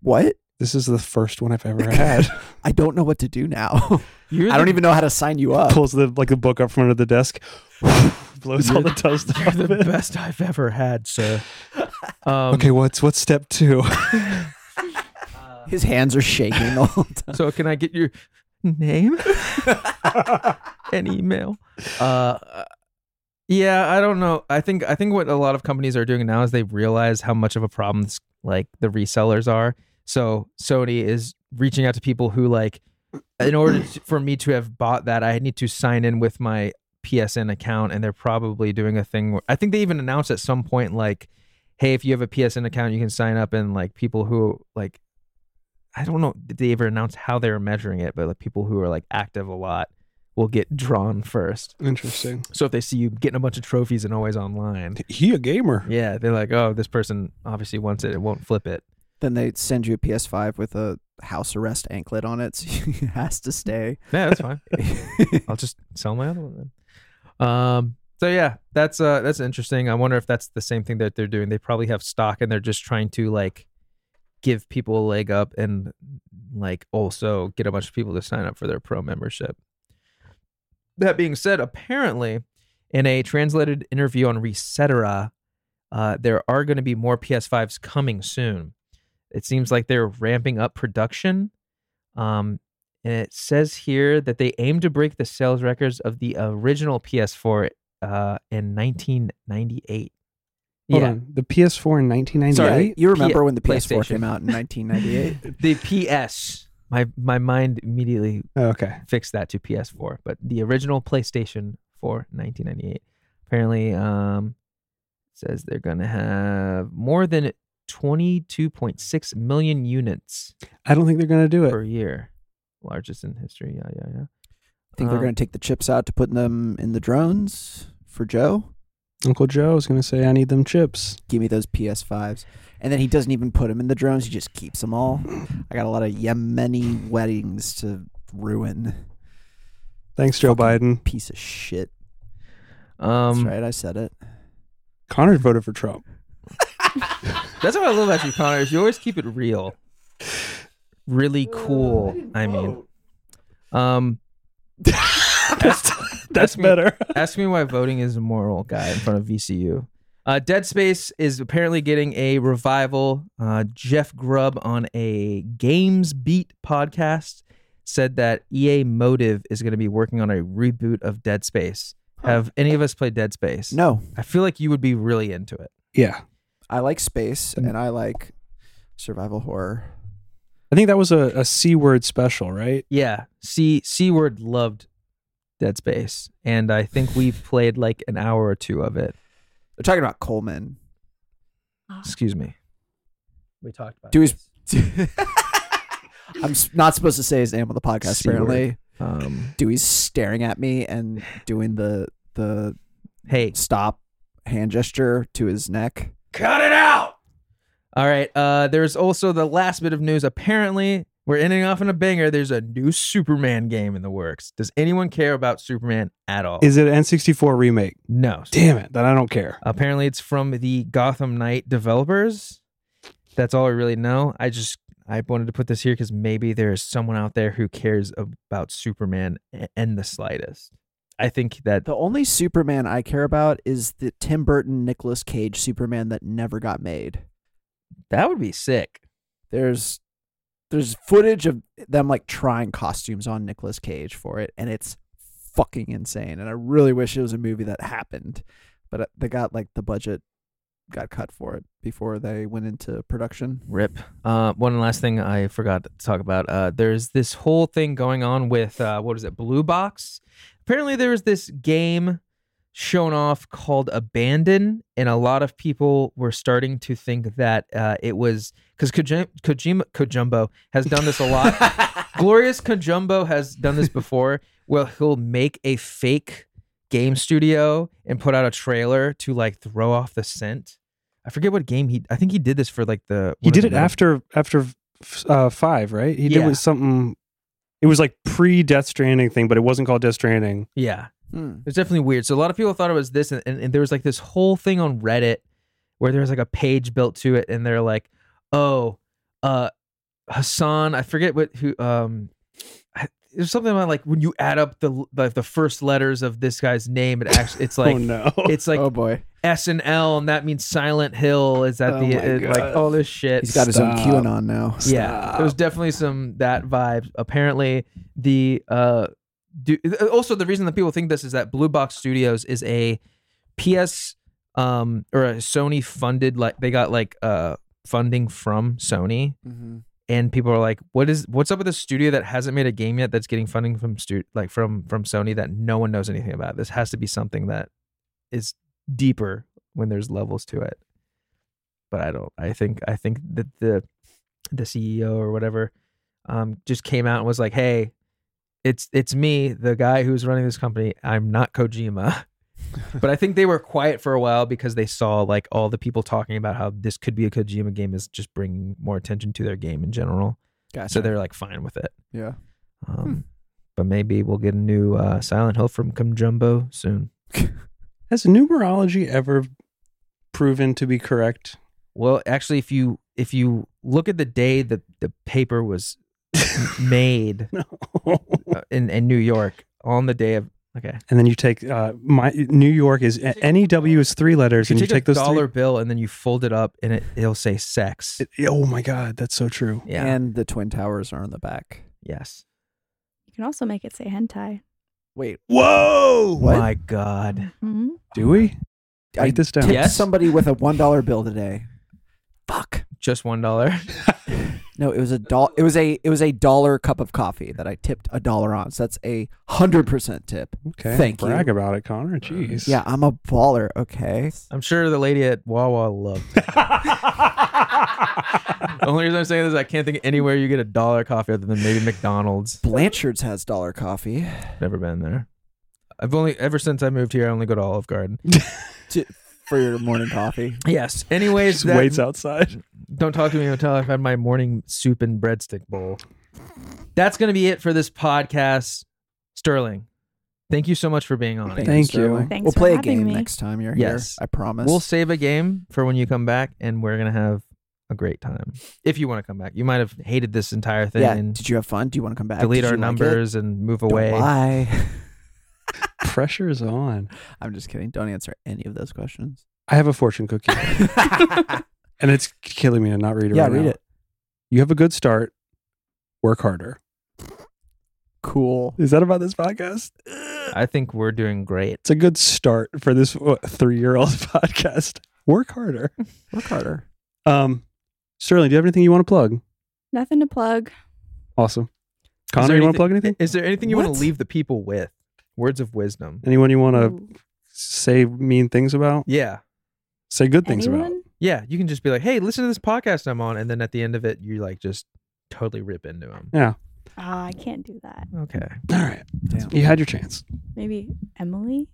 Speaker 2: what?
Speaker 5: This is the first one I've ever had.
Speaker 2: I don't know what to do now.
Speaker 1: You're
Speaker 2: I
Speaker 1: the-
Speaker 2: don't even know how to sign you up.
Speaker 5: Pulls the like the book up from under the desk, blows all
Speaker 1: You're-
Speaker 5: the dust
Speaker 1: You're
Speaker 5: off
Speaker 1: the
Speaker 5: of it.
Speaker 1: best I've ever had, sir. Um,
Speaker 5: okay, what's what's step two?
Speaker 2: His hands are shaking all the time.
Speaker 1: so can I get your name and email? Uh, yeah, I don't know. I think I think what a lot of companies are doing now is they realize how much of a problem this, like the resellers are. So Sony is reaching out to people who like, in order to, for me to have bought that, I need to sign in with my PSN account, and they're probably doing a thing. Where, I think they even announced at some point like, hey, if you have a PSN account, you can sign up, and like people who like I don't know did they ever announce how they were measuring it, but like people who are like active a lot will get drawn first.
Speaker 5: Interesting.
Speaker 1: So if they see you getting a bunch of trophies and always online,
Speaker 5: He a gamer.
Speaker 1: yeah, they're like, oh, this person obviously wants it. It won't flip it.
Speaker 2: Then they send you a PS5 with a house arrest anklet on it, so you has to stay.
Speaker 1: Yeah, that's fine. I'll just sell my other one then. Um. So yeah, that's uh that's interesting. I wonder if that's the same thing that they're doing. They probably have stock and they're just trying to like give people a leg up and like also get a bunch of people to sign up for their pro membership. That being said, apparently in a translated interview on Resetera, uh, there are going to be more PS5s coming soon. It seems like they're ramping up production. Um, and it says here that they aim to break the sales records of the original PS4 uh, in 1998.
Speaker 5: Hold
Speaker 1: yeah,
Speaker 5: on. The PS4 in 1998.
Speaker 2: Sorry, you remember
Speaker 1: P-
Speaker 2: when the PS4
Speaker 1: PlayStation.
Speaker 2: came out in 1998?
Speaker 1: the PS. My my mind immediately
Speaker 5: Oh, okay.
Speaker 1: fixed that to PS4, but the original PlayStation 4, 1998. Apparently, um, says they're gonna have more than 22.6 million units
Speaker 5: I don't think they're gonna do it.
Speaker 1: per year, largest in history. Yeah, yeah, yeah.
Speaker 2: I think they're
Speaker 1: Um,
Speaker 2: going to take the chips out to put them in the drones for Joe.
Speaker 5: Uncle Joe is gonna say, "I need them chips."
Speaker 2: Give me those PS5s. And then he doesn't even put them in the drones. He just keeps them all. I got a lot of Yemeni weddings to ruin.
Speaker 5: Thanks, Joe Biden.
Speaker 2: Piece of shit. That's
Speaker 1: Um,
Speaker 2: right. I said it.
Speaker 5: Connor voted for Trump.
Speaker 1: That's what I love about you, Connor. Is you always keep it real, really cool. I, mean, um,
Speaker 5: that's that's
Speaker 1: ask me-
Speaker 5: better.
Speaker 1: ask me why voting is immoral, guy in front of VCU. Uh, Dead Space is apparently getting a revival. Uh, Jeff Grubb on a Games Beat podcast said that EA Motive is going to be working on a reboot of Dead Space. Have any of us played Dead Space?
Speaker 2: No,
Speaker 1: I feel like you would be really into it.
Speaker 5: Yeah,
Speaker 2: I like space
Speaker 5: Mm.
Speaker 2: and I like survival horror.
Speaker 5: I think that was a, a C word special, right?
Speaker 1: Yeah, C C word loved Dead Space, and I think we played like an hour or two of it.
Speaker 2: They're talking about Coleman.
Speaker 1: Excuse me. We talked about
Speaker 2: Do his. I'm s- not supposed to say his name on the podcast.
Speaker 1: C word.
Speaker 2: Apparently,
Speaker 1: Um,
Speaker 2: Dewey's staring at me and doing the the
Speaker 1: hey,
Speaker 2: stop hand gesture to his neck.
Speaker 1: all right. Uh, there's also the last bit of news. Apparently, we're ending off on a banger. There's a new Superman game in the works. Does anyone care about Superman at all?
Speaker 5: Is it an N64 remake?
Speaker 1: no.
Speaker 5: Damn it, then I don't care.
Speaker 1: Apparently, it's from the Gotham Knight developers. That's all I really know. I just I wanted to put this here because maybe there is someone out there who cares about Superman a- and the slightest. I think that
Speaker 2: The only Superman I care about is the Tim Burton Nicolas Cage Superman that never got made.
Speaker 1: that would be sick.
Speaker 2: There's there's footage of them like trying costumes on Nicolas Cage for it and it's fucking insane and I really wish it was a movie that happened. But uh, they got like the budget got cut for it before they went into production.
Speaker 1: Rip. Uh, one last thing I forgot to talk about. Uh, there's this whole thing going on with uh, what is it, Blue Box? Apparently, there was this game shown off called Abandon, and a lot of people were starting to think that uh, it was because Kojima, Kojima Kojumbo has done this a lot. Glorious Conjumbo has done this before. Well, he'll make a fake game studio and put out a trailer to like throw off the scent. I forget what game he. I think he did this for like the.
Speaker 4: He
Speaker 1: one
Speaker 4: did
Speaker 1: of
Speaker 4: it
Speaker 1: the Metal-
Speaker 4: after after uh, five, right? He did
Speaker 1: Yeah.
Speaker 4: with something. It was like pre Death Stranding thing, but it wasn't called Death Stranding.
Speaker 1: Yeah,
Speaker 2: Hmm.
Speaker 1: It's definitely weird. So a lot of people thought it was this, and, and, and there was like this whole thing on Reddit where there was like a page built to it, and they're like, "Oh, uh, Hassan, I forget what who um, I, there's something about like when you add up the like the first letters of this guy's name, it actually it's like
Speaker 4: oh no!
Speaker 1: it's like uh,
Speaker 2: oh boy,
Speaker 1: S and L, and that means Silent Hill. Is that
Speaker 4: Oh
Speaker 1: the
Speaker 4: my
Speaker 1: it- like
Speaker 4: God.
Speaker 1: all this shit?
Speaker 2: he's got his own
Speaker 4: Stop.
Speaker 2: QAnon now.
Speaker 1: Yeah, there was definitely some that vibe. Apparently, the uh, do, also the reason that people think this is that Blue Box Studios is a PS um or a Sony funded like they got like uh funding from Sony,
Speaker 2: Mm-hmm.
Speaker 1: and people are like, what is what's up with a studio that hasn't made a game yet that's getting funding from stu- like from from Sony that no one knows anything about? This has to be something that is deeper when there's levels to it. But I don't. I think I think that the the CEO or whatever um, just came out and was like, "Hey, it's it's me, the guy who's running this company. I'm not Kojima." but I think they were quiet for a while because they saw like all the people talking about how this could be a Kojima game is just bringing more attention to their game in general.
Speaker 2: Gotcha.
Speaker 1: So they're like fine with it.
Speaker 2: yeah.
Speaker 1: Um, But maybe we'll get a new uh, Silent Hill from Kumjumbo soon.
Speaker 4: Has numerology ever proven to be correct?
Speaker 1: Well, actually, if you if you look at the day that the paper was made
Speaker 4: No.
Speaker 1: uh, in in New York on the day of okay,
Speaker 4: and then you take uh, my New York is NEW is three letters,
Speaker 1: you
Speaker 4: and you
Speaker 1: take
Speaker 4: take
Speaker 1: a
Speaker 4: those
Speaker 1: dollar bill and then you fold it up and it it'll say sex.
Speaker 4: three- It- oh my god, that's so true.
Speaker 1: yeah.
Speaker 2: And the twin towers are on the back.
Speaker 1: yes.
Speaker 3: You can also make it say hentai.
Speaker 2: Wait,
Speaker 4: Whoa!
Speaker 2: What?
Speaker 1: My God.
Speaker 3: hmm
Speaker 4: Do we
Speaker 2: I
Speaker 4: write this down?
Speaker 2: tipped
Speaker 1: Yes?
Speaker 2: somebody with a one dollar bill today. Fuck.
Speaker 1: Just one dollar.
Speaker 2: No, it was a doll. It was a it was a dollar cup of coffee that I tipped a dollar on. So that's a hundred percent tip.
Speaker 4: Okay,
Speaker 2: Thank you.
Speaker 4: brag about it, Connor. Jeez.
Speaker 2: Yeah, I'm a baller. Okay.
Speaker 1: I'm sure the lady at Wawa loved. It. The only reason I'm saying this is I can't think of anywhere you get a dollar coffee other than maybe McDonald's.
Speaker 2: Blanchard's has dollar coffee.
Speaker 1: Never been there. I've only ever since I moved here, I only go to Olive Garden.
Speaker 2: to, for your morning coffee.
Speaker 1: Yes. Anyways,
Speaker 4: Just
Speaker 1: that-
Speaker 4: waits outside.
Speaker 1: Don't talk to me until I've had my morning soup and breadstick bowl. That's going to be it for this podcast. Sterling, thank you so much for being on.
Speaker 4: Thank
Speaker 1: it.
Speaker 4: you.
Speaker 2: Sterling.
Speaker 3: Thanks
Speaker 2: we'll
Speaker 3: for
Speaker 2: play a
Speaker 3: having
Speaker 2: game
Speaker 3: me.
Speaker 2: next time you're
Speaker 1: Yes.
Speaker 2: here. I promise.
Speaker 1: We'll save a game for when you come back, and we're going to have a great time. If you want to come back, you might have hated this entire thing
Speaker 2: yeah.
Speaker 1: and
Speaker 2: Did you have fun? Do you want to come back?
Speaker 1: delete
Speaker 2: Did
Speaker 1: our
Speaker 2: you like it?
Speaker 1: numbers and move
Speaker 2: Don't
Speaker 1: away.
Speaker 2: lie.
Speaker 4: Pressure's on.
Speaker 2: I'm just kidding. Don't answer any of those questions.
Speaker 4: I have a fortune cookie, and it's killing me to not read it.
Speaker 2: yeah,
Speaker 4: right
Speaker 2: read
Speaker 4: now.
Speaker 2: it.
Speaker 4: You have a good start. Work harder.
Speaker 2: Cool.
Speaker 4: Is that about this podcast?
Speaker 1: I think we're doing great.
Speaker 4: It's a good start for this three year old podcast. Work harder.
Speaker 2: Work harder.
Speaker 4: Um, Sterling, do you have anything you want to plug?
Speaker 3: Nothing to plug.
Speaker 4: Awesome.
Speaker 1: Is
Speaker 4: Connor,
Speaker 1: there
Speaker 4: you want to plug anything?
Speaker 1: Is there anything you want
Speaker 2: What?
Speaker 1: to leave the people with? Words of wisdom.
Speaker 4: Anyone you want to
Speaker 3: Ooh.
Speaker 4: say mean things about?
Speaker 1: Yeah.
Speaker 4: Say good things about.
Speaker 3: Anyone?
Speaker 1: Yeah. You can just be like, hey, listen to this podcast I'm on. And then at the end of it, you like just totally rip into them.
Speaker 4: Yeah.
Speaker 3: Ah, I can't do that.
Speaker 1: Okay.
Speaker 4: All right.
Speaker 2: Damn.
Speaker 4: You had your chance.
Speaker 3: Maybe Emily.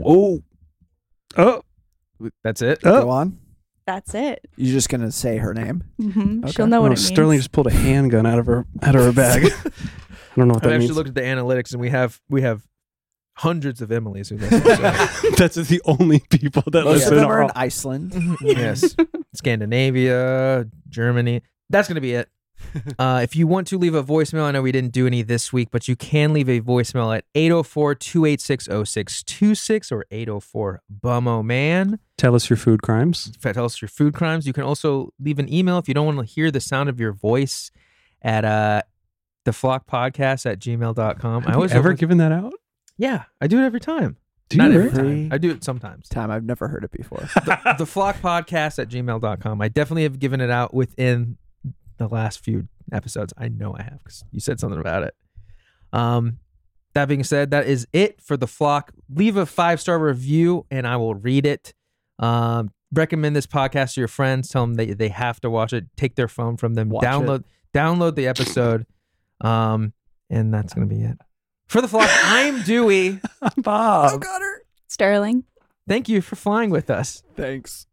Speaker 4: Whoa. Oh,
Speaker 1: That's it.
Speaker 2: Go
Speaker 4: oh.
Speaker 2: on.
Speaker 3: That's it.
Speaker 2: You're just gonna say her name.
Speaker 3: hmm
Speaker 2: Okay.
Speaker 3: She'll know
Speaker 4: Oh,
Speaker 3: what it means.
Speaker 4: Sterling just pulled a handgun out of her out of her bag. I don't know what
Speaker 1: I've
Speaker 4: that
Speaker 1: actually
Speaker 4: means.
Speaker 1: looked at the analytics, and we have we have hundreds of Emily's who listen. so-
Speaker 4: That's the only people that
Speaker 2: Most of
Speaker 4: listen.
Speaker 2: them are
Speaker 4: Are
Speaker 2: in
Speaker 4: all,
Speaker 2: Iceland.
Speaker 1: yes, Scandinavia, Germany. That's gonna be it. Uh, if you want to leave a voicemail, I know we didn't do any this week, but you can leave a voicemail at 804-286-0626 or 804 bummo man.
Speaker 4: tell us your food crimes.
Speaker 1: Tell us your food crimes. You can also leave an email if you don't want to hear the sound of your voice at uh, the flock podcast at gmail.com. I
Speaker 4: Have
Speaker 1: always
Speaker 4: you ever
Speaker 1: overlook-
Speaker 4: given that out?
Speaker 1: Yeah, I do it every time.
Speaker 4: Do
Speaker 1: Not
Speaker 4: you
Speaker 1: every
Speaker 4: really?
Speaker 1: time. I do it sometimes.
Speaker 2: Time I've never heard it before.
Speaker 1: the flock podcast at gmail.com. I definitely have given it out within the last few episodes. I know I have because you said something about it. Um, that being said, that is it for the flock. Leave a five star review and I will read it. Um, recommend this podcast to your friends. Tell them that they have to watch it. Take their phone from them.
Speaker 2: Watch
Speaker 1: download download the episode. Um, and that's gonna be it for the flop. I'm Dewey.
Speaker 4: Bob. Um,
Speaker 2: got her.
Speaker 3: Sterling.
Speaker 1: Thank you for flying with us.
Speaker 2: Thanks.